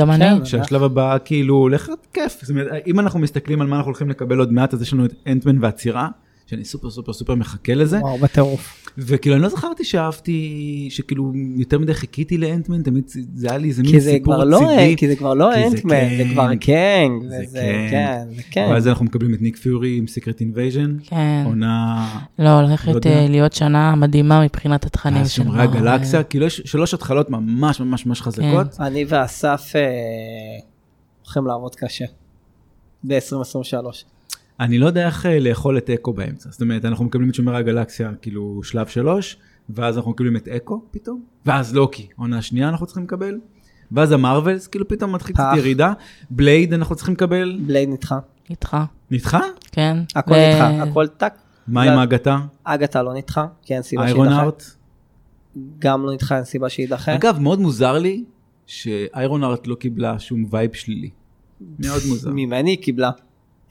Speaker 3: גם אני.
Speaker 2: כן.
Speaker 1: שהשלב הבא כאילו הולך להיות כיף. זאת אומרת, אם אנחנו מסתכלים על מה אנחנו הולכים לקבל עוד מעט, אז יש לנו את אנטמן והצירה, שאני סופר סופר סופר מחכה לזה.
Speaker 2: וואו, בטירוף.
Speaker 1: וכאילו אני לא זכרתי שאהבתי, שכאילו יותר מדי חיכיתי לאנטמן, תמיד זה- זה היה לי איזה מין
Speaker 2: כי זה כבר
Speaker 1: סיפור
Speaker 2: לא,
Speaker 1: צידי.
Speaker 2: כי זה כבר לא
Speaker 1: כי זה
Speaker 2: אנטמן, זה
Speaker 1: כן.
Speaker 2: כבר קנג,
Speaker 1: זה
Speaker 2: וזה
Speaker 1: קנג.
Speaker 2: כן, זה קנג.
Speaker 1: ואז אנחנו מקבלים את ניק פיורי עם סיקרט אינבייז'ן,
Speaker 3: כן.
Speaker 1: עונה,
Speaker 3: לא,
Speaker 1: לא
Speaker 3: הולכת
Speaker 1: יודע.
Speaker 3: אה, להיות שנה מדהימה מבחינת התכנים
Speaker 1: אז
Speaker 3: של
Speaker 1: שומרי
Speaker 3: מארוול.
Speaker 1: הגלקסיה, כאילו יש שלוש התחלות ממש ממש ממש חזקות.
Speaker 2: אני ואסף אה, הולכים לעבוד קשה. ב-2023.
Speaker 1: אני לא יודע איך אה, לאכול את אקו באמצע. זאת אומרת, אנחנו מקבלים את שומר הגלקסיה, כאילו, שלב שלוש, ואז אנחנו מקבלים את אקו פתאום, ואז לוקי, עונה שנייה אנחנו צריכים לקבל, ואז המרווילס, כאילו פתאום מתחיל קצת
Speaker 2: פח.
Speaker 1: ירידה, בלייד אנחנו צריכים לקבל,
Speaker 2: בלייד נדחה.
Speaker 3: איתך,
Speaker 1: נדחה?
Speaker 3: כן.
Speaker 2: הכל
Speaker 3: ו-
Speaker 2: נדחה, הכל טק.
Speaker 1: מה עם
Speaker 2: ואז-
Speaker 1: אגתה?
Speaker 2: אגתה לא נדחה, כי אין סיבה
Speaker 1: איירון
Speaker 2: שידחה.
Speaker 1: ארט?
Speaker 2: גם לא נדחה, אין סיבה שידחה.
Speaker 1: אגב, מאוד מוזר לי שאיירון ארט לא קיבלה שום וייב שלילי. מאוד מוזר.
Speaker 2: ממני היא קיבלה.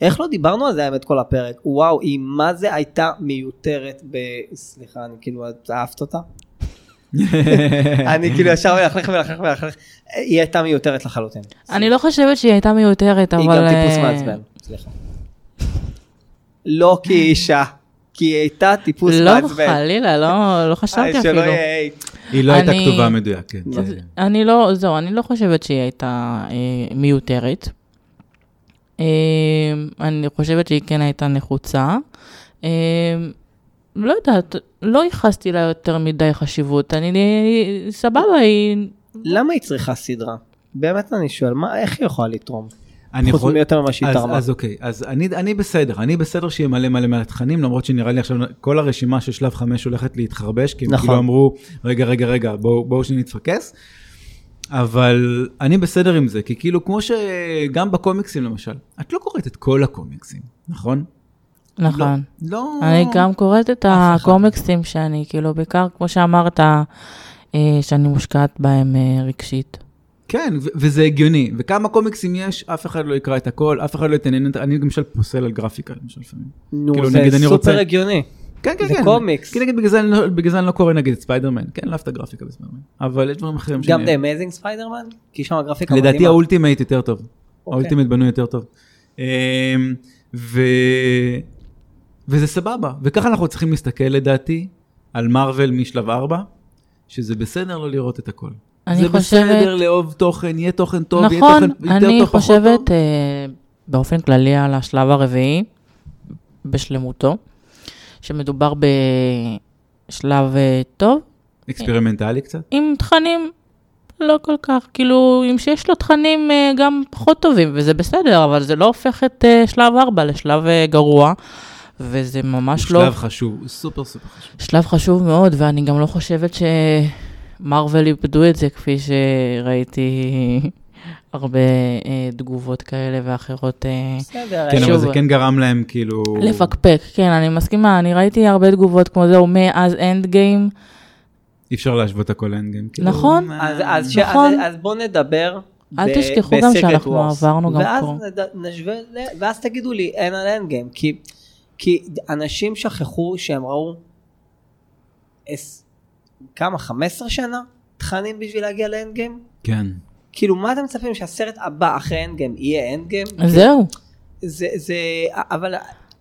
Speaker 2: איך לא דיברנו על זה האמת כל הפרק? וואו, היא מה זה הייתה מיותרת ב... סליחה, אני כאילו, את אהבת אותה?
Speaker 1: כן.
Speaker 2: אני כאילו ישר מלכלך מלכלך מלכלך. היא הייתה מיותרת לחלוטין.
Speaker 3: אני לא חושבת שהיא הייתה מיותרת, אבל...
Speaker 2: היא גם טיפוס
Speaker 3: אה,
Speaker 2: מעצבן, סליחה. לא כי היא אישה, כי היא הייתה טיפוס
Speaker 3: לא,
Speaker 2: מעצבן.
Speaker 3: חלילה, לא- לא חשבתי
Speaker 2: אה, שלא
Speaker 3: אפילו.
Speaker 2: יהיה-
Speaker 1: היא לא הייתה
Speaker 3: אני-
Speaker 1: כתובה מדויק. כן, זה-
Speaker 3: אני לא, זהו, אני לא חושבת שהיא הייתה אה, מיותרת. אה, אני חושבת שהיא כן הייתה נחוצה. אה, לא יודעת, לא ייחסתי לה יותר מדי חשיבות. אני, אני- סבבה, היא...
Speaker 2: למה היא צריכה סדרה? באמת אני שואל, מה, איך היא יכולה לתרום?
Speaker 1: אני
Speaker 2: חוץ
Speaker 1: יכול-
Speaker 2: מיותר ממה שהיא
Speaker 1: אז-
Speaker 2: תרמה.
Speaker 1: אז אוקיי, אז אני, אני בסדר, אני בסדר שיהיה מלא מלא מלא תכנים, למרות שנראה לי עכשיו כל הרשימה של שלב חמש הולכת להתחרבש, כי הם
Speaker 2: נכון.
Speaker 1: כאילו אמרו, רגע, רגע, רגע, בואו בוא שניה נתפקס. אבל אני בסדר עם זה, כי כאילו כמו שגם בקומיקסים למשל, את לא קוראת את כל הקומיקסים, נכון?
Speaker 3: נכון.
Speaker 1: לא. לא...
Speaker 3: אני גם קוראת את
Speaker 1: אחד.
Speaker 3: הקומיקסים שאני, כאילו, בעיקר, כמו שאמרת, אה, שאני מושקעת בהם אה, רגשית.
Speaker 1: כן, ו- וזה הגיוני, וכמה קומיקסים יש, אף אחד לא יקרא את הכל, אף אחד לא יתעניין, את- אני למשל פוסל על גרפיקה למשל לפעמים.
Speaker 2: נו,
Speaker 1: כאילו,
Speaker 2: זה
Speaker 1: נגיד, אני רוצה-
Speaker 2: סופר הגיוני.
Speaker 1: כן, כן,
Speaker 2: זה
Speaker 1: כן.
Speaker 2: קומיקס.
Speaker 1: כי נגיד בגלל זה אני לא- בגלל זה אני לא קורא נגיד את ספיידרמן, כן, לא אהבת גרפיקה בספיידרמן, אבל יש דברים אחרים
Speaker 2: גם
Speaker 1: שאני-
Speaker 2: The Amazing Spider-Man? כי שם הגרפיקה
Speaker 1: לדעתי
Speaker 2: מדהימה.
Speaker 1: האולטימייט יותר טוב,
Speaker 2: אוקיי.
Speaker 1: האולטימייט בנוי יותר טוב. אמ, ו... וזה סבבה, וככה אנחנו צריכים להסתכל לדעתי על מארוול משלב 4, שזה בסדר לא לראות את הכל.
Speaker 3: אני
Speaker 1: זה בסדר
Speaker 3: חושבת-
Speaker 1: לאהוב תוכן, יהיה תוכן טוב, יהיה
Speaker 3: נכון,
Speaker 1: תוכן יותר
Speaker 3: אני
Speaker 1: טוב, פחות טוב.
Speaker 3: חושבת אה, באופן כללי על השלב הרביעי, בשלמותו, שמדובר בשלב אה, טוב,
Speaker 1: אקספרימנטלי קצת.
Speaker 3: עם תכנים לא כל כך, כאילו, עם שיש לו תכנים אה, גם פחות טובים, וזה בסדר, אבל זה לא הופך את אה, שלב 4 לשלב אה, גרוע, וזה ממש לא...
Speaker 1: הוא שלב חשוב, הוא סופר סופר חשוב.
Speaker 3: שלב חשוב מאוד, ואני גם לא חושבת שמרוויל איבדו את זה, כפי שראיתי הרבה אה, תגובות כאלה ואחרות. אה,
Speaker 2: בסדר,
Speaker 1: כן,
Speaker 2: אה,
Speaker 1: אבל
Speaker 3: שוב-
Speaker 1: זה כן גרם להם כאילו...
Speaker 3: לפקפק, כן, אני מסכימה, אני ראיתי הרבה תגובות כמו זהו, מאז אנד גיים,
Speaker 1: אי אפשר להשוות הכל לאנד גיים. כאילו,
Speaker 3: נכון.
Speaker 1: מה-
Speaker 2: אז- אז ש-
Speaker 3: נכון.
Speaker 2: אז- אז בוא נדבר.
Speaker 3: אל
Speaker 2: ב-
Speaker 3: תשכחו
Speaker 2: ב-
Speaker 3: גם
Speaker 2: Secret
Speaker 3: שאנחנו
Speaker 2: Wars.
Speaker 3: עברנו גם
Speaker 2: ואז
Speaker 3: פה.
Speaker 2: נד- נשווה, ל- ואז תגידו לי, אין על אנד גיים, כי אנשים שכחו שהם ראו עש- כמה, 15 שנה תכנים בשביל להגיע לאנד גיים?
Speaker 1: כן.
Speaker 2: כאילו מה אתם מצפים שהסרט הבא אחרי אנד גיים יהיה אנד גיים?
Speaker 3: אז זהו.
Speaker 2: זה, זה, אבל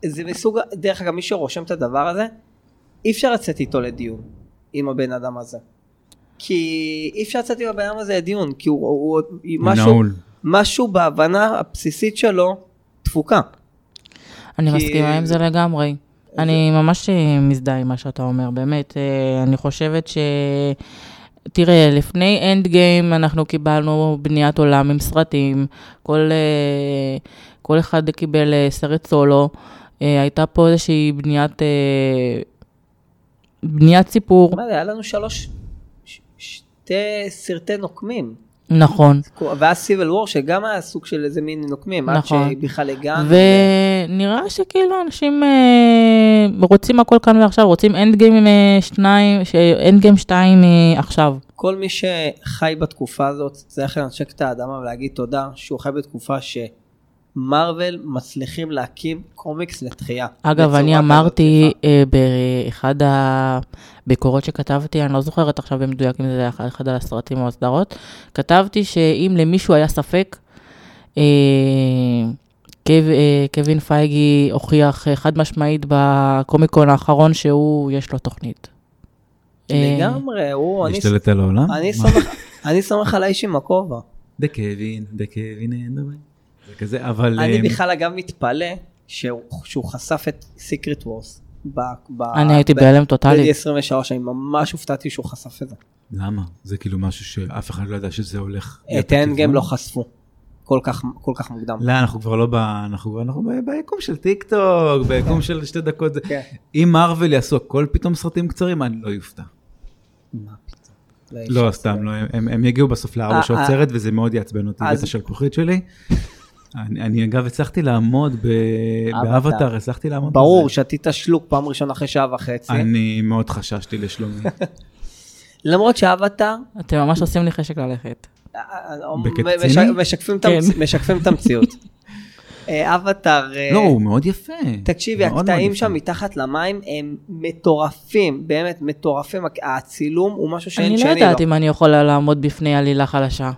Speaker 2: זה מסוג, דרך אגב מי שרושם את הדבר הזה, אי אפשר לצאת איתו לדיון עם הבן אדם הזה. כי אי אפשר לצאת עם הבן אדם הזה לדיון, כי הוא, הוא, הוא משהו,
Speaker 1: נעול.
Speaker 2: משהו בהבנה הבסיסית שלו תפוקה.
Speaker 3: אני
Speaker 2: כי-
Speaker 3: מסכימה עם זה לגמרי. אני ממש אה, מזדהה עם מה שאתה אומר, באמת. אה, אני חושבת ש... תראה, לפני אנד גיים אנחנו קיבלנו בניית עולם עם סרטים, כל, אה, כל אחד קיבל אה, סרט סולו, אה, הייתה פה איזושהי בניית, אה, בניית סיפור,
Speaker 2: מה זה, היה לנו שלוש, ש, שתי סרטי נוקמים.
Speaker 3: נכון.
Speaker 2: ואז סיבל וור שגם היה סוג של איזה מין נוקמים,
Speaker 3: נכון.
Speaker 2: עד שבכלל הגענו.
Speaker 3: ונראה שכאילו אנשים אה, רוצים הכל כאן ועכשיו, רוצים אנד גיים אה, שניים, ש- אנד גיים שתיים אה, עכשיו.
Speaker 2: כל מי שחי בתקופה הזאת צריך לנשק את האדמה ולהגיד תודה שהוא חי בתקופה שמרוויל מצליחים להקים קומיקס לתחייה.
Speaker 3: אגב,
Speaker 2: בצורה
Speaker 3: אני
Speaker 2: כזאת
Speaker 3: אמרתי
Speaker 2: יפה.
Speaker 3: אה, באחד הביקורות שכתבתי, אני לא זוכרת עכשיו במדויק אם זה היה אחד- אחד על הסרטים או הסדרות, כתבתי שאם למישהו היה ספק, אה, קב- אה, קווין פייגי הוכיח אה, חד משמעית בקומיקון האחרון שהוא, יש לו תוכנית. אה,
Speaker 2: לגמרי, הוא, לא, אני-
Speaker 1: להשתלט על העולם?
Speaker 2: אני
Speaker 1: מה?
Speaker 2: סומך- אני סומך על האיש עם הכובע.
Speaker 1: The Kevin, the Kevin and the way. זה כזה, אבל...
Speaker 2: אני
Speaker 1: אמ,
Speaker 2: בכלל אגב מתפלא שהוא שהוא חשף את סיקרט וורס. אה,
Speaker 3: אני הייתי בהלם טוטאלי.
Speaker 2: ב-23, אני ממש הופתעתי שהוא חשף את זה.
Speaker 1: למה? זה כאילו משהו שאף אחד לא ידע שזה הולך.
Speaker 2: את האנד גיים לא חשפו. כל כך- כל כך מוקדם.
Speaker 1: לא, אנחנו כבר לא ב... אנחנו אנחנו ב- ביקום של טיק טוק, ביקום של שתי דקות. זה-
Speaker 2: כן.
Speaker 1: אם מארוול יעשו הכל פתאום סרטים קצרים, אני לא יופתע.
Speaker 2: מה פתאום. לא, אי
Speaker 1: לא,
Speaker 2: אפשר.
Speaker 1: סתם, לא, הם- הם הם יגיעו בסוף לארבע
Speaker 2: אה,
Speaker 1: שעות
Speaker 2: אה.
Speaker 1: סרט, וזה מאוד יעצבן אותי
Speaker 2: אז-
Speaker 1: ואת השלפוחית שלי. אני, אני אגב הצלחתי לעמוד ב-
Speaker 2: אבטאר.
Speaker 1: באבטאר, הצלחתי לעמוד
Speaker 2: ברור
Speaker 1: בזה.
Speaker 2: שתית שלוק פעם ראשונה אחרי שעה וחצי.
Speaker 1: אני מאוד חששתי לשלומי.
Speaker 2: למרות שאבטאר,
Speaker 3: אתם ממש עושים לי חשק ללכת.
Speaker 2: אה, אה,
Speaker 1: בקטע
Speaker 2: מש-
Speaker 1: ציני?
Speaker 2: משקפים את
Speaker 3: כן.
Speaker 2: המצ- משקפים את המציאות. אה, אבטאר, אה,
Speaker 1: לא, הוא מאוד יפה.
Speaker 2: תקשיבי,
Speaker 1: מאוד מאוד
Speaker 2: הקטעים
Speaker 1: יפה.
Speaker 2: שם מתחת למים הם מטורפים, באמת מטורפים, הק- הצילום הוא משהו שאין
Speaker 3: אני לא
Speaker 2: שני
Speaker 3: יודעת
Speaker 2: לו.
Speaker 3: אם אני יכולה לעמוד בפני עלילה חלשה.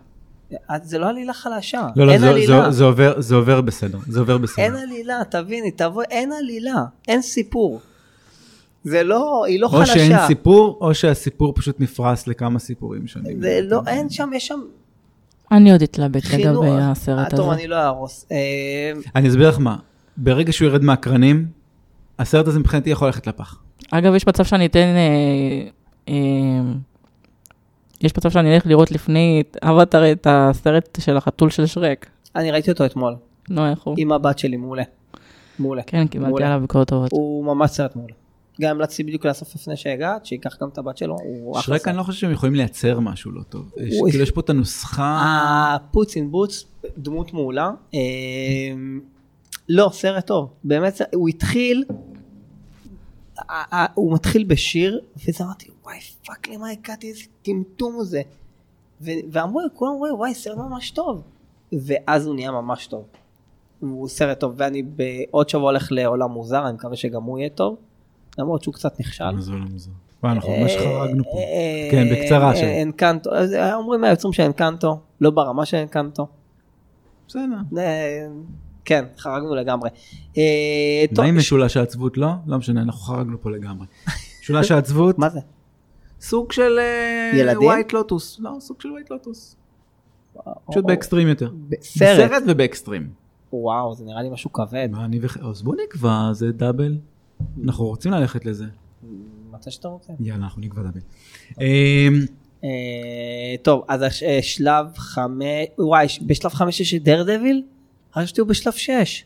Speaker 2: אה, זה לא עלילה חלשה,
Speaker 1: לא, לא,
Speaker 2: אין
Speaker 1: זה-
Speaker 2: עלילה,
Speaker 1: זה- זה עובר- זה עובר בסדר, זה עובר
Speaker 2: אין
Speaker 1: בסדר.
Speaker 2: עלילה, תביני, תבואי, אין עלילה, אין סיפור. זה לא, היא לא
Speaker 1: או שאין
Speaker 2: חלשה.
Speaker 1: סיפור, או שהסיפור פשוט נפרס לכמה סיפורים שונים.
Speaker 2: זה לא, אין שם, יש שם
Speaker 3: אני עוד אתלבט
Speaker 2: חינוך.
Speaker 3: לגבי
Speaker 2: אה,
Speaker 3: הסרט
Speaker 2: טוב,
Speaker 3: הזה.
Speaker 2: אני לא אהרוס. אה,
Speaker 1: אני אסביר לך מה, ברגע שהוא ירד מהקרנים, הסרט הזה מבחינתי יכול ללכת לפח.
Speaker 3: אגב, יש מצב שאני אתן... אה, אה, יש מצב שאני אלך לראות לפני אבטר את הסרט של החתול של שרק.
Speaker 2: אני ראיתי אותו אתמול,
Speaker 3: נו, איך הוא?
Speaker 2: עם הבת שלי, מעולה. מעולה.
Speaker 3: כן, קיבלתי
Speaker 2: מעולה.
Speaker 3: עליו ביקורות טובות.
Speaker 2: הוא ממש סרט מעולה. גם המלצתי בדיוק לאסוף לפני שהגעת, שייקח גם את הבת שלו, הוא אחלה
Speaker 1: שרק אני
Speaker 2: סרט.
Speaker 1: לא חושב שהם יכולים לייצר משהו לא טוב. יש-
Speaker 2: אוי. אה.
Speaker 1: כאילו יש פה את הנוסחה,
Speaker 2: הפוץ אין בוץ, דמות מעולה. אה, לא, סרט טוב. באמת, סרט- הוא התחיל, ה- ה- הוא מתחיל בשיר, ואז אמרתי, וואי, פאק, למה הגעתי, איזה טמטום זה. ו- ואמרו, כולם אמרו, וואי, סרט ממש טוב. ואז הוא נהיה ממש טוב. הוא סרט טוב, ואני בעוד שבוע הולך לעולם מוזר, אני מקווה שגם הוא יהיה טוב. למרות שהוא קצת נכשל.
Speaker 1: מזל לא, מוזר. וואי, אנחנו ממש חרגנו פה.
Speaker 2: אה,
Speaker 1: כן, בקצרה
Speaker 2: אה,
Speaker 1: שם.
Speaker 2: אנקנטו, אז אומרים היוצרים של אנקנטו, לא ברמה של אנקנטו.
Speaker 1: בסדר.
Speaker 2: אה, כן, חרגנו לגמרי. אה, טוב,
Speaker 1: מה עם
Speaker 2: ש-
Speaker 1: משולש העצבות? לא? לא משנה, אנחנו חרגנו פה לגמרי. משולש העצבות,
Speaker 2: מה זה?
Speaker 1: סוג של אה,
Speaker 2: ילדים?
Speaker 1: white lotus. לא, סוג של white lotus. פשוט באקסטרים יותר.
Speaker 2: סרט.
Speaker 1: בסרט ובאקסטרים.
Speaker 2: וואו, זה נראה לי משהו כבד.
Speaker 1: מה, אני וח... אז בוא נקבע, זה דאבל. אנחנו רוצים ללכת לזה.
Speaker 2: מתי שאתה רוצה.
Speaker 1: יאללה, אנחנו נקבע דאבל. אמ,
Speaker 2: אה, טוב, אז הש- אה, שלב חמש, וואי, ש- בשלב חמש יש את דר דביל? חשבתי הוא בשלב שש.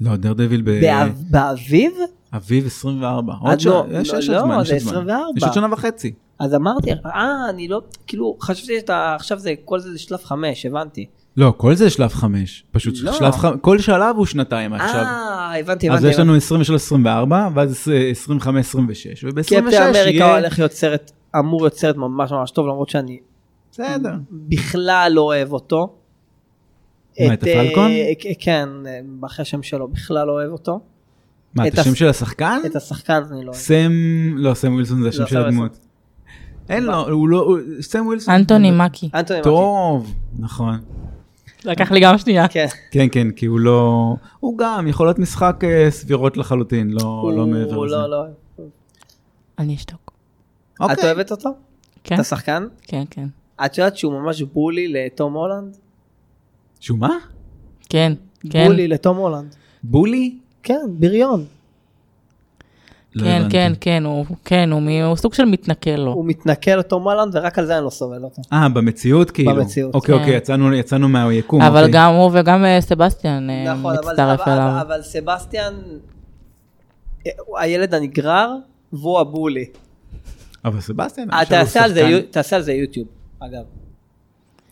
Speaker 1: לא, דר דביל
Speaker 2: באב- באביב?
Speaker 1: באביב 24.
Speaker 2: אה,
Speaker 1: עוד שנה,
Speaker 2: לא,
Speaker 1: יש
Speaker 2: לא,
Speaker 1: יש
Speaker 2: לא,
Speaker 1: עוד זמן, יש
Speaker 2: זה
Speaker 1: עוד זמן.
Speaker 2: 24.
Speaker 1: יש עוד שנה וחצי.
Speaker 2: אז אמרתי, אה, אני לא, כאילו, חשבתי שאתה, עכשיו זה, כל זה זה שלב חמש, הבנתי.
Speaker 1: לא, כל זה שלב חמש. פשוט
Speaker 2: לא.
Speaker 1: שלב חמש, כל שלב הוא שנתיים עכשיו.
Speaker 2: אה, הבנתי,
Speaker 1: אז
Speaker 2: הבנתי.
Speaker 1: יש לנו 23-24, ואז אה, 25-26, וב-26
Speaker 2: קפטן אמריקה
Speaker 1: יהיה...
Speaker 2: הולך להיות סרט, אמור להיות סרט ממש ממש טוב, למרות שאני
Speaker 1: בסדר.
Speaker 2: בכלל לא אוהב אותו.
Speaker 1: מה, את
Speaker 2: אה,
Speaker 1: הפלקון?
Speaker 2: כ- כן, אה, אחרי השם שלו בכלל לא אוהב אותו.
Speaker 1: מה,
Speaker 2: את
Speaker 1: את השם
Speaker 2: הס-
Speaker 1: של השחקן?
Speaker 2: את השחקן אני לא אוהב.
Speaker 1: סם, לא, סם ווילסון זה השם
Speaker 2: לא,
Speaker 1: של
Speaker 2: סם
Speaker 1: הדמות. אין לו, הוא לא, הוא- סם ווילסון.
Speaker 3: אנטוני מקי.
Speaker 2: אנטוני מקי.
Speaker 1: טוב, נכון.
Speaker 3: לקח לי גם שנייה.
Speaker 2: אה, כן.
Speaker 1: כן, כן, כי הוא לא... הוא גם, יכולות משחק אה, סבירות לחלוטין, לא לא מעבר
Speaker 2: הוא
Speaker 1: לזה.
Speaker 2: לא, לא.
Speaker 3: אני אשתוק.
Speaker 2: את
Speaker 1: אוקיי.
Speaker 2: אוהבת אותו?
Speaker 3: כן?
Speaker 2: את השחקן?
Speaker 3: כן, כן.
Speaker 2: את יודעת שהוא ממש בולי לתום הולנד?
Speaker 1: שהוא מה?
Speaker 3: כן, כן.
Speaker 2: בולי לתום הולנד.
Speaker 1: בולי?
Speaker 2: כן, בריון.
Speaker 1: לא
Speaker 3: כן,
Speaker 1: הבנתי.
Speaker 3: כן, כן, הוא, כן, הוא, מי- הוא סוג של מתנכל
Speaker 1: לא.
Speaker 3: לו.
Speaker 2: הוא מתנכל לתום הולנד ורק על זה אני לא סובל אותו.
Speaker 1: אה, במציאות כאילו.
Speaker 2: במציאות,
Speaker 1: אוקיי,
Speaker 3: כן.
Speaker 1: אוקיי, יצאנו- יצאנו מהיקום.
Speaker 3: אבל
Speaker 1: אוקיי.
Speaker 3: גם הוא וגם אה, סבסטיאן אה,
Speaker 2: נכון, אבל-
Speaker 3: מצטרף
Speaker 2: אבל-
Speaker 3: אליו.
Speaker 2: אבל סבסטיאן, אה, הוא הילד הנגרר והוא הבולי.
Speaker 1: אבל סבסטיאן,
Speaker 2: אה,
Speaker 1: עכשיו הוא
Speaker 2: תעשה על זה
Speaker 1: שחקן.
Speaker 2: יו- תעשה על זה יוטיוב, אגב.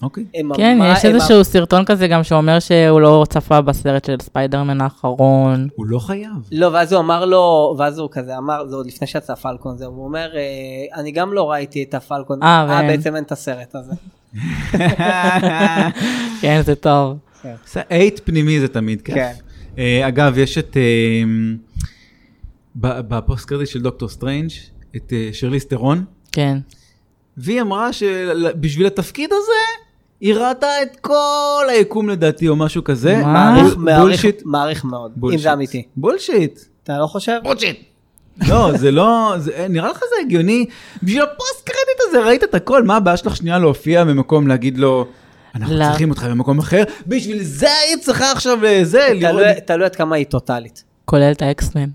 Speaker 1: אוקיי.
Speaker 2: הם
Speaker 3: כן,
Speaker 2: ממש-
Speaker 3: יש
Speaker 2: הם אמ-
Speaker 3: איזשהו סרטון כזה גם שאומר שהוא לא צפה בסרט של ספיידרמן האחרון.
Speaker 1: הוא לא חייב.
Speaker 2: לא, ואז הוא אמר לו, ואז הוא כזה אמר, זה עוד לפני שיצא פלקון, זה, הוא אומר, אה, אני גם לא ראיתי את הפלקון,
Speaker 3: אה,
Speaker 2: אה,
Speaker 3: ואין. אה?
Speaker 2: בעצם אין את הסרט הזה.
Speaker 3: כן, זה טוב.
Speaker 1: עשה אייט פנימי זה תמיד כיף.
Speaker 2: כן.
Speaker 1: אה, אגב, יש את... אה, ב- בפוסט קרדיט של דוקטור סטרנג', את אה, שירלי סטרון,
Speaker 3: כן.
Speaker 1: והיא אמרה שבשביל התפקיד הזה, היא ראתה את כל היקום לדעתי, או משהו כזה.
Speaker 3: מה?
Speaker 2: מעריך,
Speaker 1: בול-
Speaker 2: מעריך,
Speaker 1: בולשיט.
Speaker 2: מעריך מאוד, אם
Speaker 1: בולשיט.
Speaker 2: זה אמיתי.
Speaker 1: בולשיט.
Speaker 2: אתה לא חושב?
Speaker 1: לא, זה לא, זה, אה, נראה לך זה הגיוני? בשביל הפוסט קרדיט הזה ראית את הכל, מה הבעיה שלך שנייה להופיע במקום להגיד לו, אנחנו
Speaker 3: לא.
Speaker 1: צריכים אותך במקום אחר, בשביל זה היית צריכה עכשיו אה, זה,
Speaker 3: לא-
Speaker 1: לראות.
Speaker 2: תלוי- תלוי עד כמה היא טוטאלית.
Speaker 3: כולל את האקסמן.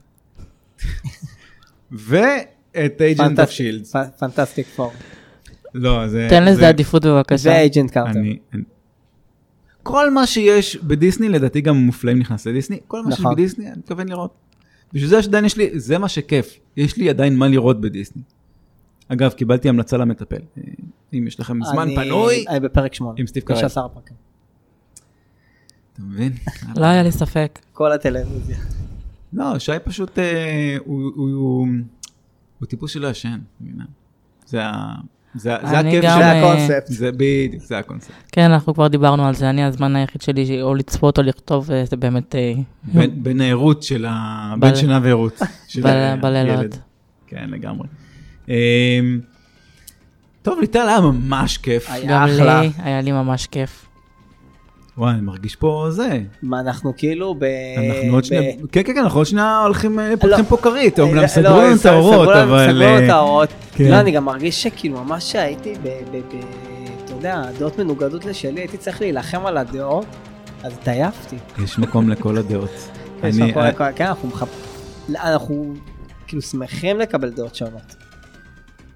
Speaker 1: ואת agent of shields.
Speaker 2: פנטסטיק פור.
Speaker 1: לא, זה...
Speaker 3: תן
Speaker 1: זה-
Speaker 3: לזה עדיפות בבקשה.
Speaker 2: זה אייג'נט קארטר.
Speaker 1: אני... אני- כל מה שיש בדיסני, לדעתי גם מופלאים נכנס לדיסני, כל מה שיש
Speaker 2: נכון.
Speaker 1: בדיסני, אני מתכוון לראות. בשביל זה שעדיין יש לי, זה מה שכיף, יש לי עדיין מה לראות בדיסני. אגב, קיבלתי המלצה למטפל. אה, אם יש לכם זמן
Speaker 2: אני-
Speaker 1: פנוי,
Speaker 2: אני בפרק 8.
Speaker 1: עם סטיב קרל.
Speaker 2: יש עשר פרקים.
Speaker 1: אתה מבין?
Speaker 3: לא היה לי ספק.
Speaker 2: כל הטלוויזיה.
Speaker 1: לא, שי פשוט, אה, הוא- הוא- הוא הוא טיפוס שלא ישן, מבינה? זה ה- זה ה- זה
Speaker 3: אני
Speaker 1: הכיף
Speaker 3: גם,
Speaker 1: של
Speaker 2: זה
Speaker 3: אה,
Speaker 2: הקונספט.
Speaker 1: זה בדיוק, זה הקונספט.
Speaker 3: כן, אנחנו כבר דיברנו על זה, אני הזמן היחיד שלי, ש- או לצפות או לכתוב, אה, זה באמת אה,
Speaker 1: בין- בין הערות של ה...
Speaker 3: בל-
Speaker 1: בין שינה וערות. של
Speaker 3: בל-
Speaker 1: הילד.
Speaker 3: בלילות.
Speaker 1: כן, לגמרי. אמ, טוב, ליטל היה ממש כיף.
Speaker 2: היה.
Speaker 3: גם
Speaker 2: אחלה.
Speaker 3: לי, היה לי ממש כיף.
Speaker 1: וואי, אני מרגיש פה זה.
Speaker 2: מה אנחנו כאילו ב...
Speaker 1: אנחנו עוד
Speaker 2: ב-
Speaker 1: שנייה, כן, כן, כן, אנחנו עוד שנייה הולכים, אה,
Speaker 2: לא.
Speaker 1: פותחים פה כרית, אומנם
Speaker 2: לא,
Speaker 1: סגרו לנו
Speaker 2: ס-
Speaker 1: את האורות,
Speaker 2: סגרו לנו-
Speaker 1: אבל...
Speaker 2: סגרו לנו את האורות.
Speaker 1: כן.
Speaker 2: לא, אני גם מרגיש שכאילו ממש הייתי ב... ב- ב- אתה יודע, דעות מנוגדות לשלי, הייתי צריך להילחם על הדעות, אז התעייפתי.
Speaker 1: אה, יש מקום לכל הדעות.
Speaker 2: יש
Speaker 1: אני-
Speaker 2: הכל-
Speaker 1: אה,
Speaker 2: הכל- כן, אנחנו מחפ... לא, אנחנו כאילו שמחים לקבל דעות שונות.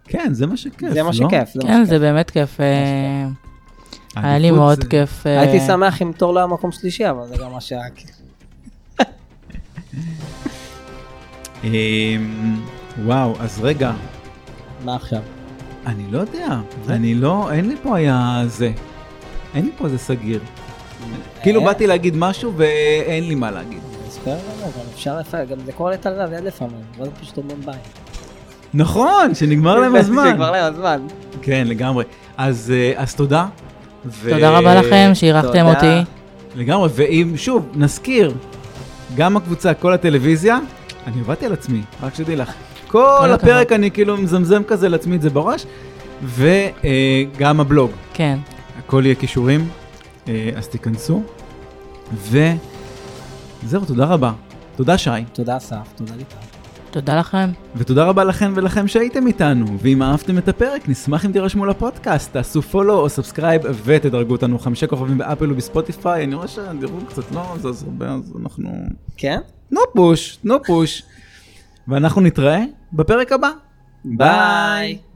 Speaker 1: כן, זה מה שכיף,
Speaker 2: זה מה
Speaker 1: לא?
Speaker 2: שכיף. זה מה
Speaker 3: כן,
Speaker 2: שכיף.
Speaker 3: זה באמת כיף. אה, היה לי
Speaker 1: העדיפות
Speaker 3: מאוד
Speaker 1: זה-
Speaker 3: כיף. אה,
Speaker 2: הייתי שמח אם תור לא היה מקום שלישי, אבל זה גם מה שהיה. כאילו.
Speaker 1: אמ, וואו, אז רגע,
Speaker 2: מה עכשיו?
Speaker 1: אני לא יודע, אני לא, אין לי פה היה זה. אין לי פה איזה סגיר. כאילו
Speaker 2: אה,
Speaker 1: באתי להגיד משהו ואין לי מה להגיד.
Speaker 2: אז כן, לא, אבל אפשר לפ... גם זה קורה לטל רביד לפעמים, אבל זה פשוט אומרים ביי.
Speaker 1: נכון, שנגמר להם הזמן.
Speaker 2: נגמר להם הזמן.
Speaker 1: כן, לגמרי. אז אה, אז תודה. ו-
Speaker 3: תודה רבה לכם שאירחתם
Speaker 2: תודה.
Speaker 3: אותי.
Speaker 1: לגמרי, ואם, שוב, נזכיר, גם הקבוצה, כל הטלוויזיה, אני עבדתי על עצמי, רק שתדעי לך. כל
Speaker 3: הכבוד.
Speaker 1: הפרק אני כאילו מזמזם כזה לעצמי את זה בראש, וגם הבלוג.
Speaker 3: כן.
Speaker 1: הכל יהיה כישורים, אה, אז תיכנסו. וזהו, תודה רבה. תודה שי,
Speaker 2: תודה אסף, תודה ליטל.
Speaker 3: תודה לכם.
Speaker 1: ותודה רבה לכן ולכם שהייתם איתנו, ואם אהבתם את הפרק, נשמח אם תירשמו לפודקאסט, תעשו פולו או סאבסקרייב ותדרגו אותנו חמישה כוכבים באפל ובספוטיפיי, אני רואה שהדירוג קצת לא זז הרבה, אז אנחנו...
Speaker 2: כן?
Speaker 1: תנו פוש, תנו פוש. ואנחנו נתראה בפרק הבא.
Speaker 2: ביי.